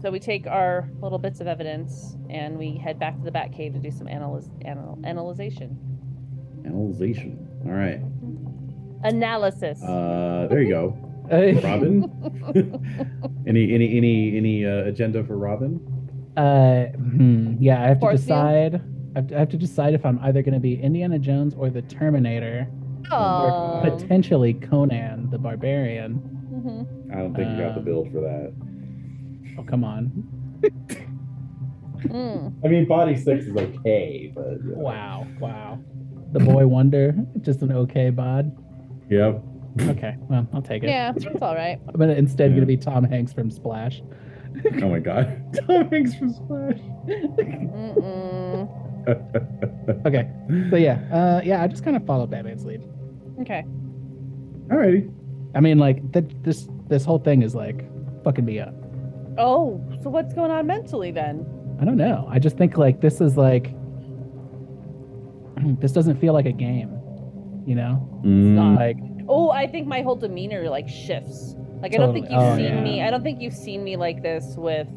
D: So we take our little bits of evidence and we head back to the Batcave to do some analysis, anal- analyzation.
E: Analyzation. All right.
D: Analysis.
E: Uh, there you go.
C: Uh,
E: Robin. any any any any uh, agenda for Robin?
C: uh, hmm, yeah, I have to
D: Force you?
C: decide. I have to, I have to decide if I'm either going to be Indiana Jones or the Terminator,
D: Um,
C: potentially Conan the Barbarian.
D: mhm.
E: I don't think you got the
C: Um,
E: build for that.
C: Oh, come on!
D: Mm.
E: I mean, body six is okay, but you know.
C: Wow, wow. The boy wonder, just an okay bod.
E: Yep.
C: Okay, well, I'll take it.
D: Yeah, it's all right.
C: I'm gonna instead
E: Yeah.
C: gonna be Tom Hanks from Splash.
E: Oh my god. Tom Hanks from Splash.
D: Mm-mm.
C: Okay, so yeah, uh, yeah, I just kind of follow Batman's lead.
D: Okay.
E: Alrighty.
C: I mean, like that this this whole thing is like fucking me up.
D: Oh, so what's going on mentally then?
C: I don't know. I just think like this is like this doesn't feel like a game, you know?
E: Hmm,
D: not.
C: Like
D: Oh, I think my whole demeanor like shifts. Like I don't think you've
C: Totally.
E: Oh,
D: seen
E: yeah.
D: me. I don't think you've seen me like this with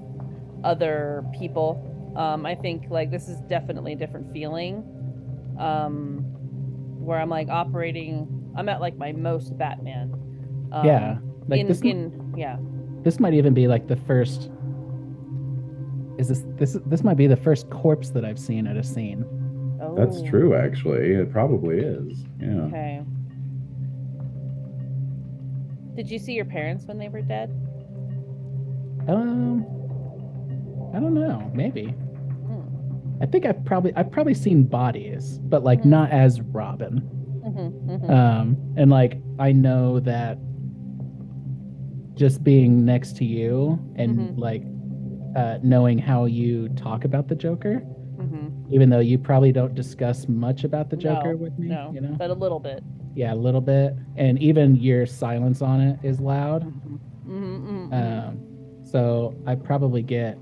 D: other people. Um, I think like this is definitely a different feeling. Um, where I'm like operating. I'm at like my most Batman. Um,
C: yeah, like
D: in,
C: this
D: in yeah.
C: this might even be like the first. Is this this this might be the first corpse that I've seen at a scene?
D: Oh,
E: That's true, actually. It probably is. Yeah.
D: Okay. Did you see your parents when they were dead?
C: Um, I don't know. Maybe.
D: Hmm.
C: I think I've probably I've probably seen bodies, but like
D: Mhm.
C: not as Robin.
D: Mhm, mhm.
C: um and like i know that just being next to you and
D: Mhm.
C: like uh knowing how you talk about the joker
D: Mm-hmm.
C: even though you probably don't discuss much about the joker
D: No,
C: with me
D: No,
C: you know
D: but a little bit.
C: yeah a little bit and even your silence on it is loud
D: Mm-hmm,
C: um so i probably get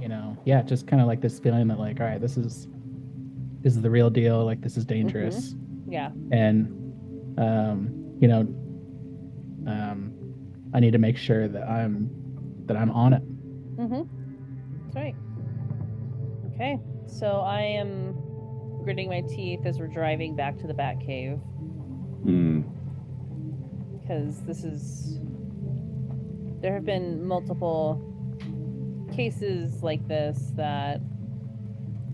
C: you know yeah just kind of like this feeling that like all right this is this is the real deal like this is dangerous
D: yeah.
C: and um, you know, um, I need to make sure that I'm that I'm on it.
D: Mm-hmm. That's right. Okay. So I am gritting my teeth as we're driving back to the Batcave
E: Hmm.
D: because this is. There have been multiple cases like this that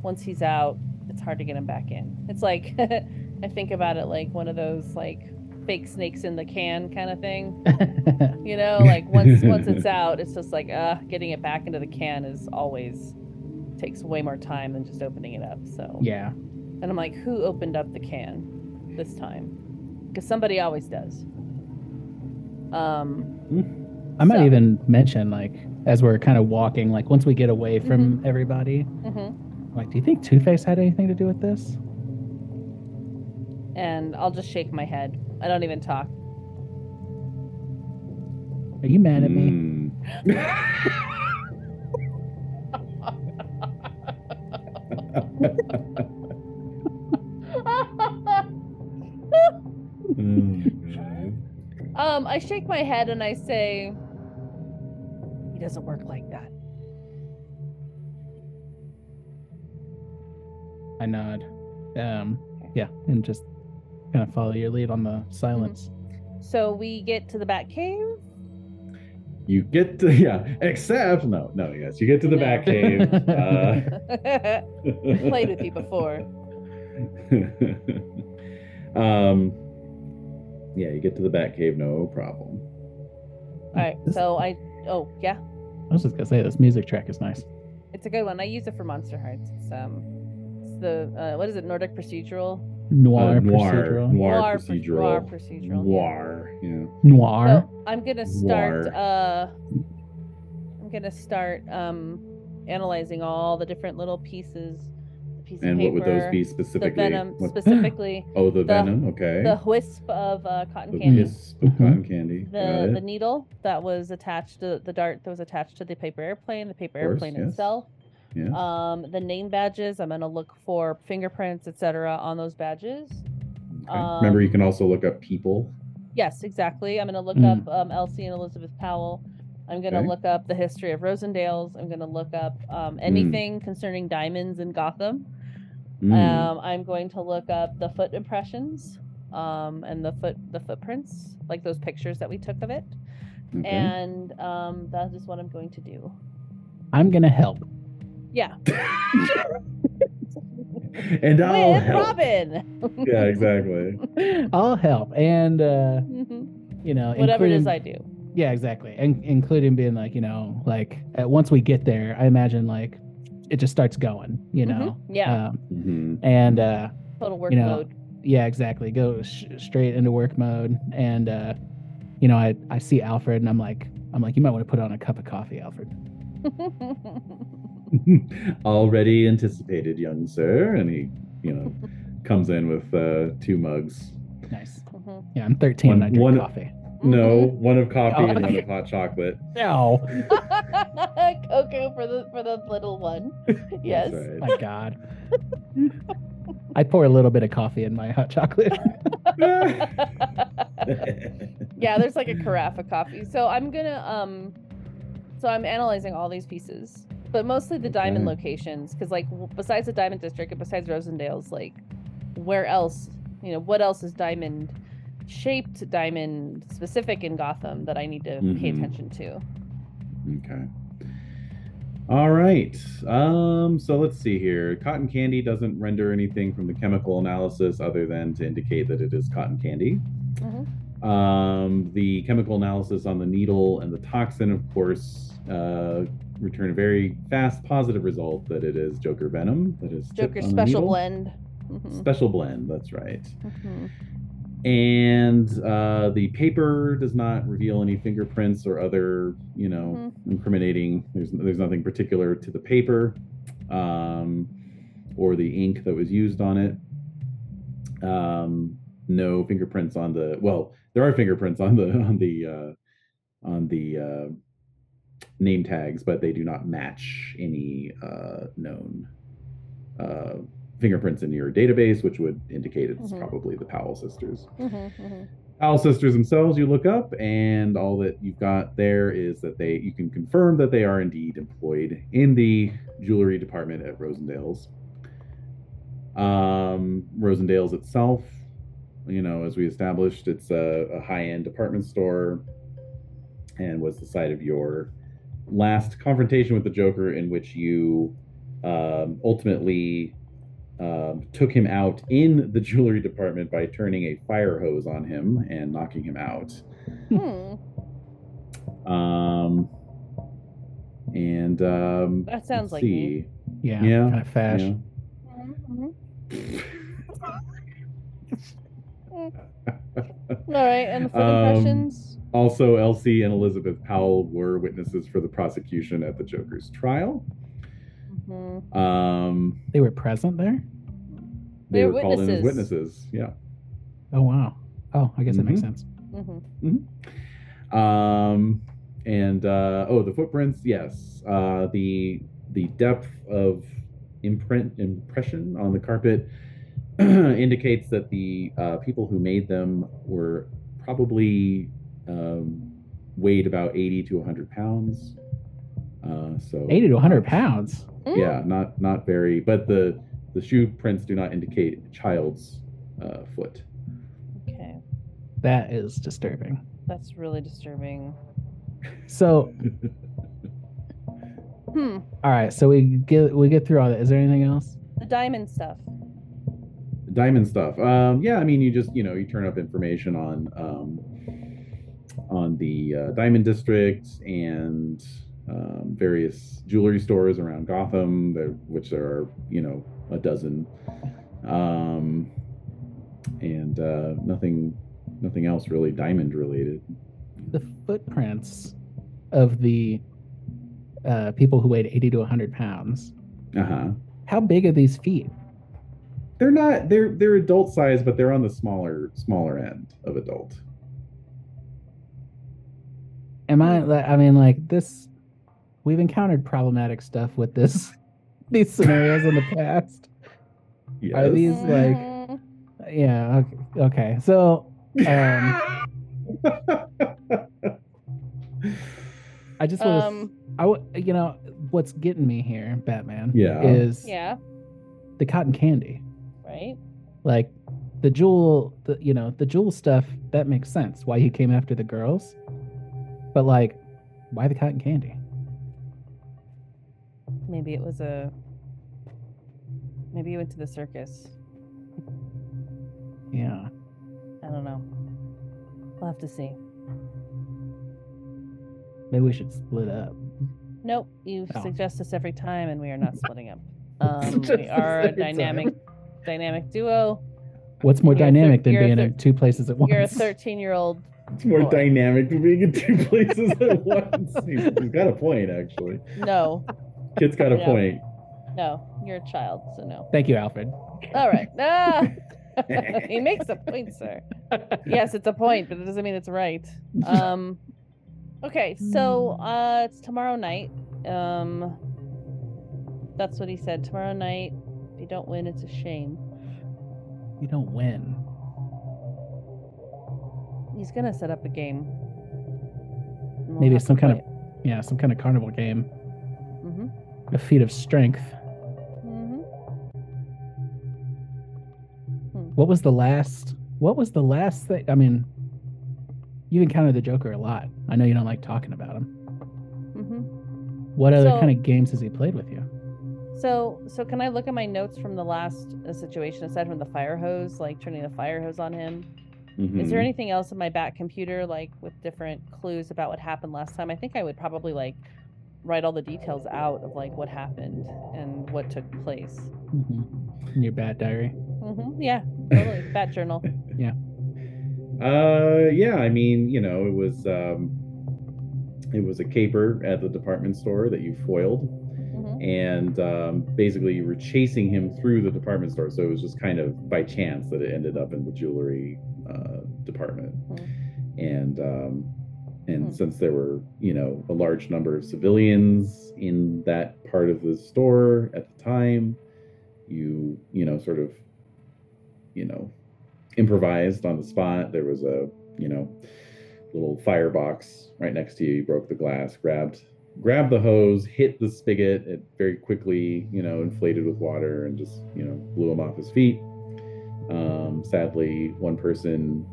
D: once he's out, it's hard to get him back in. It's like I think about it like one of those like fake snakes in the can kind of thing. You know, like once once it's out, it's just like uh getting it back into the can is always takes way more time than just opening it up. So
C: yeah.
D: and I'm like, who opened up the can this time? Because somebody always does. Um,
C: I might
D: So-
C: even mention like as we're kind of walking, like once we get away from everybody,
D: mhm.
C: like, do you think Two Face had anything to do with this?
D: and I'll just shake my head. I don't even talk.
C: Are you mad at me?
E: Hmm.
D: Um, I shake my head and I say, "He doesn't work like that."
C: I nod. Um, yeah, and just kind of follow your lead on the silence.
D: So we get to the Bat Cave.
E: you get to yeah, except no, no, yes, you get to the
D: No.
E: back cave. Uh,
D: Played with you before.
E: um, yeah, you get to the back cave, no problem.
D: All right.
C: This-
D: So I. Oh yeah,
C: I was just gonna say this music track is nice.
D: it's a good one. I use it for Monster Hearts. It's um, it's the uh, what is it? Nordic procedural.
C: Noir,
E: Uh, noir,
C: procedural.
E: noir,
D: proce-
E: procedural,
D: Noir procedural.
E: noir, yeah.
C: Noir.
D: So I'm gonna start.
E: Noir.
D: Uh, I'm gonna start um, analyzing all the different little pieces. The piece of
E: And what would those
D: paper,
E: be
D: The
E: specifically?
D: venom
E: What-
D: specifically.
E: oh, the, venom. Okay.
D: The wisp of uh, cotton
E: The
D: candy.
E: wisp of
C: Mhm.
E: cotton candy. Got
D: the
E: it.
D: the needle that was attached to the dart that was attached to the paper airplane, the paper
E: Of course,
D: airplane
E: yes.
D: itself.
E: yeah.
D: Um, the name badges. I'm gonna look for fingerprints, etc., on those badges.
E: Okay. Remember, you
D: um,
E: can also look up people.
D: Yes, exactly. I'm gonna look
C: Mm.
D: up um, Elsie and Elizabeth Powell. I'm gonna
E: Okay.
D: look up the history of Rosendale's. I'm gonna look up um,
E: Mm.
D: anything concerning diamonds in Gotham.
E: Mm,
D: Um, I'm going to look up the foot impressions um, and the foot the footprints, like those pictures that we took of it.
E: okay.
D: And um, that is what I'm going to do.
C: I'm gonna help.
D: Yeah,
E: and I'll
C: Oh,
D: with
E: help.
D: Robin.
E: Yeah, exactly.
C: I'll help, and uh,
D: Mhm.
C: you know,
D: Whatever it is
C: including-
D: I do.
C: Yeah, exactly. And including being like, you know, like at, once we get there, I imagine like it just starts going, you
D: Mhm.
C: know.
D: Yeah,
C: Um,
E: Mhm.
C: and uh,
D: total workload.
C: you know, yeah, exactly. Go sh- straight into work mode, and uh, you know, I I see Alfred, and I'm like, I'm like, you might want to put on a cup of coffee, Alfred.
E: Already anticipated, young sir. And he, you know, comes in with uh, two mugs.
C: Nice.
D: Mhm.
C: Yeah, I'm 13 and I
E: One-
C: drink
E: one-
C: coffee.
E: No,
D: Mm-hmm.
E: one of coffee
C: Oh,
E: and one
C: okay.
E: of hot chocolate.
C: No,
D: Mhm. Coco for the for the little one. Yes.
E: That's right.
C: my God. I pour a little bit of coffee in my hot chocolate.
D: yeah, there's like a carafe of coffee. So I'm gonna um, so I'm analyzing all these pieces, but mostly the diamond
E: Okay.
D: locations, because like w- besides the diamond district and besides Rosendale's, like where else, you know, what else is diamond shaped, diamond specific in Gotham that I need to pay
E: Mhm.
D: attention to.
E: Okay. All right. Um, so let's see here. Cotton candy doesn't render anything from the chemical analysis other than to indicate that it is cotton candy.
D: Mhm.
E: Um, the chemical analysis on the needle and the toxin, of course, uh, return a very fast positive result that it is Joker venom. That is tipped
D: Joker's
E: on the
D: special
E: needle.
D: blend. Mhm,
E: Special blend. That's right.
D: mhm.
E: and uh, the paper does not reveal any fingerprints or other, you know, incriminating. There's there's nothing particular to the paper, um, or the ink that was used on it. Um, no fingerprints on the. Well, there are fingerprints on the on the uh, on the uh, name tags, but they do not match any uh, known. Uh, fingerprints in your database which would indicate it's
D: Mhm.
E: probably the powell sisters
D: Mhm, mhm.
E: Owl sisters themselves, you look up, and all that you've got there is that they you can confirm that they are indeed employed in the jewelry department at Rosendale's. Um, Rosendale's itself, you know, as we established, it's a, a high-end department store, and was the site of your last confrontation with the Joker, in which you um, ultimately um, took him out in the jewelry department by turning a fire hose on him and knocking him out.
D: Hmm,
E: Um, and um,
D: That sounds
E: let's
D: like me.
E: see.
C: Yeah.
E: Yeah,
C: Kind of fash.
E: Yeah.
D: mhm, mhm. All right, and the foot
E: Um,
D: impressions.
E: Also, Elsie and Elizabeth Powell were witnesses for the prosecution at the Joker's trial.
D: Mhm.
E: Um,
C: They were present there.
E: they
D: They're
E: were called in as
D: witnesses.
E: witnesses. Yeah.
C: Oh wow. Oh, I guess that
E: Mhm.
C: makes sense.
D: Mhm.
E: Um, and uh, oh, the footprints. Yes. Uh, the the depth of imprint impression on the carpet indicates that the uh, people who made them were probably um, weighed about eighty to hundred pounds. Uh, so
C: Eighty to hundred pounds.
D: Mm.
E: yeah not not very but the the shoe prints do not indicate a child's uh, foot
D: Okay,
C: That is disturbing.
D: that's really disturbing.
C: So
D: Hmm.
C: all right, so we get we get through all that. Is there anything else?
D: The diamond stuff.
E: diamond stuff um yeah i mean you just you know you turn up information on um on the uh, diamond district and um, various jewelry stores around gotham there, which there are you know a dozen um and uh nothing nothing else really diamond related
C: The footprints of the uh, people who weighed eighty to hundred pounds.
E: uh-huh
C: How big are these feet?
E: they're not they're they're adult size but they're on the smaller smaller end of adult
C: Am I? like, I mean, like this. We've encountered problematic stuff with this, these scenarios in the past. Are these like?
D: Mhm.
C: Yeah. Okay. okay. So um, I just want to.
D: Um,
C: I w- you know what's getting me here, Batman.
E: Yeah.
C: Is
D: yeah.
C: the cotton candy
D: Right.
C: like the jewel? The you know the jewel stuff that makes sense. Why he came after the girls, but like, why the cotton candy?
D: Maybe it was a. Maybe he went to the circus.
C: Yeah.
D: I don't know. We'll have to see.
C: Maybe we should split up.
D: Nope, you
C: Oh.
D: suggest this every time, and we are not splitting up. Um,
C: Suggest
D: we
C: this
D: are a
C: every
D: dynamic,
C: time.
D: dynamic duo.
C: What's more
D: You're a thir-
C: dynamic than
D: you're a
C: being
D: thir-
C: in two places at once?
D: You're a 13 year old.
E: it's more
D: Boy.
E: dynamic than being in two places at once he's, he's got a point actually
D: No,
E: kid's got a
D: Yeah.
E: point
D: no, you're a child, so no.
C: Thank you, Alfred.
D: All right. Ah! he makes a point, sir. Yes, it's a point, but it doesn't mean it's right. Um, okay, so uh, it's tomorrow night. Um, that's what he said. Tomorrow night, if you don't win, it's a shame.
C: You don't win.
D: He's gonna set up a game. and we'll
C: Maybe
D: have to
C: some kind
D: play
C: of yeah, some kind of carnival game.
D: it. Mhm.
C: A feat of strength.
D: Mm-hmm.
C: What was the last? What was the last thing? I mean, you encountered the Joker a lot. I know you don't like talking about him.
D: Mm-hmm.
C: What other
D: So-
C: kind of games has he played with you?
D: So, so can I look at my notes from the last uh, situation aside from the fire hose, like turning the fire hose on him? Is there
E: Mhm.
D: anything else in my back computer, like with different clues about what happened last time? I think I would probably like write all the details out of like what happened and what took place.
C: In your bad diary.
D: Mm-hmm. Yeah, totally. Bat journal.
E: Uh, yeah, I mean, you know, it was um, it was a caper at the department store that you foiled,
D: Mhm.
E: and um, basically you were chasing him through the department store. So it was just kind of by chance that it ended up in the jewelry uh, department,
D: Mhm.
E: and um, and
D: Hmm.
E: since there were you know a large number of civilians in that part of the store at the time, you you know sort of you know improvised on the spot. There was a, you know, little firebox right next to you. You broke the glass, grabbed grabbed the hose, hit the spigot, it very quickly, you know, inflated with water and just, you know, blew him off his feet. Um, sadly, one person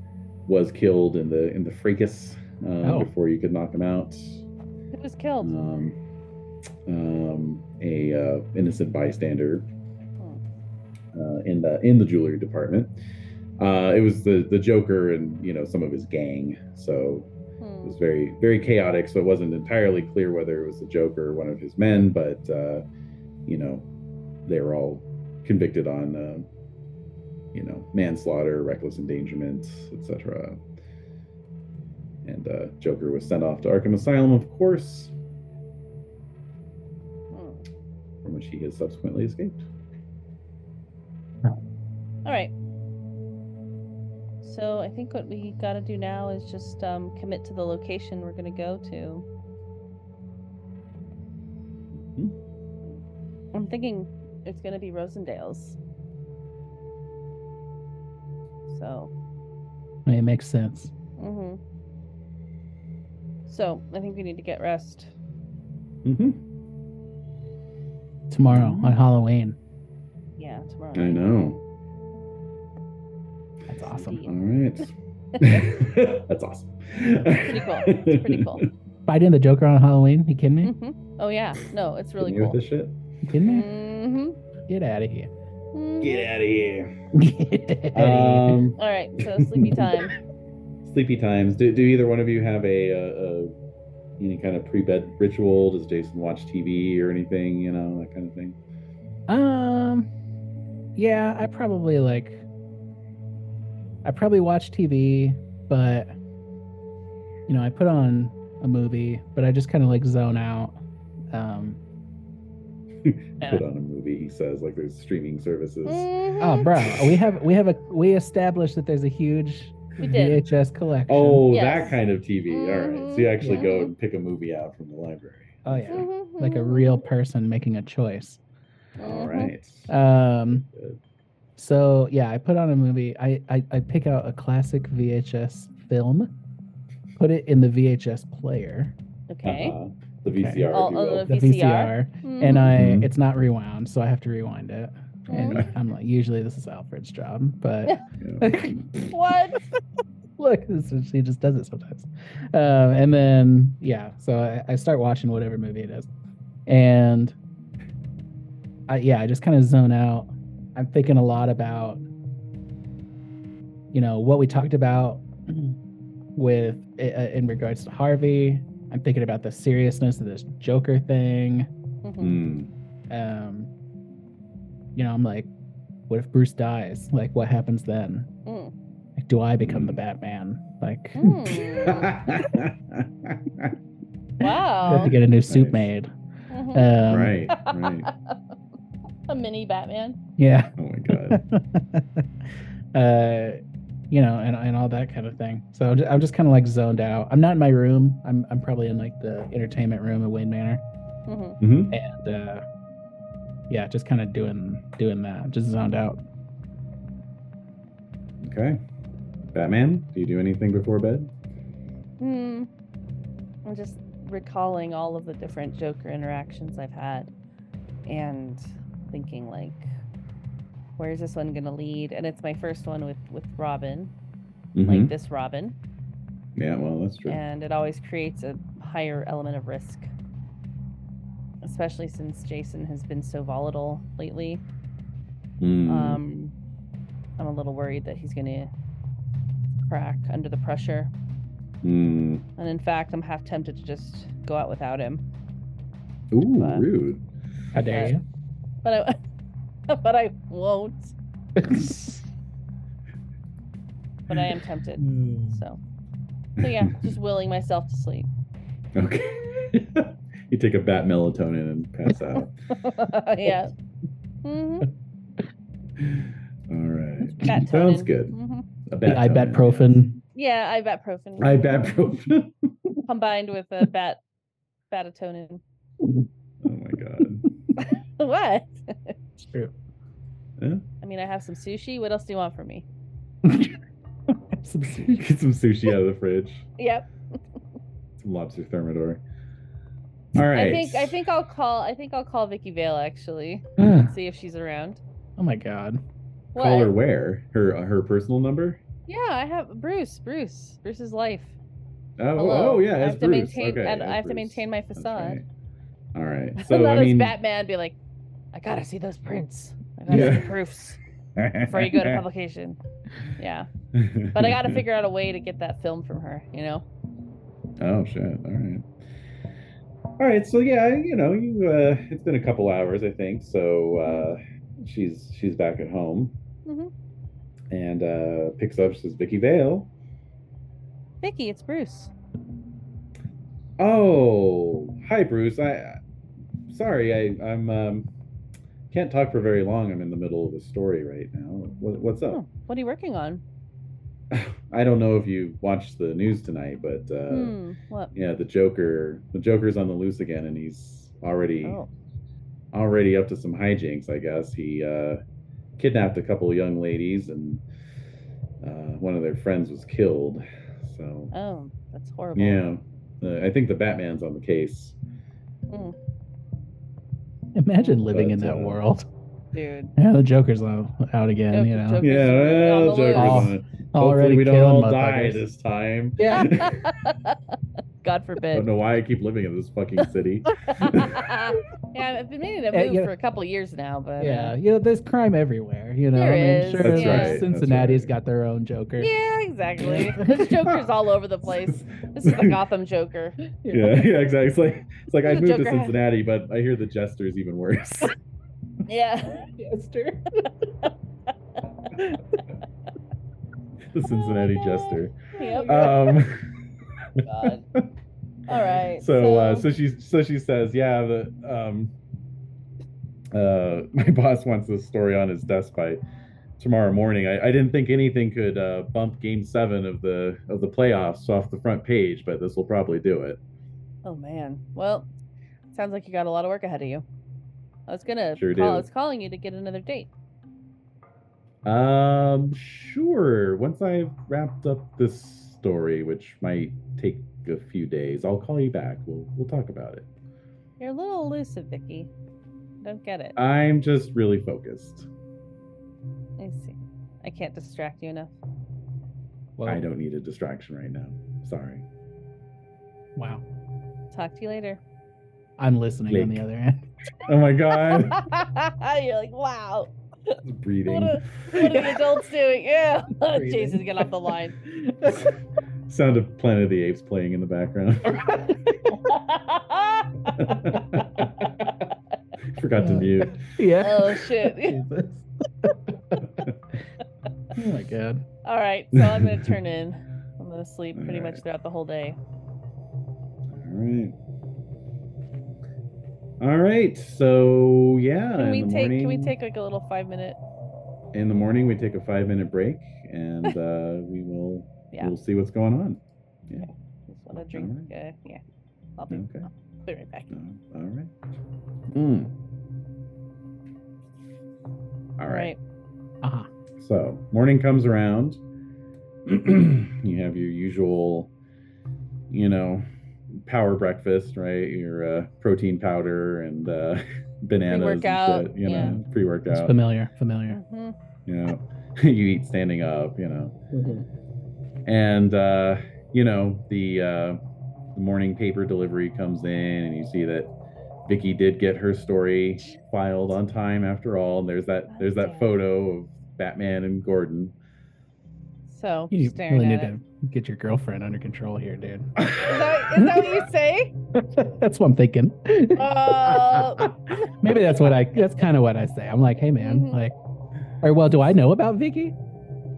E: was killed in the in the fracas uh,
C: Oh.
E: before you could knock him out.
D: Who was killed?
E: Um, um, a uh, innocent bystander uh, in the in the jewelry department. Uh, it was the the Joker and you know some of his gang, so it was very very chaotic. So it wasn't entirely clear whether it was the Joker or one of his men, but uh, you know they were all convicted on uh, you know manslaughter, reckless endangerment, etc. And uh, Joker was sent off to Arkham Asylum, of course,
D: Hmm.
E: from which he has subsequently escaped.
D: All right. So I think what we got to do now is just um, commit to the location we're going to go to. Hmm. I'm thinking it's going to be Rosendale's. So,
C: I mean, it makes sense.
D: mhm. so I think we need to get rest.
E: hmm
C: Tomorrow on Halloween.
D: Yeah, tomorrow.
E: I
D: night.
E: know.
C: That's awesome.
D: Indeed.
E: All right. That's awesome. Pretty
D: cool. It's pretty cool.
C: Fighting the Joker on Halloween? You kidding me?
D: Mhm. Oh yeah, no, it's really
E: With
D: cool.
E: this shit?
C: You kidding me?
D: Mm-hmm.
C: Get out of here.
E: Get out of here.
C: Get outta here.
E: Um,
D: All right, so sleepy time.
E: sleepy times. Do, do either one of you have a, uh uh any kind of pre bed ritual? Does Jason watch TV or anything? You know that kind of thing.
C: Um, yeah, I probably like. I probably watch TV, but you know, I put on a movie, but I just kind of like zone out. Um, Yeah.
E: Put on a movie. He says like there's streaming services.
C: oh,
D: Mhm.
C: bro, we have we have a we established that there's a huge
D: We did.
C: VHS collection.
E: Oh,
D: Yes. Mm-hmm.
E: that kind of TV. All right. So you actually go and pick a movie out from the library.
C: Oh, yeah.
D: Mhm,
C: like a
D: mhm,
C: real person making a choice.
E: All
D: mhm.
E: right.
C: Um,
E: Good.
C: so yeah, I put on a movie. I, I I pick out a classic VHS film, put it in the VHS player,
D: Okay. Mm-hmm.
E: Uh-huh. The VCR.
D: All
E: if you will.
D: other-
C: the
D: VCR?
C: VCR, and I
E: Mhm.
C: it's not rewound, so I have to rewind it. And
E: Okay.
C: I'm like, usually this is Alfred's job, but
E: Yeah.
D: What?
C: look, this is, she just does it sometimes. Um, and then yeah, so I, I start watching whatever movie it is, and I yeah, I just kind of zone out. I'm thinking a lot about you know what we talked about with uh, in regards to Harvey. I'm thinking about the seriousness of this Joker thing.
D: Mhm.
E: Mm.
C: Um, you know, I'm like, what if Bruce dies? Like, what happens then?
D: Mm.
C: Like, do I become the
E: Mm.
C: Batman? Like,
D: Mm.
C: I have
D: Wow.
C: to get a new suit
E: Nice.
C: made.
D: Mhm.
C: Um,
E: right. Right.
D: a mini Batman.
C: Yeah.
E: Oh my god.
C: uh, you know, and, and all that kind of thing. So I'm just, I'm just kind of like zoned out. I'm not in my room. I'm, I'm probably in like the entertainment room at Wayne Manor,
D: Mhm.
E: hmm
C: and uh, yeah, just kind of doing doing that. Just zoned out.
E: Okay. Batman, do you do anything before bed?
D: Mm. I'm just recalling all of the different Joker interactions I've had, and thinking like, where is this one gonna lead? And it's my first one with with Robin, like this Robin.
E: Mm-hmm. Yeah, well, that's true.
D: and it always creates a higher element of risk especially since jason has been so volatile lately
E: Mm.
D: um, i'm a little worried that he's going to crack under the pressure
E: Mm.
D: and in fact i'm half tempted to just go out without him
E: Ooh,
D: but-
E: rude.
C: How dare
D: Uh,
C: you?
D: but i but i won't but i am tempted so so yeah just willing myself to sleep
E: Okay. you take a bat melatonin and pass out. Oh.
D: yeah hmm
E: All right.
D: Bat
E: Sounds
D: tonin.
E: good.
D: Mhm.
E: A
C: The
E: tonin.
C: ibuprofen.
D: yeah ibuprofen
E: Ibuprofen.
D: combined with a bat batatonin
E: oh my god.
D: what?
C: It's true.
D: I mean, I have some sushi. What else do you want from me?
E: Get some sushi out of the fridge.
D: Yep.
E: Some lobster thermidor. All right.
D: I think I think I'll call. I think I'll call Vicky Vale actually.
C: Ah,
D: See if she's around.
C: oh my god.
D: What?
E: Call her where? Her uh, her personal number?
D: Yeah, I have Bruce. Bruce. Bruce's life.
E: Oh,
D: Hello.
E: oh yeah,
D: I
E: it's
D: have to
E: Bruce.
D: maintain.
E: okay,
D: and I
E: it's
D: have to
E: Bruce.
D: maintain my
E: That's
D: facade.
E: right. All right. So
D: Let
E: I
D: us
E: mean,
D: Batman be like, I gotta see those prints. I gotta see
E: Yeah.
D: the proofs before you go to publication. Yeah. But I gotta figure out a way to get that film from her, you know?
E: Oh shit! All right. All right. So yeah, you know, you uh, it's been a couple hours, I think. So uh, she's she's back at home
D: Mhm.
E: and uh, picks up. Says Vicky Vale.
D: Vicky, it's Bruce.
E: Oh, hi, Bruce. I sorry, I I'm um, can't talk for very long. I'm in the middle of a story right now. What, what's up?
D: Oh, what are you working on?
E: I don't know if you watched the news tonight, but uh,
D: hmm. What?
E: yeah, the Joker, the Joker's on the loose again, and he's already
D: Oh.
E: already up to some hijinks. I guess he uh, kidnapped a couple of young ladies, and uh, one of their friends was killed. So
D: Oh, that's horrible.
E: yeah, uh, I think the Batman's on the case.
C: Imagine living in
E: But,
C: that
E: uh,
C: world.
D: Dude.
C: Yeah, the Joker's out, out again.
D: Joker-
C: you know,
D: Joker's
E: Yeah,
D: on the
E: well, Joker's
C: loose.
E: on it.
C: already
E: Hopefully we don't
C: killing
E: all die
C: motherfuckers.
E: this time.
C: Yeah.
D: God
E: I don't
D: forbid.
E: know why I keep living in this fucking city.
D: yeah, I've been meaning to
C: Uh,
D: move
C: yeah.
D: for a couple of years now, but uh,
C: Yeah, you know, there's crime everywhere. You know,
D: There
C: I mean,
D: is,
C: sure,
E: That's
C: like,
E: right, that's
C: Cincinnati's
E: right.
C: got their own Joker.
D: uh, yeah, exactly. There's jokers all over the place. This is the Gotham Joker.
E: yeah, yeah, exactly. It's like it's like I
D: The
E: moved to
D: Joker had-
E: Cincinnati, but I hear the jester is even worse.
D: Yeah,
C: Jester.
E: the Cincinnati
D: God.
E: jester.
D: Yep.
E: Um,
D: God. All right.
E: so uh, so she so she says, yeah, the um, uh, my boss wants this story on his desk by tomorrow morning. I, I didn't think anything could uh, bump Game Seven of the of the playoffs off the front page, but this will probably do it.
D: oh man. Well, sounds like you got a lot of work ahead of you. I was gonna
E: Sure
D: call.
E: do.
D: I was calling you to get another date.
E: Um, sure. Once I've wrapped up this story, which might take a few days, I'll call you back. We'll we'll talk about it.
D: You're a little elusive, Vicky. Don't get it.
E: I'm just really focused.
D: I see. I can't distract you enough.
C: Well,
E: I don't need a distraction right now. Sorry.
C: Wow,
D: Talk to you later.
C: I'm listening on
E: Blake.
C: the other end.
E: Oh my god.
D: You're like, wow.
E: Breathing.
D: What are, what are the adults doing? Yeah.
C: Breathing.
D: Jason, get off the line.
E: Sound of Planet of the Apes playing in the background. Forgot to mute.
C: Yeah.
D: oh, shit.
C: Jesus. oh my god.
D: All right. So I'm going to turn in. I'm going to sleep pretty
E: All
D: much throughout the whole day.
E: All right. All right. So yeah,
D: Can
E: in
D: we
E: the
D: take
E: morning,
D: Can we take like a little five minute?
E: in the morning we take a five minute break and uh, we will
D: Yeah.
E: we'll see what's going on.
D: Just want to drink. Uh, yeah. I'll be,
E: Okay.
D: I'll be right back.
E: Uh, all right. Mm. All right.
C: Ah,
E: So morning comes around. you have your usual, you know, power breakfast, right? Your uh, protein powder and uh, bananas, and
D: Pre-workout,
E: shit, you know,
D: yeah.
C: it's
E: pre-workout.
C: familiar. Familiar.
D: Mm-hmm.
E: You know, you eat standing up, you know,
C: Mm-hmm.
E: and uh, you know the, uh, the morning paper delivery comes in, and you see that Vicky did get her story filed on time after all. And there's that there's
D: Oh,
E: that photo of Batman and Gordon.
D: So
C: You
D: staring
C: really need
D: at it.
C: to get your girlfriend under control here, dude.
D: Is that, is that what you say?
C: that's what I'm thinking.
D: Uh,
C: Maybe that's what I. That's kind of what I say. I'm like, hey man,
D: Mhm.
C: like, or well, do I know about Vicky?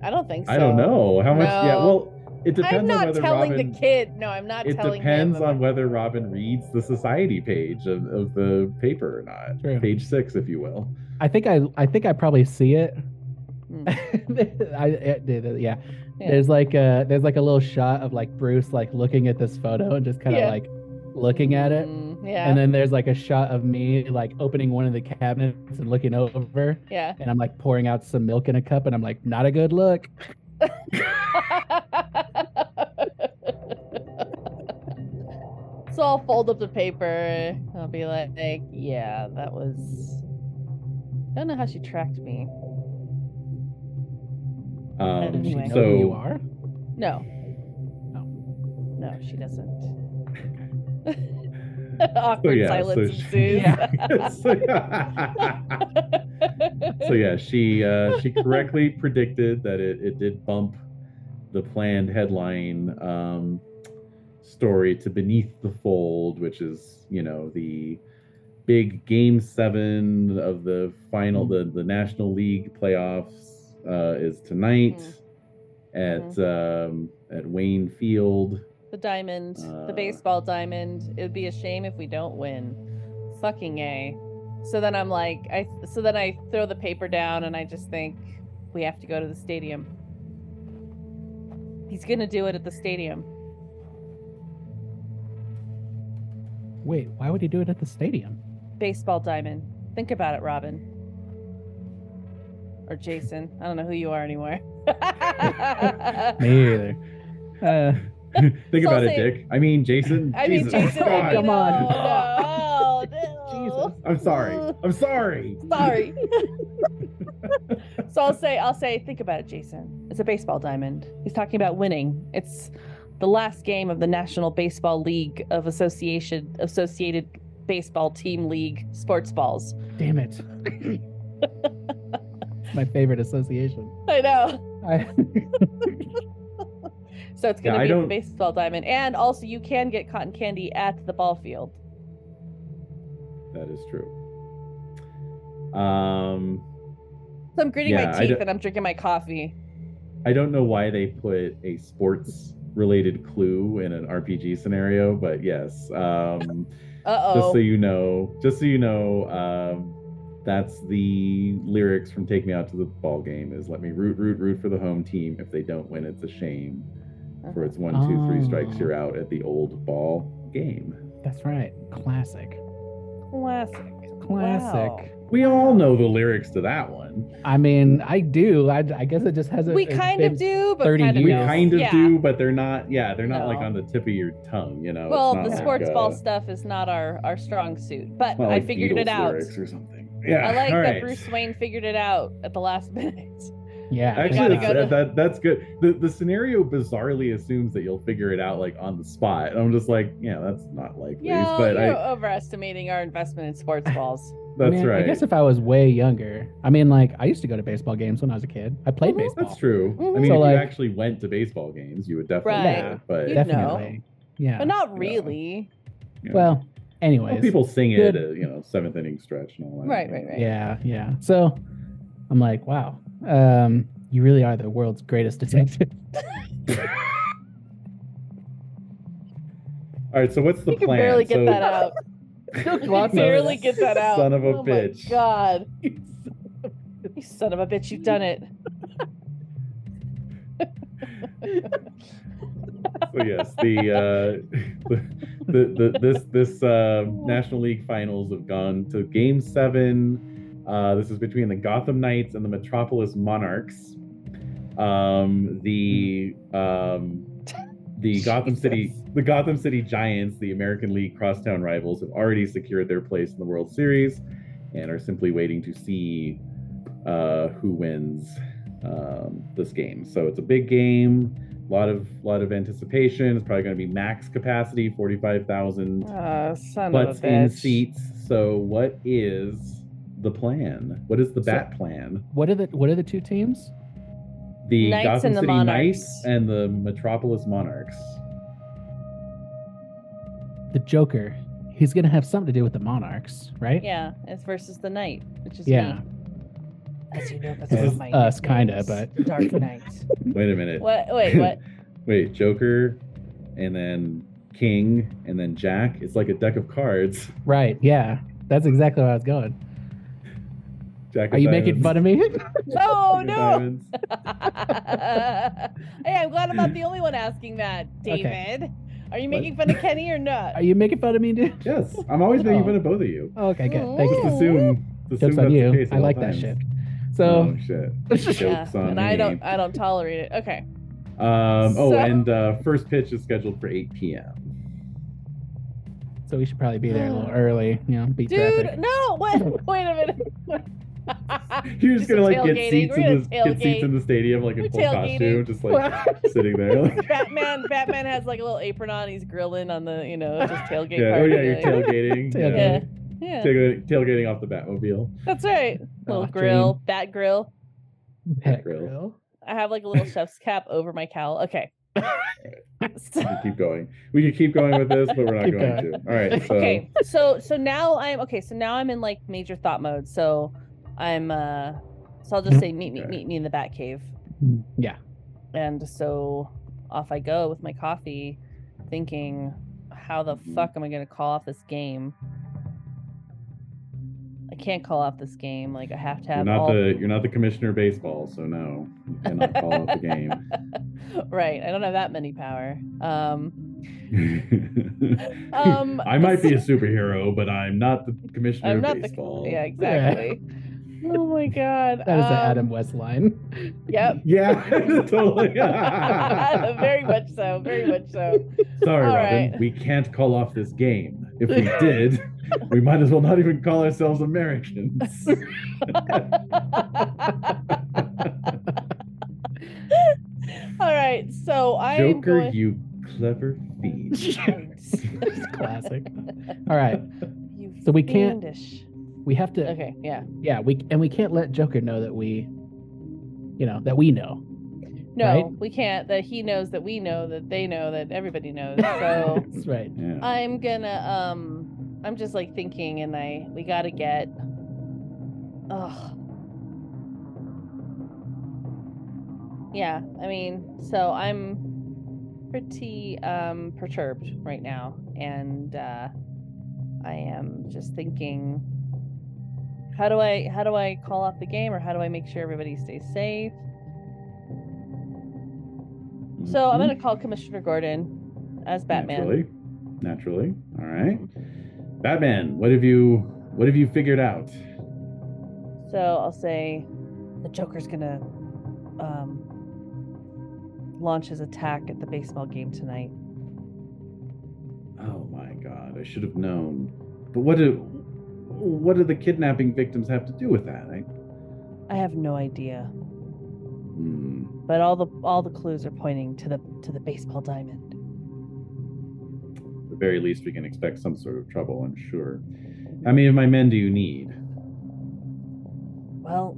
D: I don't think so.
E: I don't know how much. Yeah,
D: No.
E: well, it depends
D: I'm not
E: on whether
D: telling
E: Robin.
D: the kid. No, I'm not
E: it
D: telling
E: depends
D: him.
E: on whether Robin reads the society page of, of the paper or not.
C: True.
E: Page six, if you will.
C: I think I. I think I probably see it.
D: Mm.
C: I it did it, yeah.
D: Yeah.
C: There's like a there's like a little shot of like Bruce like looking at this photo and just kind of
D: Yeah.
C: like looking at it.
D: Mm, yeah.
C: And then there's like a shot of me like opening one of the cabinets and looking over
D: yeah.
C: and I'm like pouring out some milk in a cup and I'm like not a good look.
D: so I'll fold up the paper. I'll be like, like, yeah, that was. don't know how she tracked me.
E: Um,
C: Did she
D: Anyway.
C: know
E: So
C: who you are?
D: No.
C: No.
D: No, she doesn't. Awkward
E: Oh, yeah,
D: silence
E: so she-
D: ensues.
E: so, so yeah, she uh, she correctly predicted that it, it did bump the planned headline um, story to beneath the fold, which is you know the big game seven of the final the
D: Mm-hmm.
E: the National League playoffs uh, is tonight
D: Mhm.
E: at
D: Mm-hmm.
E: um, at Wayne Field.
D: The diamond, the
E: Uh,
D: baseball diamond. It would be a shame if we don't win. Fucking a. So then I'm like, I so then I throw the paper down and I just think we have to go to the stadium. He's gonna do it at the stadium.
C: Wait, why would he do it at the stadium?
D: Baseball diamond. Think about it, Robin. Or Jason. I don't know who you are anymore.
C: Me either. Uh,
E: Think
D: So
E: about it,
D: say-
E: Dick. I mean, Jason.
D: I mean,
E: Jesus
D: Jason.
E: God.
C: Come
D: no,
C: on.
D: no, no.
E: I'm sorry. I'm sorry.
D: Sorry. so I'll say, I'll say, think about it, Jason. It's a baseball diamond. He's talking about winning. It's the last game of the National Baseball League of Association Associated Baseball Team League sports balls.
C: damn it. My favorite association.
D: I know.
C: I,
D: So it's
E: Yeah,
D: going to
E: I
D: be at
E: don't-
D: the baseball diamond, and also you can get cotton candy at the ball field.
E: That is true. Um,
D: So I'm gritting
E: Yeah,
D: my
E: I
D: teeth
E: don't-
D: and I'm drinking my coffee.
E: I don't know why they put a sports related clue in an RPG scenario, but yes. Um,
D: Uh
E: Just so
D: oh.
E: you know, just so you know, um, that's the lyrics from "Take Me Out to the Ball Game" is "Let me root, root, root for the home team. If they don't win, it's a shame. For it's one, two, three strikes,
C: Oh.
E: you're out at the old ball game."
C: that's right. Classic.
D: Classic.
C: Classic.
E: We all know the lyrics to that one.
C: I mean, I do. I, I guess it just hasn't.
D: We
C: it's
D: kind
C: been-
D: of do, but
C: 30
D: kind of
E: We
C: Yeah.
D: don't.
E: kind of
D: Yeah.
E: do, but they're not. Yeah, they're not like
D: No.
E: on the tip of your tongue, you know. It's
D: Well,
E: not
D: the
E: like,
D: sports
E: uh,
D: ball stuff is not our our strong suit, but
E: not
D: I
E: like
D: figured
E: Beatles
D: it out.
E: lyrics or something. Yeah,
D: I like
E: all
D: that
E: right.
D: Bruce Wayne figured it out at the last minute.
C: Yeah. I think
D: gotta
E: Actually, that's,
D: go to-
E: that, that's good. The, the scenario bizarrely assumes that you'll figure it out like on the spot. And I'm just like, yeah, that's not likely.
D: Yeah,
E: but
D: you're
E: I,
D: overestimating our investment in sports balls.
C: I
E: that's
C: mean,
E: right.
C: I guess if I was way younger, I mean, like I used to go to baseball games when I was a kid. I played
D: Mhm.
C: baseball.
E: that's true.
D: Mhm.
E: I mean,
C: So,
E: if
C: like-
E: you actually went to baseball games, you would definitely.
D: Right.
E: know, But
D: You'd
C: Definitely. Yeah.
D: But not really.
E: you know,
C: well,
E: well,
C: anyways.
E: people sing it
C: Good.
E: at a, you know seventh inning stretch and all that.
D: Right, right, right.
C: Yeah, yeah. So I'm like, wow, um, you really are the world's greatest detective.
E: All right. So what's the
D: You can
E: plan?
D: barely get
E: so,
D: that out.
C: Good
D: You
C: God
D: can
C: knows.
D: barely get that out.
E: Son of a
D: oh
E: bitch.
D: My God. You son of a bitch, you've done it.
E: so Oh, yes, the, uh, the, the the this this uh, National League Finals have gone to Game Seven. Uh, this is between the Gotham Knights and the Metropolis Monarchs. Um, the um, the Gotham City the Gotham City Giants, the American League crosstown rivals, have already secured their place in the World Series, and are simply waiting to see uh, who wins um, this game. So it's a big game. A lot of lot of anticipation. It's probably going to be max capacity, forty five thousand
D: Uh, son
E: butts
D: of a bitch.
E: in seats. So what is the plan? What is the
C: So-
E: bat plan?
C: what are the What are the two teams?
E: The
D: Knights
E: Gotham
D: and the
E: City Knights
D: Monarchs.
E: and the Metropolis Monarchs.
C: The Joker. He's gonna have something to do with the Monarchs, right?
D: Yeah, it's versus the night, which is
C: Yeah.
D: me. As you know, that's
E: This
D: one
E: is
D: my
C: us, kinda,
D: nicknames.
C: but-
D: Dark Knight.
E: Wait a minute.
D: what? Wait, what?
E: Wait, Joker, and then King, and then Jack. It's like a deck of cards.
C: Right. Yeah. That's exactly where I was going.
E: Jack.
C: Are you making fun of me?
D: Oh, No,
E: Jack
D: no.
E: diamonds.
D: hey, I'm glad I'm not the only one asking that,
C: Okay.
D: David. Are you making fun of Kenny or not?
C: Are you making fun of me, dude?
E: Yes, I'm always making
C: Oh.
E: fun of both of you.
C: Oh, okay, good. Thank
E: Just
C: you.
D: Ooh.
E: assume. Just assume
C: Jokes on
E: that's The
C: you.
E: case at
C: I
E: all
C: like that
E: times.
C: shit. So
E: oh, shit.
D: Yeah,
E: Jokes on
D: and
E: me.
D: I don't, I don't tolerate it. Okay.
E: Um, oh,
D: So-
E: and uh, first pitch is scheduled for 8 p.m.
C: so we should probably be there a little early. You know, beat
D: Dude,
C: traffic.
D: no, what? Wait a minute.
E: You're just
D: Just
E: gonna like get
D: tailgating.
E: seats
D: We're
E: in the
D: gonna
E: get seats in the stadium like in
D: We're
E: full
D: tailgating.
E: costume, just like sitting there. Like,
D: Batman Batman has like a little apron on. He's grilling on the you know just tailgate.
E: yeah, oh
D: party,
E: yeah, you're
D: like-
E: tailgating.
C: Tailgating.
E: yeah.
D: Yeah. Yeah,
E: Tailgating, tailgating off the Batmobile.
D: that's right. Little
C: Aw,
D: grill,
C: Jane.
D: bat grill.
C: Pet
E: grill.
C: grill.
D: I have like a little chef's cap over my cowl. Okay.
E: We could keep going. We could keep going with this, but we're not
C: Keep
E: going, to. All right. So
D: okay so so now i'm okay so now i'm in like major thought mode so i'm uh so i'll just say meet me
E: Mm-hmm. Okay.
D: meet me in the bat cave
C: Mm, Yeah.
D: and so off i go with my coffee thinking how the
E: Mhm.
D: fuck am i gonna call off this game i can't call off this game like i have to
E: you're
D: have
E: not
D: all
E: the you're not the commissioner of baseball, so no, you cannot call off the game.
D: right i don't have that many power um um
E: I might be a superhero, but I'm not the commissioner
D: i'm
E: of
D: not
E: baseball.
D: the yeah exactly oh my god
C: That is the
D: um,
C: Adam West line.
D: yep
E: Yeah, totally.
D: very much so. Very much so.
E: Sorry,
D: All
E: Robin.
D: right.
E: We can't call off this game. If we did, we might as well not even call ourselves Americans.
D: All right. So I am
E: Joker,
D: going.
E: you clever fiend.
C: It's classic. All right.
D: You
C: So we can't-
D: fiendish.
C: We have to
D: Okay. Yeah.
C: yeah, we and we can't let Joker know that we you know, that we know.
D: No,
C: Right?
D: we can't. That he knows that we know that they know that everybody knows. So
C: That's right.
E: Yeah.
D: I'm gonna um. I'm just like thinking, and I we gotta get. Ugh. Yeah, I mean, so I'm pretty um perturbed right now, and uh, I am just thinking, how do I how do I call off the game, or how do I make sure everybody stays safe? So I'm gonna call Commissioner Gordon as Batman.
E: Mm-hmm. Naturally. Naturally. All right. Batman, what have you what have you figured out?
D: So I'll say the Joker's gonna um, launch his attack at the baseball game tonight.
E: Oh my god, I should have known. But what do what do the kidnapping victims have to do with that? I,
D: I have no idea,
E: hmm.
D: but all the all the clues are pointing to the to the baseball diamond.
E: At the very least, we can expect some sort of trouble, I'm sure. How many of my men do you need?
D: Well,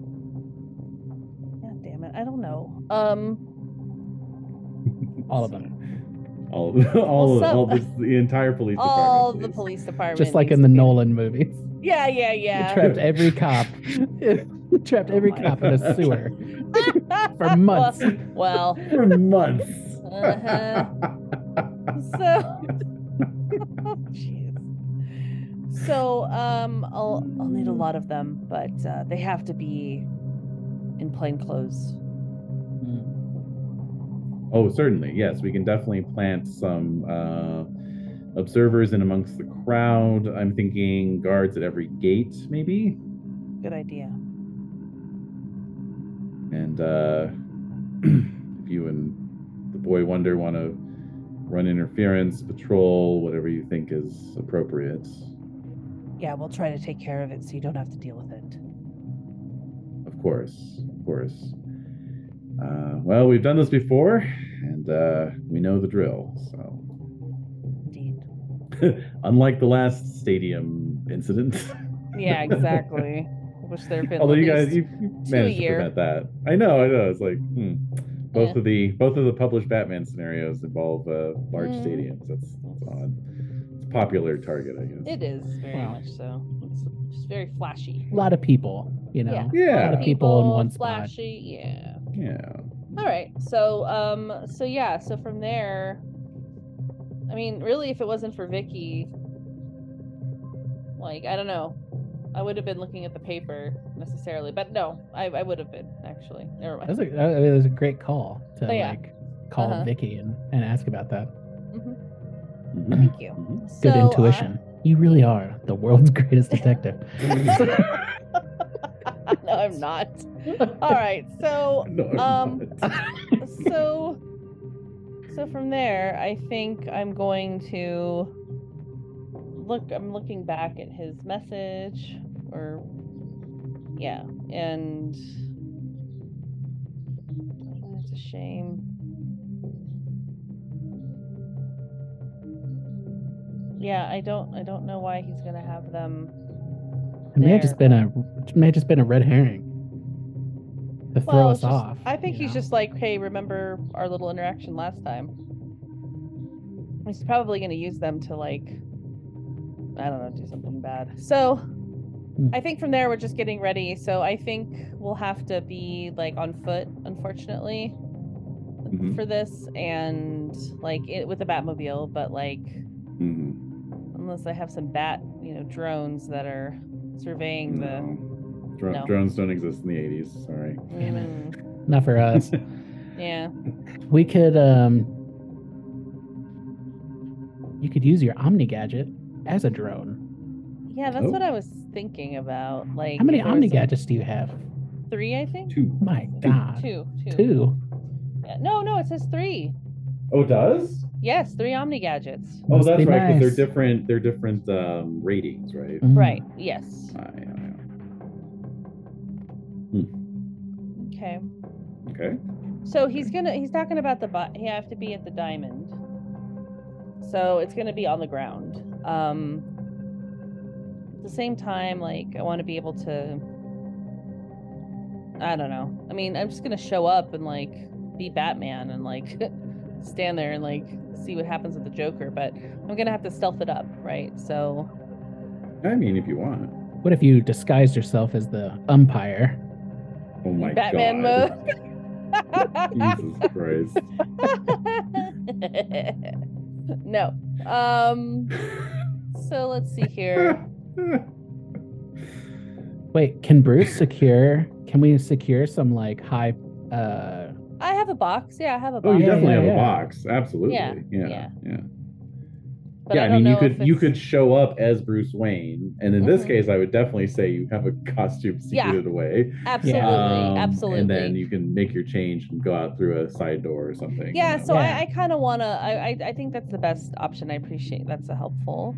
D: god damn it, I don't know. Um,
C: All of them.
E: All, all,
D: Well, some-
E: all this, the entire police
D: all the
E: department. please.
D: police department,
C: Just like in the
D: needs to be-
C: Nolan movies.
D: Yeah, yeah,
C: He
D: yeah. Oh
C: trapped every cop. He trapped every
D: my
C: cop in a sewer for months.
D: well,
E: For months.
D: Uh-huh. so Oh, jeez. so um i'll i'll need a lot of them but uh, they have to be in plain clothes
C: Mm.
E: Oh, certainly. Yes, we can definitely plant some uh, observers in amongst the crowd. I'm thinking guards at every gate, maybe.
D: good idea
E: And uh, if you and the boy wonder want to run interference, patrol, whatever you think is appropriate.
D: yeah we'll try to take care of it so you don't have to deal with it
E: Of course, of course. Uh, well, we've done this before, and uh, we know the drill. So,
D: indeed
E: unlike the last stadium incident.
D: yeah exactly wish there had been
E: Although
D: at
E: you guys,
D: least-
E: you you
D: two a
E: managed to
D: year.
E: prevent that. I know, I know. It's like hmm. both
D: Yeah.
E: of the both of the published Batman scenarios involve uh, large
D: Mhm.
E: stadiums. That's, that's odd. It's a popular target, I guess.
D: it is very
C: Wow.
D: much so it's just very flashy
C: A lot of people, you know.
D: Yeah.
E: Yeah,
C: lot of people in one spot.
D: flashy yeah
E: yeah.
D: All right. So um so yeah, so from there I mean, really if it wasn't for Vicky like I don't know. I would have been looking at the paper necessarily, but no, I, I would have been actually. Never mind.
C: That's a, I mean, that's a great call to
D: Oh, yeah.
C: like call
D: Uh-huh.
C: Vicky and, and ask about that.
E: Mhm.
D: Thank you.
E: Mhm.
C: Good
D: So, uh,
C: intuition. you really are the world's greatest detective.
D: no, I'm not. All right. So
E: No, I'm
D: Um,
E: not.
D: so so from there i think i'm going to look i'm looking back at his message or yeah, and that's a shame. Yeah, I don't, I don't know why he's gonna have them.
C: It may have just
D: there,
C: been a it may have just been a red herring to throw
D: Well,
C: us
D: it's just-
C: off.
D: I think
C: you
D: he's
C: know?
D: just like, hey, remember our little interaction last time? He's probably going to use them to like, I don't know, do something bad. So
C: Hmm.
D: I think from there we're just getting ready. So I think we'll have to be like on foot, unfortunately,
C: Mm-hmm.
E: Mhm.
D: for this, and like it with a Batmobile. But like,
E: Mhm.
D: unless I have some bat, you know, drones that are surveying
E: No. Dro-
D: No.
E: Drones don't exist in the 80s. Sorry.
D: the.
C: Damn it.
D: Mm,
C: not for us.
D: yeah.
C: we could um you could use your Omni gadget as a drone.
D: Yeah, that's
E: Oh.
D: what I was thinking about. Like,
C: How many
D: if there was
C: Omni
D: some-
C: gadgets do you have?
D: Three, I think.
E: Two.
C: My God,
D: Two, two.
C: two.
D: Yeah, No, no, it says three.
E: Oh, it does?
D: Yes, three Omni gadgets.
E: Oh,
C: Must
E: that's
C: be
E: right.
C: nice.
E: Because they're different. They're different um, ratings, right?
C: Mm.
D: Right. Yes.
E: Ah, yeah, yeah.
D: Okay.
E: Okay.
D: So he's gonna he's talking about the bot. He have to be at the diamond. So it's gonna be on the ground. Um. At the same time, like I want to be able to. I don't know. I mean, I'm just gonna show up and like be Batman and like stand there and like see what happens with the Joker. But I'm gonna have to stealth it up, right? So
E: I mean, if you want.
C: What if you disguised yourself as the umpire?
E: Oh my
D: Batman
E: God. Jesus Christ.
D: no. Um. So let's see here.
E: Oh,
C: Wait, can Bruce secure? Can we secure some like high? uh
D: I have a box. Yeah, I have a
E: Oh,
D: box.
C: Yeah,
E: you definitely
C: yeah,
E: have a
C: yeah.
E: box. Absolutely. Yeah.
D: Yeah,
E: Yeah.
D: yeah.
E: Yeah.
D: but I,
E: I,
D: don't
E: mean, you
D: know if
E: could you
D: it's-
E: could show up as Bruce Wayne, and in this
D: Mhm.
E: case, I would definitely say you have a costume
D: Yeah.
E: secreted away.
D: absolutely,
E: Um,
D: absolutely.
E: And then you can make your change and go out through a side door or something. you
D: yeah.
E: know.
D: So
C: Yeah.
D: I, I kind of wanna. I, I I think that's the best option. I appreciate that's a helpful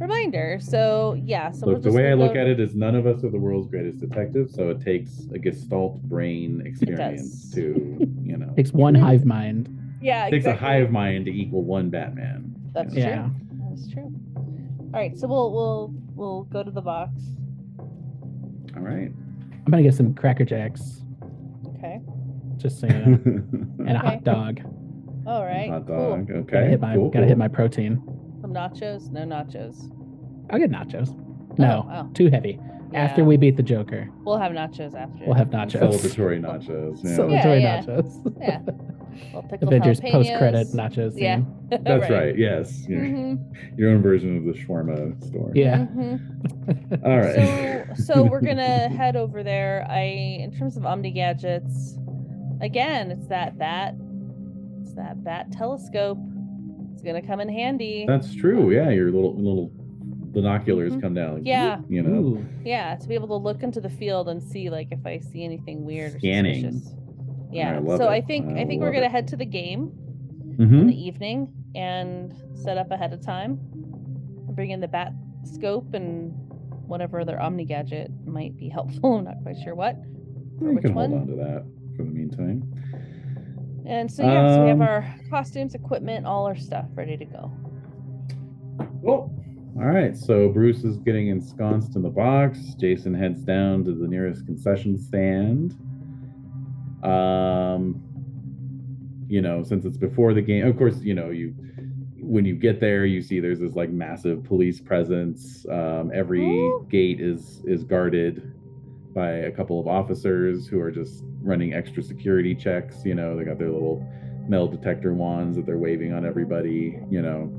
D: reminder. So yeah. So we're
E: Look, the
D: just
E: way I
D: gonna
E: look
D: go-
E: at it is none of us are the world's greatest detectives, so it takes a gestalt brain experience
D: does.
E: to, you know,
C: Takes one hive mind.
D: Yeah.
E: takes a
D: exactly.
E: hive mind to equal one Batman.
D: That's
E: you know.
D: true.
C: Yeah.
D: That's true. All right. So we'll we'll we'll go to the box.
E: All right.
C: I'm gonna get some cracker jacks,
D: Okay.
C: just so you know, and a
D: Okay.
C: hot dog.
D: All right.
E: Hot
D: Cool.
E: dog. Okay.
C: Gotta hit my
E: cool,
C: gotta
E: cool.
C: hit my protein.
D: Some nachos? No nachos.
C: I'll get nachos. No,
D: Oh, oh.
C: too heavy. After
D: Yeah.
C: we beat the Joker,
D: we'll have nachos after.
C: we'll have nachos.
E: celebratory nachos. Yeah.
D: Yeah.
C: Celebratory nachos.
D: Yeah. Well, pickled
C: Avengers post credit
D: jalapenos.
C: nachos.
D: Yeah.
C: scene.
E: That's right. Yes. Your,
D: Mhm,
E: your own version of the shawarma store.
C: Yeah.
D: mhm.
E: All right.
D: So, so we're gonna head over there. I, in terms of Omni gadgets, again, it's that bat, it's that bat telescope. It's gonna come in handy.
E: That's true. Yeah. Your little little binoculars
D: Mhm.
E: come down. like,
D: Yeah.
E: You know.
C: Ooh.
D: yeah, to be able to look into the field and see like if I see anything weird
E: Scanning.
D: or suspicious. Yeah.
E: love
D: so
E: it.
D: I think I,
E: I
D: think we're
E: love
D: gonna
E: it.
D: head to the game. in
E: Mhm.
D: the evening and set up ahead of time. Bring in the bat scope and whatever other Omni gadget might be helpful. I'm not quite sure what. Or
E: You
D: which
E: can
D: one?
E: hold on to that for the meantime.
D: And so yeah, so we have
E: Um,
D: our costumes, equipment, all our stuff ready to go.
E: Cool. All right. So Bruce is getting ensconced in the box. Jason heads down to the nearest concession stand. Um, you know, since it's before the game, of course, you know, you when you get there, you see there's this like massive police presence. Um, every
D: Ooh.
E: gate is is guarded by a couple of officers who are just running extra security checks. You know, they got their little metal detector wands that they're waving on everybody. You know,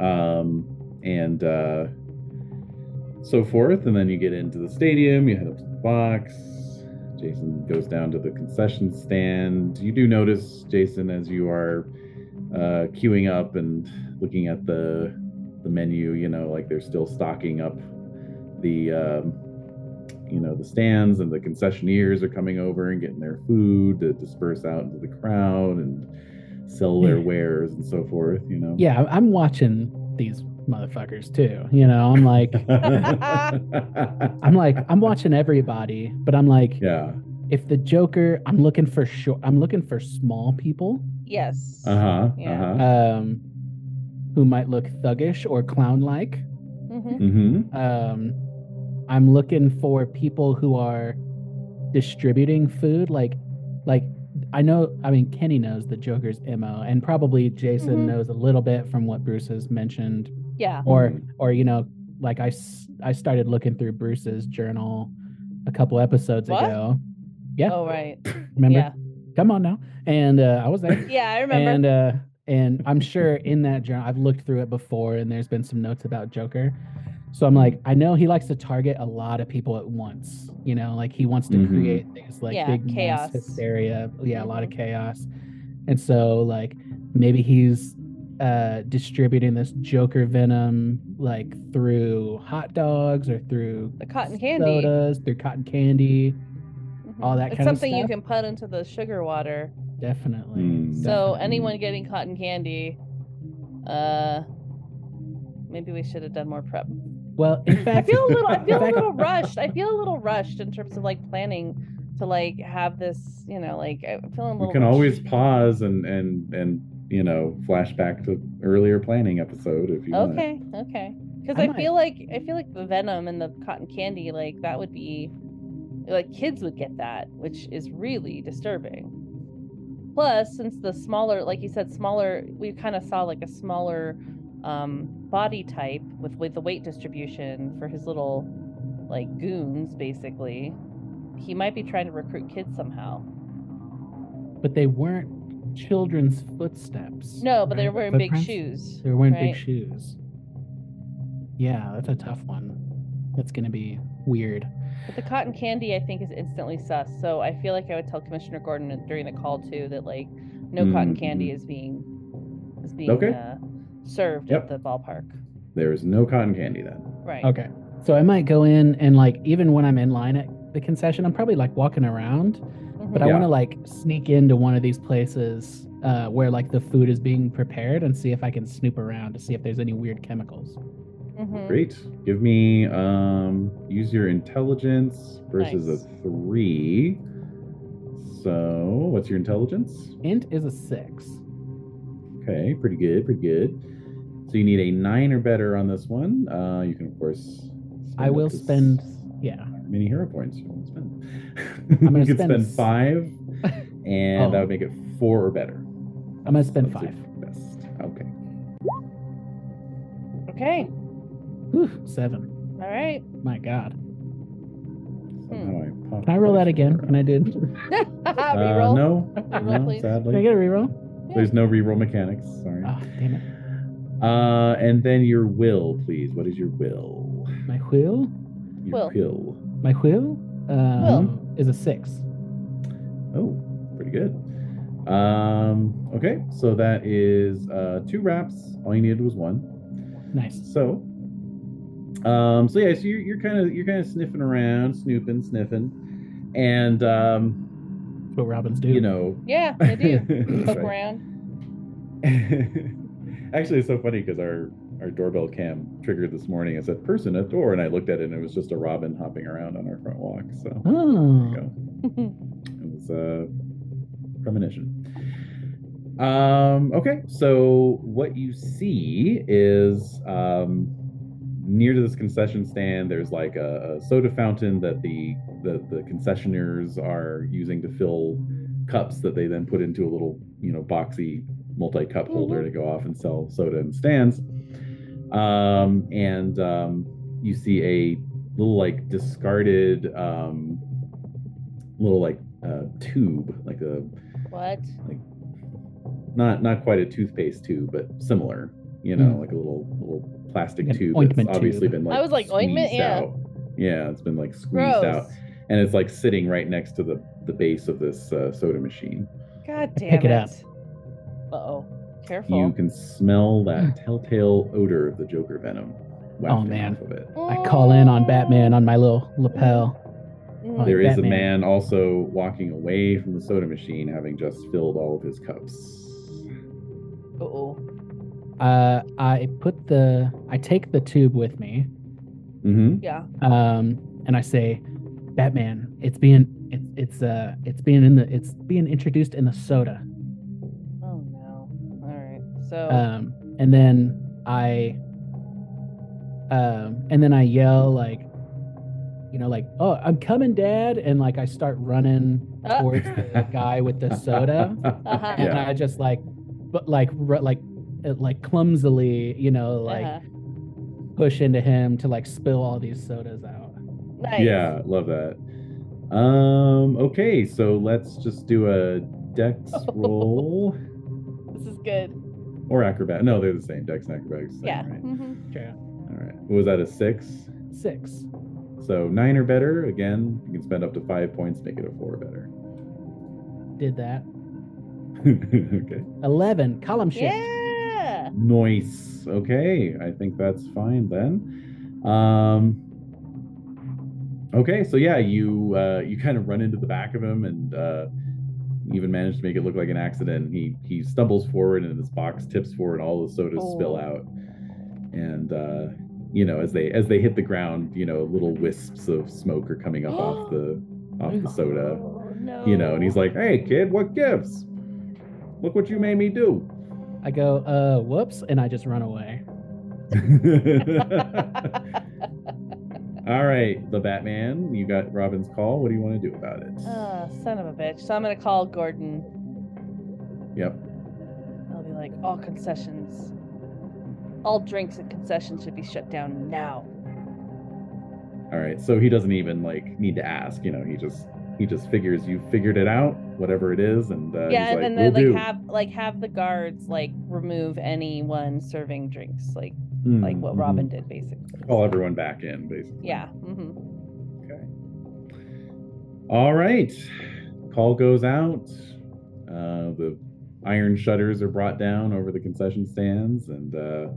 E: um, and uh, so forth. And then you get into the stadium, you head up to the box. Jason goes down to the concession stand. You do notice, Jason, as you are uh, queuing up and looking at the the menu, you know, like they're still stocking up the um, you know the stands, and the concessionaires are coming over and getting their food to disperse out into the crowd and sell their wares and so forth. You know.
C: Yeah, I- I'm watching these motherfuckers too. You know, I'm like, I'm like, I'm watching everybody, but I'm like,
E: Yeah.
C: if the Joker, I'm looking for short, I'm looking for small people,
D: Yes.
E: Uh huh.
D: Yeah.
E: Uh huh.
C: um, who might look thuggish or clown-like.
D: Mhm.
E: Mm-hmm.
C: Um, I'm looking for people who are distributing food, like, like I know. I mean, Kenny knows the Joker's mo, and probably Jason
D: Mhm.
C: knows a little bit from what Bruce has mentioned
D: Yeah.
C: or
E: Mhm.
C: or you know like i s- i started looking through bruce's journal a couple episodes
D: What?
C: ago yeah
D: Oh right.
C: remember
D: Yeah.
C: come on now and uh, i was there
D: Yeah, I remember.
C: and uh and i'm sure in that journal i've looked through it before and there's been some notes about joker so i'm like i know he likes to target a lot of people at once you know like he wants to
E: Mhm.
C: create things like
D: Yeah,
C: big mass
D: chaos.
C: hysteria yeah a lot of chaos and so like maybe he's uh distributing this joker venom like through hot dogs or through
D: the cotton candy.
C: sodas through cotton candy
D: Mhm.
C: all that
D: it's
C: kind of
D: something you
C: stuff.
D: can put into the sugar water.
C: definitely
E: Mm. So
D: So
C: definitely.
D: anyone getting cotton candy, uh, maybe we should have done more prep.
C: well in
D: I
C: fact
D: feel a little. I feel
C: in
D: a
C: fact,
D: little rushed. I feel a little rushed in terms of like planning to like have this. You know, like I'm feeling a little.
E: We can
D: rushed.
E: always pause and and and you know flash back to earlier planning episode if you want.
D: Okay. Okay. Because
C: I
D: I,
C: might-
D: feel like I feel like the venom and the cotton candy, like that would be, like kids would get that, which is really disturbing. Plus, since the smaller, like you said, smaller, we kind of saw like a smaller um, body type with with the weight distribution for his little like goons, basically. He might be trying to recruit kids somehow.
C: but they weren't children's footsteps.
D: No, but they're
C: right?
D: wearing big
C: Footprints?
D: shoes.
C: They were wearing big
D: right?
C: shoes. Yeah, that's a tough one. That's gonna be weird.
D: But the cotton candy, I think, is instantly sus. So I feel like I would tell Commissioner Gordon during the call too that like no cotton candy is being is being
E: Mm, Okay.
D: uh, served
E: Yep.
D: at the ballpark.
E: There is no cotton candy then.
D: Right.
C: Okay, so I might go in and like even when I'm in line at the concession, I'm probably like walking around,
D: Mhm.
C: but I
E: Yeah.
C: want to like sneak into one of these places uh, where like the food is being prepared and see if I can snoop around to see if there's any weird chemicals.
D: Mhm.
E: Great. Give me um use your intelligence versus
D: Nice.
E: a three. So what's your intelligence?
C: Int is a six.
E: Okay, pretty good, pretty good. So you need a nine or better on this one. Uh you can of course spend
C: I
E: up
C: will
E: to s-
C: spend. Yeah.
E: how many hero points you want to spend.
C: I'm gonna
E: you could
C: spend
E: spend
C: s-
E: five, and
C: Oh.
E: that would make it four or better.
C: I'm gonna spend
E: That's your
C: five.
E: Best. Okay.
D: Okay.
C: Whew, seven.
D: All right.
C: My God.
D: Hmm.
E: Somehow I popped
C: Can I roll
E: my
C: that again?
E: finger
C: Can I do?
E: out. Uh,
D: Reroll.
E: no,
D: Reroll,
E: no,
D: please.
E: sadly.
C: Can I get a reroll?
E: There's no reroll mechanics. Sorry.
C: Oh, damn it. Oh.
E: Uh, and then your will, please. What is your will?
C: My wheel?
E: Your will.
C: My wheel? Um, Is a six.
E: Oh, pretty good. Um, okay, so that is uh, two wraps. All you needed was one.
C: Nice.
E: So, um, so yeah, so you're you're kind of you're kind of sniffing around, snooping, sniffing, and um,
C: That's what Robins do.
E: you know.
D: Yeah, I do.
E: That's
D: Poke
E: right.
D: around.
E: Actually, it's so funny because our our doorbell cam triggered this morning. It said "person at door," and I looked at it, and it was just a robin hopping around on our front walk. So there you
C: Oh.
E: go. It was uh, a premonition. Um, okay, so what you see is um, near to this concession stand, there's like a, a soda fountain that the, the the concessionaires are using to fill cups that they then put into a little you know boxy multi cup holder to go off and sell soda in stands. Um, and um, you see a little like discarded um, little like uh, tube, like a
D: What?
E: not not quite a toothpaste tube, but similar. You know,
C: Mm.
E: like a little little plastic
C: Like an
E: tube
C: ointment
E: that's obviously
C: tube.
E: been like
D: I was like, ointment?
E: squeezed
D: Yeah.
E: out. Yeah, it's been like squeezed
D: Gross.
E: out, and it's like sitting right next to the the base of this uh, soda machine.
D: God damn
C: Pick it up.
D: Uh oh.
E: You
D: Careful.
E: can smell that telltale odor of the Joker venom
C: Hmm.
E: wafting
C: Oh, man.
E: off of it.
C: I call in on Batman on my little lapel.
D: Mm.
C: Like
E: There is a
C: Batman.
E: man also walking away from the soda machine, having just filled all of his cups.
D: Uh-oh.
C: Uh, I put the I take the tube with me,
E: Mm-hmm.
D: Yeah.
C: um, and I say, "Batman, it's being it, it's uh it's being in the it's being introduced in the soda."
D: Oh no. All right. So uh-huh.
C: Um, and then I um, and then I yell like, you know, like, "Oh, I'm coming, Dad!" And like I start running
D: Uh.
C: towards the guy with the soda.
D: Uh-huh.
E: Yeah.
C: and I just like, but like, ru- like, uh, like clumsily, you know, like
D: uh-huh.
C: push into him to like spill all these sodas out.
D: nice.
E: Yeah, love that. Um, okay, so let's just do a dex
D: Oh.
E: roll
D: This is good.
E: or acrobat. No, they're the same. Dex and acrobatics. same,
D: Yeah.
E: Right?
D: mhm.
C: Okay,
E: All right. What was that a six?
C: six.
E: So nine or better. Again, you can spend up to five points, make it a four or better.
C: Did that.
E: okay.
C: Eleven. Column shift.
D: Yeah.
E: Nice. Okay, I think that's fine then. Um Okay, so yeah, you uh you kind of run into the back of him and uh even manage to make it look like an accident. He he stumbles forward and his box tips forward and all the sodas spill
D: Oh.
E: out. And uh you know, as they as they hit the ground, you know, little wisps of smoke are coming up off the off the soda.
D: Oh, no.
E: You know, and he's like, "Hey kid, what gives? Look what you made me do."
C: I go, uh, whoops, and I just run away.
E: All right, the Batman. You got Robin's call. What do you want to do about it?
D: Ah, son of a bitch. So I'm gonna call Gordon.
E: yep.
D: I'll be like, all concessions, all drinks at concessions should be shut down now.
E: All right. So he doesn't even like need to ask. You know, he just he just figures you figured it out, whatever it is, and uh,
D: yeah,
E: he's
D: and
E: like,
D: then
E: "Will
D: they
E: do."
D: like have like have the guards like remove anyone serving drinks, like
E: Mm, Oh,
D: like what
E: mhm.
D: Robin did basically.
E: Call everyone back in, basically.
D: Yeah. hmm
E: All right. Call goes out. Uh, the iron shutters are brought down over the concession stands, and uh,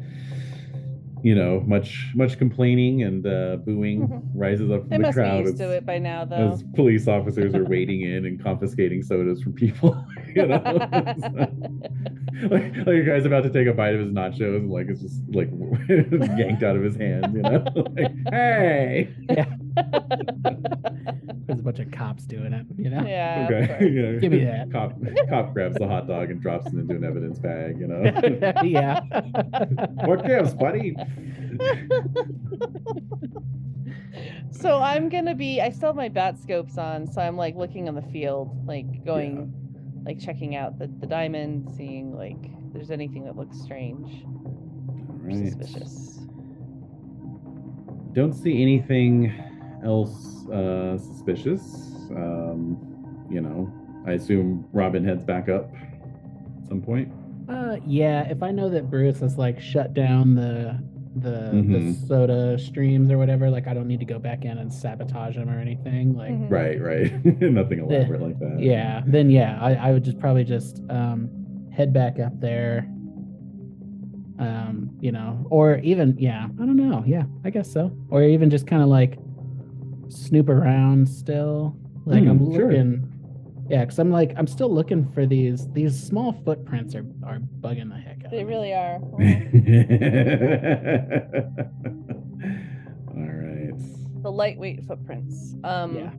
E: you know, much much complaining and uh, booing
D: Mhm.
E: rises up from
D: They
E: the
D: must be
E: crowd
D: used to
E: as,
D: it by now, though.
E: as police officers are wading in and confiscating sodas from people. you know, like, like a guy's about to take a bite of his nachos, and like it's just like yanked out of his hand. You know, like, hey.
C: There's a bunch of cops doing it, you know?
D: yeah. of
E: Okay.
D: course.
E: yeah.
C: Give me that.
E: Cop, cop grabs the hot dog and drops it into an evidence bag, you know.
C: Yeah.
E: what gives, buddy?
D: So I'm gonna be. I still have my bat scopes on, so I'm like looking on the field, like going, like checking out the the diamond, seeing like if there's anything that looks strange or
E: Right.
D: suspicious.
E: Don't see anything else uh, suspicious. Um, you know, I assume Robin heads back up at some point.
C: Uh, yeah, if I know that Bruce has like shut down the the,
E: Mhm.
C: the soda streams or whatever, like I don't need to go back in and sabotage him or anything. Like,
D: Mhm.
E: Right, right. Nothing elaborate like that.
C: Eh, yeah, then yeah, I, I would just probably just um head back up there. Um, you know, or even yeah, I don't know. Yeah, I guess so. Or even just kind of like snoop around still. Like I'm
E: Mm, sure.
C: looking. Yeah, Yeah, because I'm like I'm still looking for these these small footprints are are bugging the heck out.
D: They
C: of me.
D: really are.
E: All right.
D: the lightweight footprints. Um,
C: Yeah.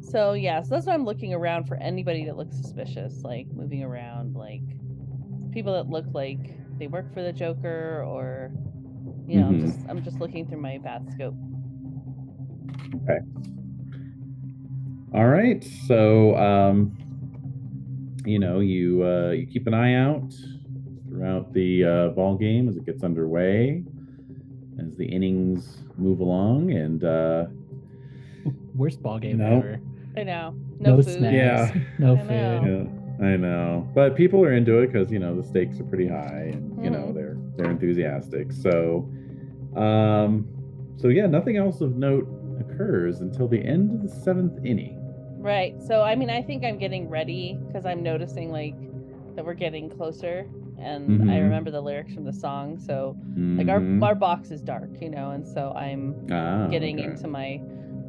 D: So yeah, so that's why I'm looking around for anybody that looks suspicious, like moving around, like people that look like they work for the Joker, or you know, I'm
E: Mhm.
D: just I'm just looking through my bat scope.
E: All right. So, um, you know, you uh, you keep an eye out throughout the uh, ball game as it gets underway, as the innings move along, and uh,
C: Worst ball game
E: No.
C: ever.
D: I know, no,
C: No
D: food.
C: snack.
E: yeah,
C: Yes. No
D: I
C: food.
D: know.
E: yeah, I know. But people are into it because you know the stakes are pretty high, and you know
D: Mhm.
E: they're they're enthusiastic. So, um, so yeah, nothing else of note occurs until the end of the seventh inning.
D: Right. So I mean, I think I'm getting ready because I'm noticing like that we're getting closer, and I
E: Mhm.
D: remember the lyrics from the song. So like
E: Mhm.
D: our our box is dark, you know, and so I'm
E: Ah,
D: getting
E: okay.
D: into my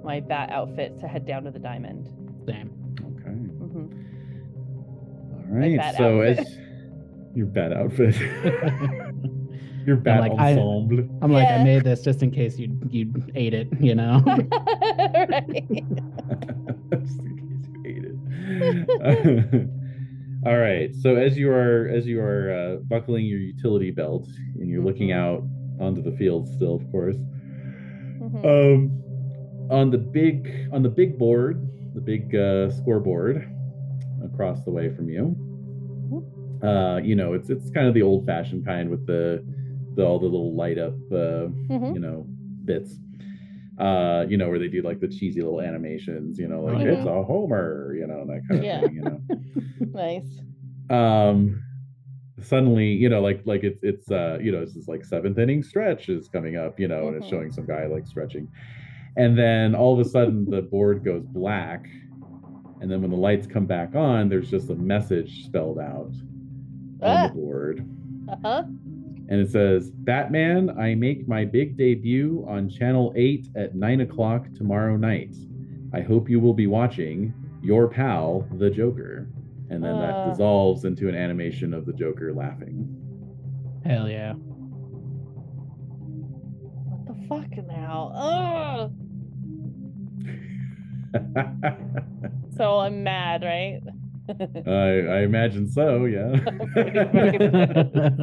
D: my bat outfit to head down to the diamond.
C: Same.
E: Okay.
D: hmm
E: All right.
D: bat
E: So
D: outfit.
E: as your bad outfit. Your bad
C: like, I-
E: ensemble.
C: I'm like,
D: Yeah.
C: I made this just in case you you ate it, you know.
D: right.
E: Just in case you hate it. All right. So as you are as you are uh, buckling your utility belt and you're looking
D: Mhm.
E: out onto the field still, of course.
D: Mhm.
E: Um, on the big on the big board, the big uh, scoreboard across the way from you. Uh, you know, it's it's kind of the old-fashioned kind with the, the all the little light up, uh,
D: Mhm.
E: you know, bits. Uh, you know, where they do like the cheesy little animations. You know, like
C: Right.
E: it's a Homer. You know, that
D: Mm-hmm.
E: kind of
D: Yeah.
E: thing. You know
D: Nice.
E: um suddenly you know like like it's it's uh you know this is like seventh inning stretch is coming up you know and it's
D: Mhm.
E: showing some guy like stretching and then all of a sudden the board goes black and then when the lights come back on there's just a message spelled out on
D: Ah.
E: the board
D: Uh huh.
E: and it says batman i make my big debut on channel 8 at 9 o'clock tomorrow night i hope you will be watching your pal the joker and then that
D: Uh.
E: dissolves into an animation of the joker laughing
C: Hell yeah.
D: What the fuck now? Oh. So I'm mad, right?
E: I, I imagine so yeah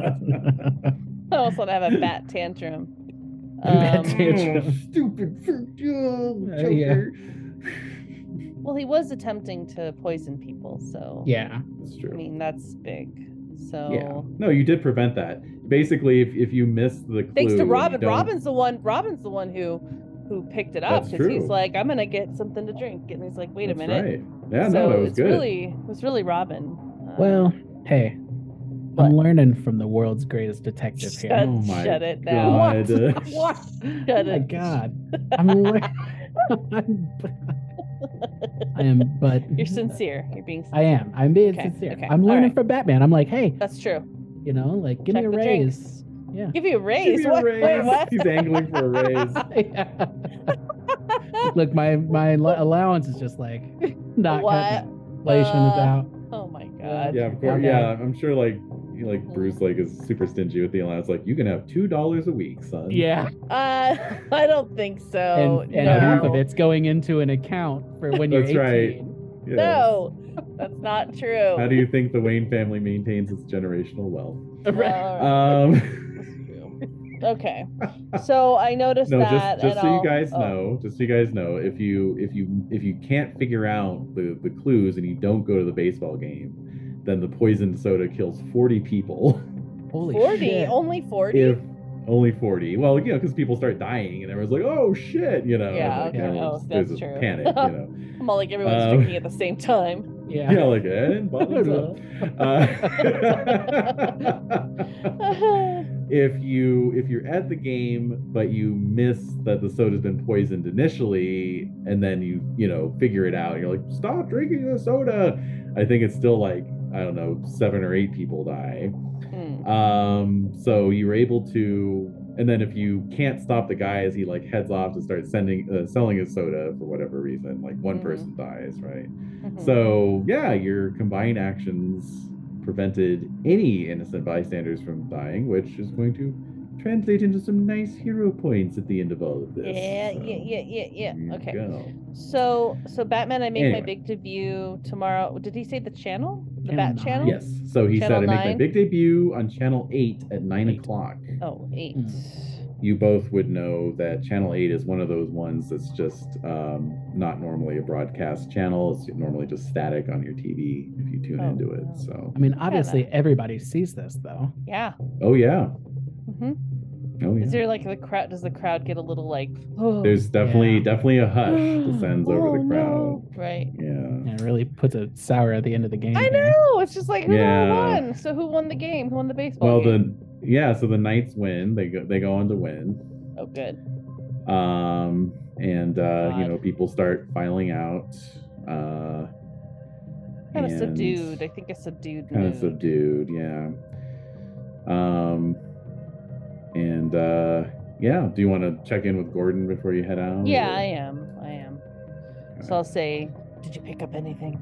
D: I also want to have a bat tantrum.
C: Bat
D: Um,
C: tantrum.
E: Oh, stupid fruit oh,
C: Uh, yeah.
E: joker
D: Well, he was attempting to poison people, so
C: Yeah.
E: that's
D: I
E: true
D: mean that's big. So
E: yeah no you did prevent that basically if, if you miss the clue
D: thanks to
E: and you
D: Robin.
E: don't-
D: Robin's the one. Robin's the one who who picked it up
E: That's
D: because he's
E: true.
D: like, I'm gonna get something to drink, and he's like, wait a
E: That's
D: minute.
E: right. yeah
D: so
E: no that was
D: it's
E: good
D: really it was really Robin. Uh,
C: Well, hey,
D: What?
C: I'm learning from the world's greatest detective
D: shut,
C: here.
E: Oh my
D: shut it down.
E: God.
D: What?
C: Oh
D: Shut
C: my
D: it.
C: god. I'm learning. I'm, I am, but
D: You're sincere. You're being. Sincere.
C: I am. I'm being
D: Okay,
C: sincere.
D: okay,
C: I'm
D: all
C: learning
D: right.
C: from Batman. I'm like, hey,
D: That's true.
C: you know, like, give
D: Check
C: me a
D: the
C: raise. Yeah.
D: Give you a
E: Give
D: raise.
E: me a
D: what? Wait,
E: raise.
D: what?
E: He's angling for a raise.
C: Yeah. Look, my my lo- allowance is just like not
D: What?
C: cutting. it. Inflation is
D: Uh,
C: out.
D: Oh my god.
E: Yeah, of course.
C: Okay.
E: Yeah, I'm sure. Like, you know, like Bruce, like is super stingy with the allowance. Like, you can have two dollars a week, son.
C: Yeah,
D: Uh, I don't think so.
C: and, and
D: Oh, no.
C: half of it's going into an account for when you're
E: That's
C: 18.
E: right. Yes.
D: No, that's not true.
E: How do you think the Wayne family maintains its generational wealth?
D: Well,
E: Um,
D: okay. So I noticed
E: no,
D: that.
E: just just
D: and
E: so
D: I'll-
E: you guys
D: oh,
E: know, just so you guys know, if you if you if you can't figure out the the clues and you don't go to the baseball game, then the poisoned soda kills forty people.
C: Holy
D: 40,
C: shit.
D: only 40.
E: if only 40 well you know because people start dying and everyone's like oh shit you know
D: Yeah,
E: like,
C: okay.
E: everyone's-
D: Oh,
E: there's
D: that's
E: a
D: true.
E: panic you know
D: I'm all like everyone's
E: Um,
D: drinking at the same time.
C: Yeah.
E: yeah like eh, and bottoms up uh, if you if you're at the game but you miss that the soda's been poisoned initially and then you you know figure it out and you're like stop drinking the soda i think it's still like i don't know seven or eight people die
D: Hmm.
E: Um, so you were able to, and then if you can't stop the guy as he like heads off to start sending uh, selling his soda for whatever reason, like one
D: Mhm.
E: person dies, right?
D: Mhm.
E: So yeah, your combined actions prevented any innocent bystanders from dying, which is going to translate into some nice hero points at the end of all of this.
D: yeah,
E: So,
D: yeah, yeah, yeah, yeah,
E: there you
D: Okay.
E: go.
D: So, so Batman, I make
E: Anyway.
D: my big debut tomorrow. Did he say the channel? The
C: Channel
D: Bat
C: nine.
D: channel?
E: Yes. So he
D: Channel
E: said, "I make my
D: nine?
E: big debut on Channel Eight at nine
C: Eight.
E: o'clock."
D: Oh, eight.
C: Hmm.
E: you both would know that channel 8 is one of those ones that's just um, not normally a broadcast channel it's normally just static on your tv if you tune
D: Oh,
E: into it
D: wow.
E: so
C: I mean, obviously everybody sees this though.
D: Yeah.
E: oh yeah
D: hmm
E: oh yeah
D: Is there like the crowd? Does the crowd get a little like? Oh,
E: there's definitely
C: Yeah.
E: definitely a hush that sends over
D: oh,
E: the crowd
D: no. Right.
E: yeah
C: And it really puts a sour at the end of the game.
D: I
C: here.
D: know. It's just like who
E: Yeah.
D: won? So who won the game? Who won the baseball
E: well
D: game?
E: the yeah so the knights win they go they go on to win
D: Oh, good.
E: um and uh you
D: God.
E: know people start filing out uh
D: Kind of
E: and-
D: subdued. I think a subdued
E: kind
D: mood.
E: of subdued yeah um and uh yeah do you want to check in with gordon before you head out
D: yeah,
E: or-
D: I am. I am.
E: Alright.
D: So I'll say, did you pick up anything?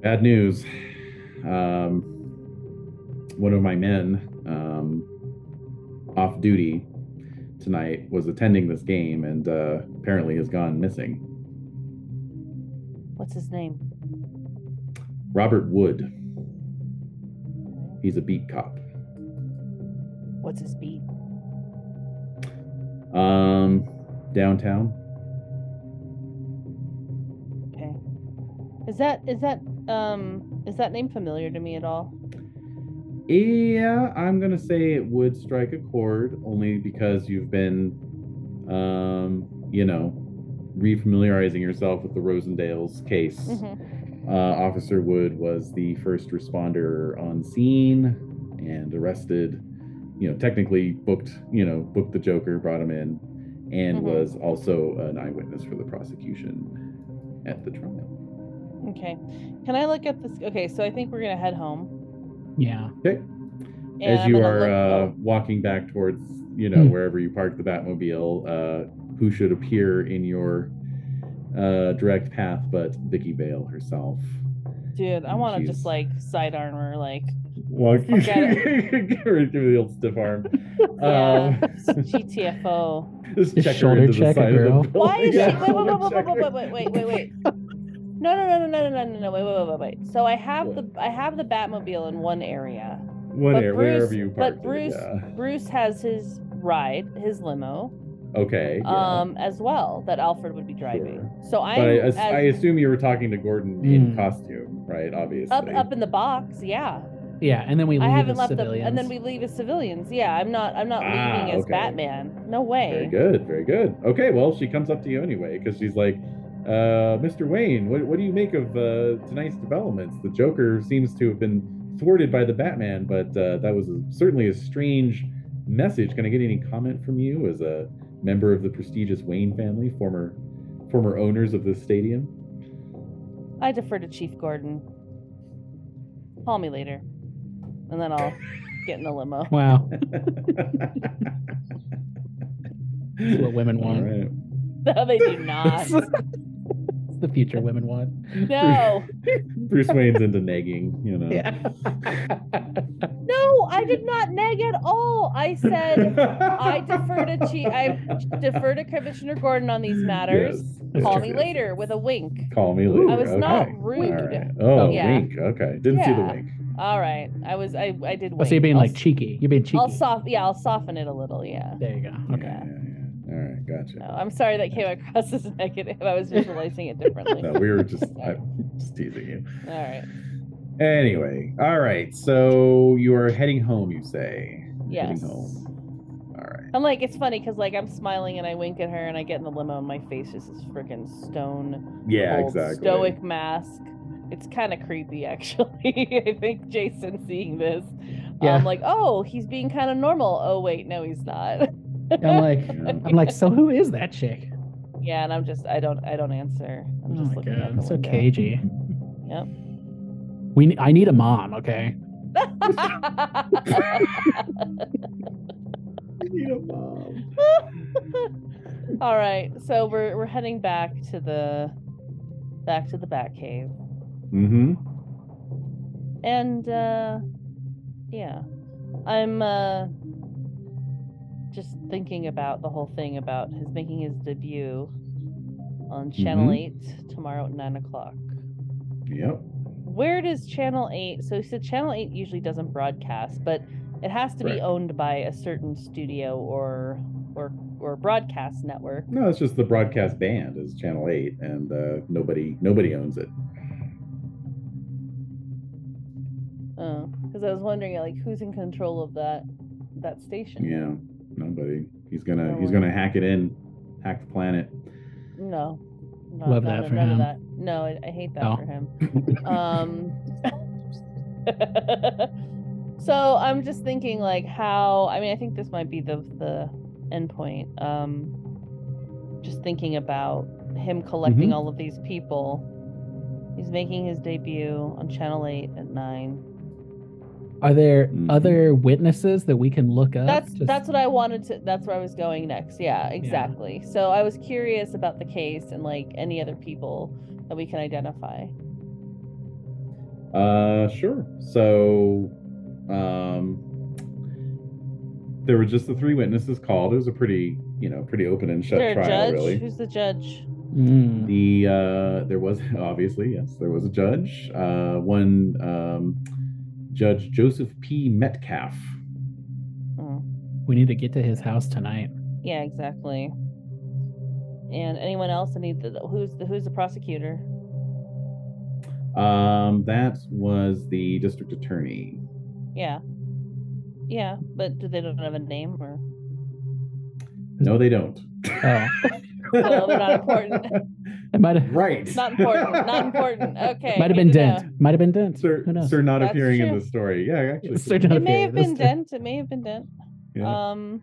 E: bad news um one of my men um, off duty tonight was attending this game and uh, apparently has gone missing.
D: What's his name?
E: Robert Wood. He's a beat cop.
D: What's his beat?
E: Um, downtown.
D: Okay. Is that is that um is that name familiar to me at all?
E: Yeah, I'm gonna say it would strike a chord only because you've been, um, you know, refamiliarizing yourself with the Rosendale's case.
D: Mhm.
E: Uh, Officer Wood was the first responder on scene and arrested. You know, technically booked. You know, booked the Joker, brought him in, and
D: Mhm.
E: was also an eyewitness for the prosecution at the trial.
D: Okay. Can I look at this? Okay, so I think we're gonna head home.
C: Yeah.
E: Okay.
D: and
E: As
D: I'm
E: you
D: gonna
E: are
D: look-
E: uh,
D: oh,
E: walking back towards, you know,
C: Hmm.
E: wherever you parked the Batmobile, uh, who should appear in your uh, direct path but Vicky Vale herself? uh,
D: dude, I want to just
E: she's-
D: like side armor, like
E: Walking, give
D: Fuck
E: her give her the old stiff arm.
D: Yeah.
E: Um,
D: GTFO.
E: just
C: Just
E: check her
C: shoulder
E: into the
C: check her,
E: side
C: girl.
E: of the building.
D: Why is she?
E: Yeah,
D: Wait, wait,
E: shoulder
D: wait, wait,
E: check her.
D: wait, wait, wait, wait, wait, wait. No, no, no, no, no, no, no, no. Wait, wait, wait, wait, wait. So I have the I have the Batmobile in one area. But
E: Whatever, wherever
D: Bruce-
E: you
D: but
E: parked it,
D: Bruce-
E: yeah.
D: Bruce has his ride, his limo,
E: Okay. yeah.
D: um, as well that Alfred would be driving.
E: Sure.
D: So
E: but I,
D: I'm
E: as- I
D: as,
E: assume you were talking to Gordon in
C: Mm.
E: costume, right? Obviously.
D: up up in the box. Yeah,
C: Yeah, and then we leave
D: I haven't
C: as
D: left the
C: civilians.
D: and then we leave as civilians. Yeah, I'm not I'm not
E: Ah,
D: leaving as
E: okay.
D: Batman. No way.
E: Very good, very good. Okay, well, she comes up to you anyway because she's like, uh, "Mr. Wayne, what, what do you make of uh, tonight's developments? The Joker seems to have been thwarted by the Batman, but uh, that was a, certainly a strange message. Can I get any comment from you as a member of the prestigious Wayne family, former former owners of this stadium?"
D: I defer to Chief Gordon. Call me later, and then I'll get in the limo.
C: Wow.
E: That's
C: what women want.
D: No, they do not.
C: It's the future women want.
D: No,
E: Bruce Wayne's into nagging, you know.
D: no, I did not nag at all. I said I defer to Chief. I defer to Commissioner Gordon on these matters.
E: Yes,
D: Call
E: yes,
D: me
E: yes.
D: later with a wink.
E: Call me later.
D: I was not
E: okay.
D: rude.
E: All right. Oh,
D: Yeah.
E: wink. Okay. Didn't see the
D: Yeah.
E: wink.
D: All right, I was I I did.
C: Oh, so you're
D: wink.
C: being
D: I'll
C: like
D: s-
C: cheeky. You're being cheeky.
D: I'll soft. Yeah, I'll soften it a little. Yeah.
C: there you go. Okay.
E: Yeah, yeah, yeah. All right. Gotcha.
D: No, I'm sorry that came across as negative. I was visualizing it differently.
E: No, we were just I'm just teasing you.
D: All right.
E: Anyway, all right. So you are heading home, you say. You're
D: Yes.
E: Heading home. All right.
D: I'm like, it's funny because like I'm smiling and I wink at her and I get in the limo and my face is this freaking stone
E: Yeah,
D: cold
E: exactly.
D: stoic mask. It's kind of creepy actually. I think Jason seeing this,
C: Yeah.
D: I'm like, oh, he's being kind of normal. Oh wait, no, he's not.
C: I'm like,
E: Yeah.
C: I'm like, so who is that chick?
D: yeah, and I'm just, I don't, I don't answer. I'm
C: oh
D: just
C: my
D: looking out
C: god,
D: the
C: so
D: window.
C: cagey.
D: Yep.
C: We, ne- I need a mom. Okay.
E: You know, Bob.
D: All right, so we're we're heading back to the back to the Batcave,
E: Mm-hmm.
D: and uh, yeah, I'm uh, just thinking about the whole thing about his making his debut on Channel
E: Mhm.
D: Eight tomorrow at nine o'clock.
E: Yep.
D: Where does Channel Eight? So, so Channel Eight usually doesn't broadcast, but it has to be
E: Correct.
D: owned by a certain studio or or or broadcast network.
E: No, it's just the broadcast band is Channel Eight, and uh, nobody nobody owns it.
D: because Uh, I was wondering like who's in control of that that station.
E: Yeah, nobody. He's gonna
D: No
E: he's
D: one.
E: gonna hack it in, hack the planet.
D: No. No,
C: Love
D: none
C: that
D: of-
C: for
D: none
C: him.
D: of that. No, I, I hate that
C: Oh.
D: for him. Um. so I'm just thinking like how I mean I think this might be the the end point. Um. Just thinking about him collecting
C: Mm-hmm.
D: all of these people. He's making his debut on Channel Eight at nine.
C: Are there
E: Mhm.
C: other witnesses that we can look up?
D: that's
C: Just-
D: that's what I wanted to that's where I was going next. Yeah, exactly. So I was curious about the case and like any other people that we can identify.
E: Uh, sure. So, um, There were just the three witnesses called. It was a pretty, you know, pretty open and
D: Is
E: shut
D: there a
E: trial,
D: judge?
E: really.
D: Who's the judge?
C: Mm.
E: The uh, there was obviously yes, there was a judge. Uh, one um, Judge Joseph P. Metcalf.
D: Oh,
C: We need to get to his house tonight.
D: yeah, exactly. And anyone else? Any the, who's the who's the prosecutor?
E: Um, that was the district attorney.
D: Yeah, yeah, but do they don't have a name or?
E: No, they don't.
C: Oh,
D: Well, they're not important.
C: it might have
E: right.
D: Not important. Not important. Okay.
C: might have
D: good
C: been
D: to know.
C: Dent. Might have been Dent.
E: Sir,
C: Who knows?
E: sir not
D: That's
E: appearing in
D: true.
E: the story. Yeah, actually.
C: Sir John
D: It may have
C: Ferry,
D: been
C: that's-
D: Dent. It may have been Dent.
E: Yeah.
D: Um.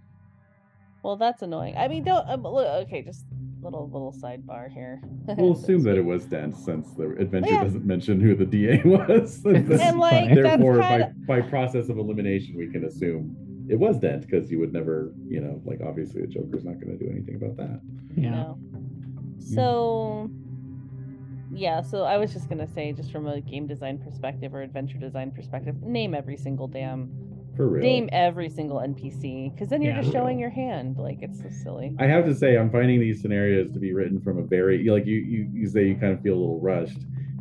D: Well, that's annoying. I mean, don't. Um, look, okay, just little little sidebar here.
E: We'll assume that it was dense since the adventure
D: Yeah.
E: doesn't mention who the DA was.
C: It's-
D: And like
C: Funny.
D: that's
E: Therefore,
D: kind of
E: by, by process of elimination, we can assume it was Dent because you would never, you know, like obviously the Joker's not going to do anything about that.
C: Yeah.
D: No. So, yeah, so I was just going to say, just from a game design perspective or adventure design perspective, name every single damn,
E: For real.
D: name every single NPC, because then you're
C: Yeah.
D: just showing your hand. Like, it's so silly.
E: I have to say, I'm finding these scenarios to be written from a very like you you, you say you kind of feel a little rushed.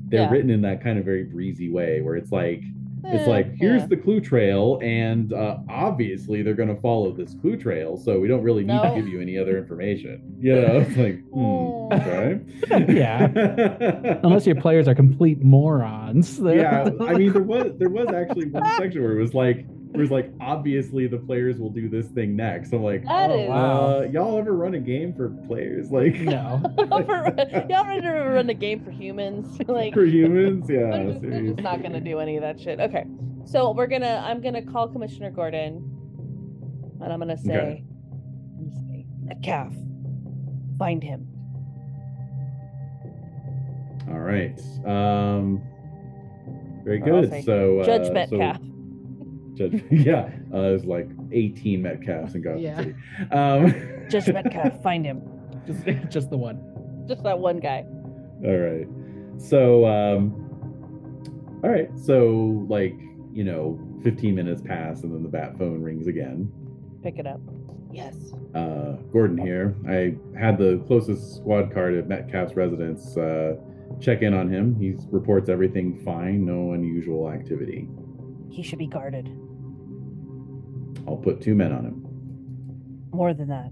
E: They're
D: Yeah.
E: written in that kind of very breezy way where it's like it's
D: Eh,
E: like here's
D: yeah.
E: the clue trail, and uh, obviously they're going to follow this clue trail, so we don't really need
D: No.
E: to give you any other information. You know, it's like
D: Oh.
E: hmm, okay,
C: Yeah. Unless your players are complete morons. they're-
E: yeah, I mean there was there was actually one section where it was like where it's like obviously the players will do this thing next. I'm like,
D: That
E: oh,
D: is-
E: uh, y'all ever run a game for players like?
C: no.
D: For- Y'all ready to run a game for humans? like,
E: for humans, yeah.
D: I'm just, I'm just not gonna
E: seriously.
D: do any of that shit. Okay, so we're gonna. I'm gonna call Commissioner Gordon, and I'm gonna say,
E: Okay.
D: I'm gonna say, Metcalf, find him.
E: All right. Um, very
D: Or I'll
E: good.
D: say,
E: So
D: Judge
E: uh,
D: Metcalf.
E: So Judge, yeah, uh, there's like 18 Metcalfs in Gotham
C: Yeah.
E: City. Um,
D: Judge Metcalf, find him.
C: Just, just the one.
D: Just that one guy.
E: all right. So, um, all right. So, like, you know, 15 minutes pass, and then the bat phone rings again.
D: Pick it up. Yes.
E: uh, Gordon here. I had the closest squad car to Metcalf's residence uh, check in on him. He reports everything fine, no unusual activity.
D: He should be guarded.
E: I'll put two men on him.
D: More than that.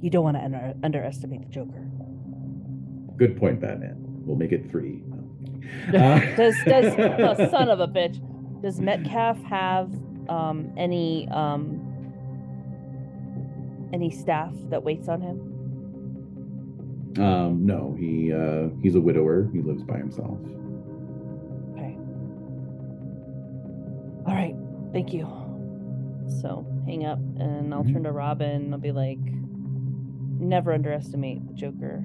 D: You don't want to under- underestimate the Joker.
E: Good point, Batman. We'll make it three. Uh,
D: Does does oh, son of a bitch. Does Metcalf have um any um any staff that waits on him?
E: Um, no, he uh, he's a widower. He lives by himself.
D: All right. Thank you. So hang up and I'll
E: Mhm.
D: turn to Robin. I'll be like, never underestimate the Joker.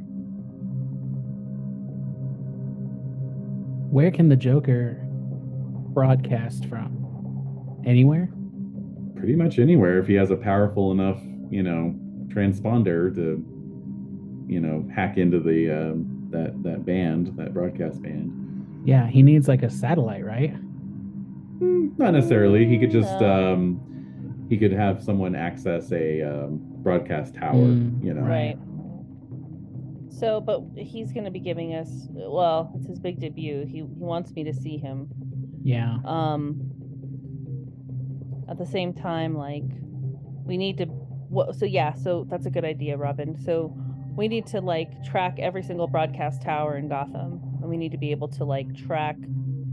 C: Where can the Joker broadcast from? Anywhere?
E: Pretty much anywhere if he has a powerful enough, you know, transponder to, you know, hack into the um, that that band, that broadcast band.
C: Yeah, he needs like a satellite, right?
E: Mm, Not necessarily. He could just
D: No.
E: um, he could have someone access a um, broadcast tower.
C: Mm,
E: you know.
D: Right. So, but he's going to be giving us. Well, it's his big debut. He he wants me to see him.
C: Yeah.
D: Um. At the same time, like, we need to. What? So yeah. So that's a good idea, Robin. So we need to like track every single broadcast tower in Gotham, and we need to be able to like track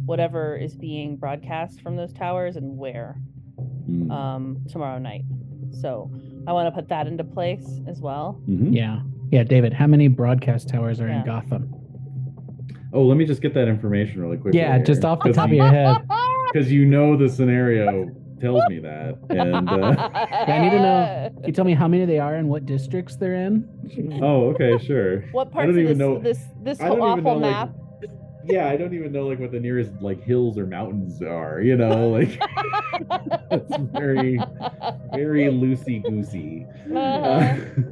D: whatever is being broadcast from those towers and where
E: Mm.
C: Uh,
D: um tomorrow night. So I want to put that into place as well.
E: Mhm.
C: Yeah. Yeah, David, how many broadcast towers are
D: Yeah.
C: in Gotham?
E: Oh, let me just get that information really quick.
C: Yeah, just off the top of
E: you,
C: your head.
E: because you know the scenario tells me that, and uh,
C: I need to know. Can you tell me how many they are and what districts they're in?
E: oh, okay, sure.
D: What
E: I
D: parts
E: don't
D: of
E: even
D: this,
E: know-
D: this this
E: I don't even
D: awful
E: know, like-
D: map?
E: Yeah, I don't even know like what the nearest like hills or mountains are. You know, like it's very very loosey goosey. uh,
D: Uh-huh.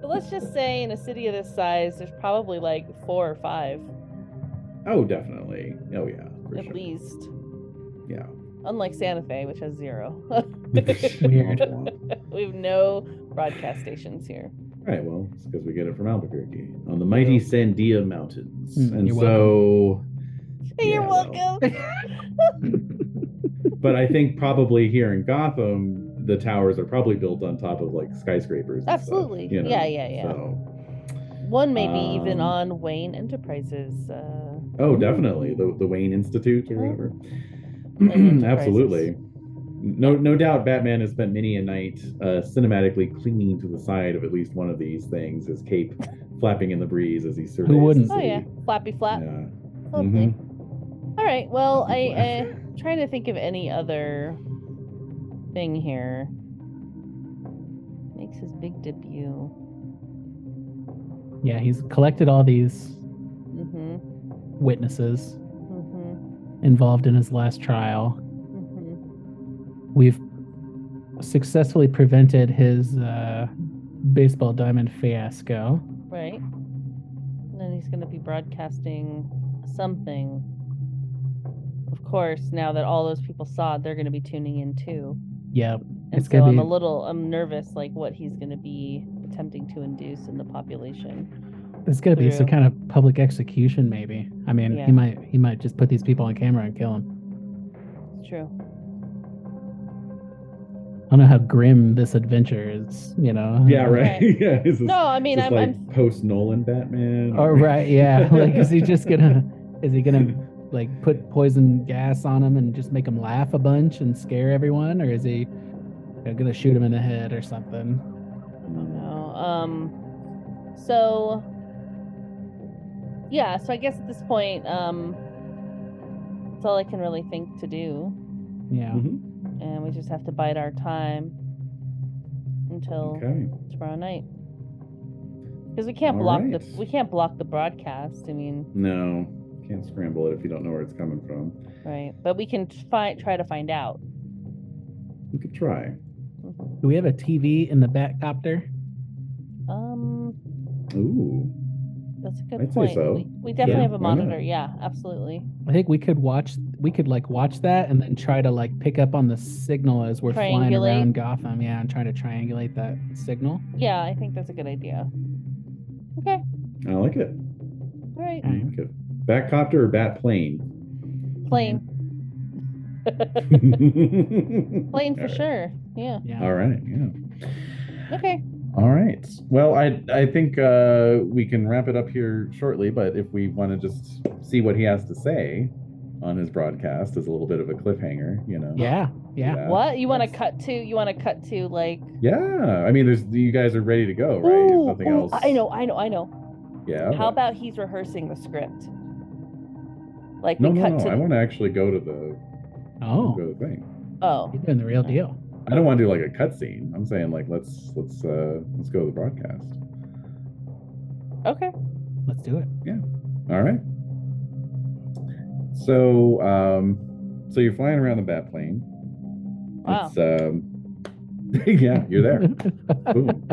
D: But let's just say in a city of this size, there's probably like four or five
E: oh, definitely. Oh yeah, for
D: at
E: sure.
D: least.
E: Yeah.
D: Unlike Santa Fe, which has zero.
C: Weird.
D: We have no broadcast stations here.
E: All right, well, it's because we get it from Albuquerque on the mighty Sandia Mountains.
C: Mm,
E: and
C: you're
E: so,
D: Hey, You're
E: Yeah, well.
D: welcome.
E: but I think probably here in Gotham, the towers are probably built on top of like skyscrapers. and stuff,
D: Absolutely.
E: you know?
D: Yeah, yeah, yeah.
E: So,
D: One may be even
E: Um,
D: on Wayne Enterprises. Uh,
E: oh, definitely the the Wayne Institute or
D: Yeah.
E: whatever.
D: Enterprises.
E: Absolutely. No, no doubt, Batman has spent many a night uh, cinematically clinging to the side of at least one of these things, his cape flapping in the breeze as he surveys. the
C: wouldn't?
D: oh yeah,
E: city.
D: Flappy Flap.
E: Yeah. Mm-hmm.
D: Lovely. All right. Well,
E: Flappy
D: I uh, trying to think of any other thing here. Makes his big debut.
C: yeah, he's collected all these
D: Mm-hmm.
C: witnesses
D: Mm-hmm.
C: involved in his last trial.
D: Mm-hmm.
C: We've successfully prevented his uh, baseball diamond fiasco.
D: Right. And then he's going to be broadcasting something. Of course, now that all those people saw it, they're going to be tuning in too.
C: Yeah,
D: And
C: It's
D: so
C: gonna
D: I'm a
C: be-
D: little, I'm nervous, like what he's going to be attempting to induce in the population.
C: it's gonna be some
D: True.
C: kind of public execution, maybe. I mean,
D: Yeah.
C: he might he might just put these people on camera and kill them.
D: It's true.
C: I don't know how grim this adventure is. You know.
E: Yeah, right.
D: Okay.
E: yeah, this is
D: No, I mean,
E: just
D: I'm,
E: like
D: I'm
E: post Nolan Batman.
C: Or Oh, right, yeah. Like, is he just gonna? Is he gonna like put poison gas on him and just make him laugh a bunch and scare everyone, or is he you know, gonna shoot him in the head or something?
D: No. Um. So. Yeah. So I guess at this point, um, that's all I can really think to do,
C: Yeah.
E: Mhm.
D: and we just have to bide our time until
E: Okay.
D: tomorrow night. Because we can't
E: All
D: block
E: right.
D: the we can't block the broadcast. I mean,
E: No, can't scramble it if you don't know where it's coming from.
D: right? But we can try try to find out.
E: We could try.
C: Do we have a TV in the back copter?
D: Um,
E: Ooh.
D: that's a good
E: I'd say
D: point.
E: so.
D: We, we definitely
E: Yeah,
D: have a
E: why not?
D: monitor. Yeah, absolutely.
C: I think we could watch. We could like watch that and then try to like pick up on the signal as we're flying
D: Triangulate.
C: around Gotham. Yeah, and try to triangulate that signal.
D: Yeah, I think that's a good idea. Okay.
E: I like it.
D: All right.
E: I like it. Bat copter or bat plane?
D: Plane. Plane
E: plane
D: for sure. Yeah.
C: Yeah.
E: All right. Yeah.
D: Okay.
E: All right. Well, I I think uh, we can wrap it up here shortly, but if we want to just see what he has to say on his broadcast as a little bit of a cliffhanger, you know.
C: Yeah. Yeah.
E: Yeah.
D: What you want to
E: that's-
D: cut to? You want to cut to like?
E: Yeah. I mean, there's you guys are ready to go, right? If
D: Ooh,
E: nothing
D: ooh,
E: else. Oh.
D: I know, I know, I know.
E: Yeah.
D: How
E: but-
D: about he's rehearsing the script? Like
E: No,
D: we
E: no,
D: cut
E: no.
D: to.
E: I
D: the-
E: want to actually go to the
C: Oh,
E: go to the thing.
D: Oh,
C: you're doing the real deal.
E: I don't want to do like a cutscene. I'm saying like let's let's uh let's go to the broadcast.
D: okay.
C: Let's do it.
E: All right. So um so you're flying around the bat plane.
D: Wow.
E: It's um yeah, you're there. Boom.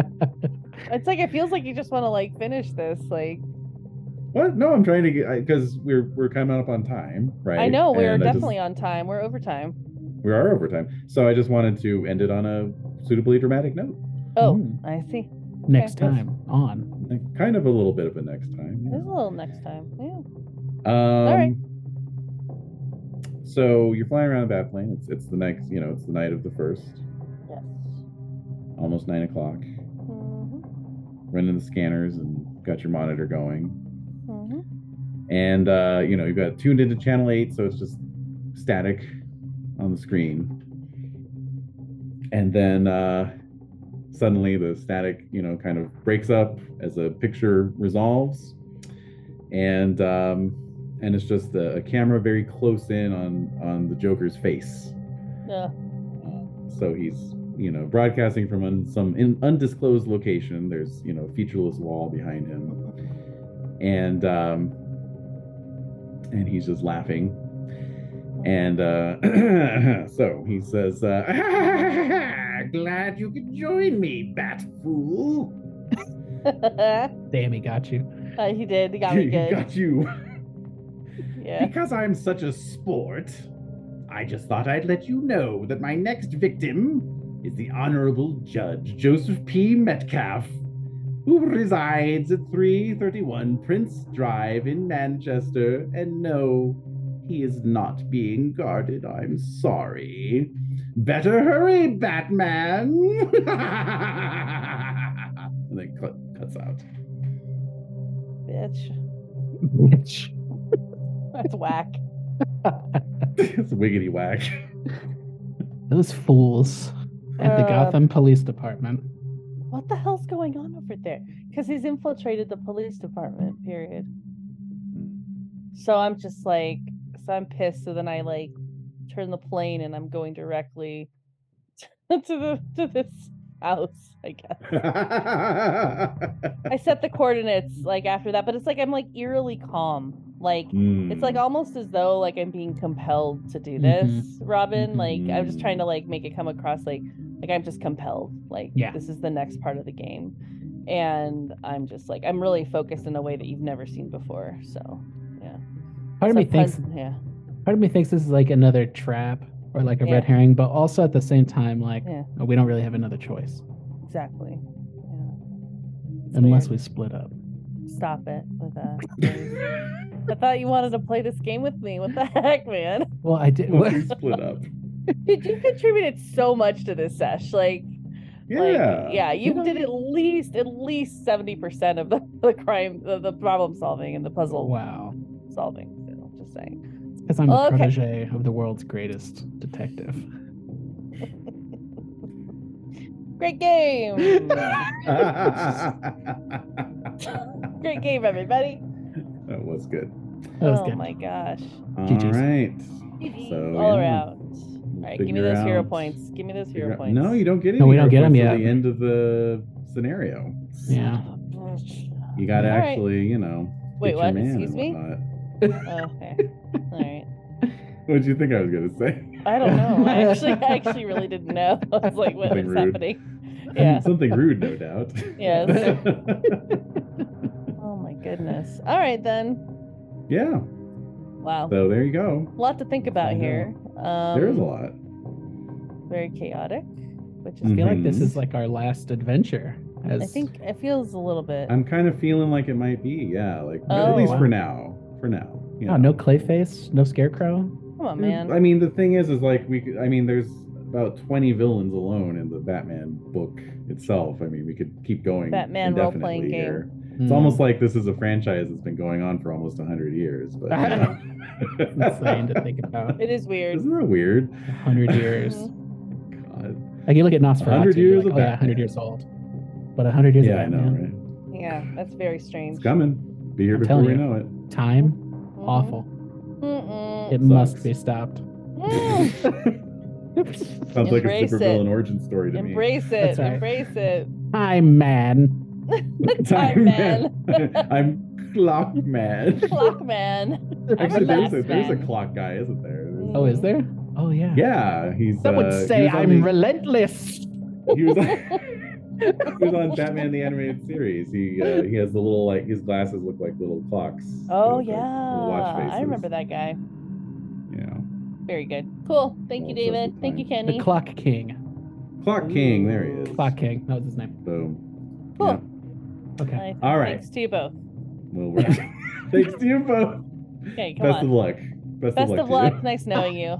D: It's like it feels like you just want to like finish this. Like
E: What? No, I'm trying to get because we're we're coming up on time, right?
D: I know we're
E: And I just-
D: definitely on time. We're overtime.
E: we are over time. So I just wanted to end it on a suitably dramatic note.
D: Oh,
E: Mm-hmm.
C: Mm.
D: I see.
C: Next
E: Okay.
C: time on.
E: Kind of a little bit of a next time. yeah.
D: There's a little next time. Yeah.
E: Um,
D: right.
E: So you're flying around a bat plane. It's it's the next, you know, it's the night of the first,
D: Yes.
E: almost nine o'clock.
D: Mhm,
E: Running the scanners and got your monitor going,
D: mhm.
E: and uh, you know you've got it tuned into channel eight, so it's just static on the screen. And then uh, suddenly the static, you know, kind of breaks up as a picture resolves, and um, and it's just a, a camera very close in on on the Joker's face.
D: Yeah.
E: so he's you know broadcasting from un- some in- undisclosed location there's you know featureless wall behind him and um and he's just laughing and uh so he says uh glad you could join me bat fool
C: Damn, he got you.
D: Uh, he did. He got me good.
E: got you
D: Yeah.
E: because i'm such a sport I just thought I'd let you know that my next victim is the Honorable Judge Joseph P. Metcalf, who resides at 331 Prince Drive in Manchester. And no, he is not being guarded. I'm sorry. Better hurry, Batman! and then cut, cuts out.
D: Bitch.
C: Bitch.
D: That's whack.
E: it's wiggity whack.
C: Those fools at the
D: Uh,
C: Gotham Police Department.
D: What the hell's going on over there? Because he's infiltrated the police department, period. So I'm just like, so I'm pissed. So then I like turn the plane and I'm going directly to the to this house, I guess. I set the coordinates like after that, but it's like I'm like eerily calm. Like it's like
C: Mm.
D: almost as though like I'm being compelled to do
C: Mhm.
D: this, Robin. Like I'm
C: Mm-hmm.
D: just
E: Mhm.
D: trying to like make it come across like like I'm just compelled. Like
C: Yeah.
D: this is the next part of the game. And I'm just like I'm really focused in a way that you've never seen before. So
C: Part of
D: so
C: me thinks
D: pun- yeah.
C: part of me thinks this is like another trap or like a
D: Yeah.
C: red herring, but also at the same time, like
D: Yeah.
C: oh, we don't really have another choice
D: Exactly. Yeah. It's
C: unless
D: weird.
C: we split up.
D: stop it with that. please. I thought you wanted to play this game with me. What the heck, man?
C: Well, I did. What?
E: we split up.
D: Dude, you contributed so much to this sesh. Like
E: Yeah.
D: Like, yeah, you, did at least at least seventy percent of the, the crime, the, the problem solving, and the puzzle
C: wow,
D: solving. So, just saying.
C: because I'm a
D: Okay.
C: protege of the world's greatest detective.
D: Great game,
E: that
D: great game, everybody.
E: was good.
C: was
D: oh
C: good.
D: my gosh,
E: All right.
C: GG's.
E: So,
D: all
E: yeah.
D: around. All right, give me
E: Figure
D: those hero
E: out-
D: points. Give me those
E: figure
D: hero
E: out-
D: points.
E: No, you don't get any.
C: No, we don't
E: hero
C: get 'em
E: points till
C: yet.
E: The end of the scenario.
C: Yeah.
E: You got to
D: All right.
E: actually, you know.
D: Wait,
E: get your
D: what?
E: man and
D: Excuse me.
E: whatnot.
D: Oh, okay. All right.
E: What did you think I was gonna say?
D: I don't know. I actually, I actually really didn't know. I was like, what
E: Something
D: is
E: rude.
D: happening? Yeah.
E: Something rude, no doubt.
D: Yes. Oh my goodness. All right then.
E: yeah.
D: Wow.
E: So there you go.
D: A lot to think about
E: find
D: here. Um,
E: there is a lot.
D: very chaotic, which is
E: Mm-hmm.
C: I feel
D: good.
C: like this is like our last adventure. As
D: I think it feels a little bit.
E: I'm kind of feeling like it might be. Yeah. Like at
D: Oh.
E: least for now. For now. you
C: oh,
E: know.
C: no Clayface, no Scarecrow.
D: Come on,
E: There's-
D: man.
E: I mean, the thing is, is like we. Could, I mean, there's about 20 villains alone in the Batman book itself. I mean, we could keep going.
D: Batman role-playing
E: indefinitely
D: game.
E: here. It's
C: Hmm.
E: almost like this is a franchise that's been going on for almost 100 years. But you know.
C: insane to think about.
D: It is weird.
E: isn't that weird?
C: Hundred years.
D: Mhm.
E: God.
C: Like you look at Nosferatu,
E: 100
C: you're
E: years
C: like,
E: of
C: oh, yeah,
E: Batman.
C: hundred years old, but hundred years
E: Yeah, I
C: of
E: know,
C: Batman.
E: right?
D: Yeah, that's very
E: It's
D: strange.
E: coming. Be here
C: I'm
E: before
C: telling
E: we
C: you.
E: know it.
C: Time
D: Mhm.
C: awful.
D: Mm-mm.
C: It must
E: Sucks.
C: be stopped.
D: Mm.
E: Sounds like a
D: Embrace
E: supervillain
D: it.
E: origin story to
D: Embrace it.
C: That's right.
D: Embrace it.
C: Time man.
E: me.
D: Time man.
E: I'm clock man.
D: Clock man. I'm
E: Actually,
D: a
E: there's a,
D: glass
E: there's a
D: man. Mm.
E: clock guy, isn't there? There's-
C: Oh, is there? Oh yeah.
E: Yeah, he's.
C: That
E: uh, he
C: would say
E: was on
C: I'm
E: the-
C: relentless.
E: he was on, he was on Batman the animated series. He uh, he has the little like his glasses look like little clocks.
D: Oh
E: with the-
D: yeah,
E: the watch faces.
D: I remember that guy.
E: Yeah,
D: Very good. Cool. Thank you,
E: All sorts of
D: David. Thank you,
C: The
D: Kenny.
C: Clock King.
E: Clock King. There he is.
C: Clock King. That was his name.
E: Boom.
D: Cool.
E: Yeah.
C: Okay.
D: Nice.
E: All right.
D: Thanks to you both.
E: Well, we're... thanks to you both.
D: Okay, come
E: Best
D: on.
E: of luck. Best,
D: Best
E: of luck.
D: of
E: to you.
D: luck. Nice knowing you.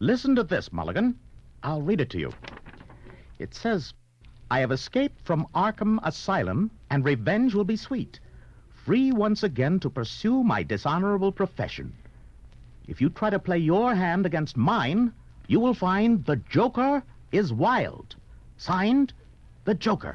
F: Listen to this, Mulligan. I'll read it to you. It says, I have escaped from Arkham Asylum, and revenge will be sweet. Free once again to pursue my dishonorable profession. If you try to play your hand against mine, you will find the Joker is wild. Signed, the Joker.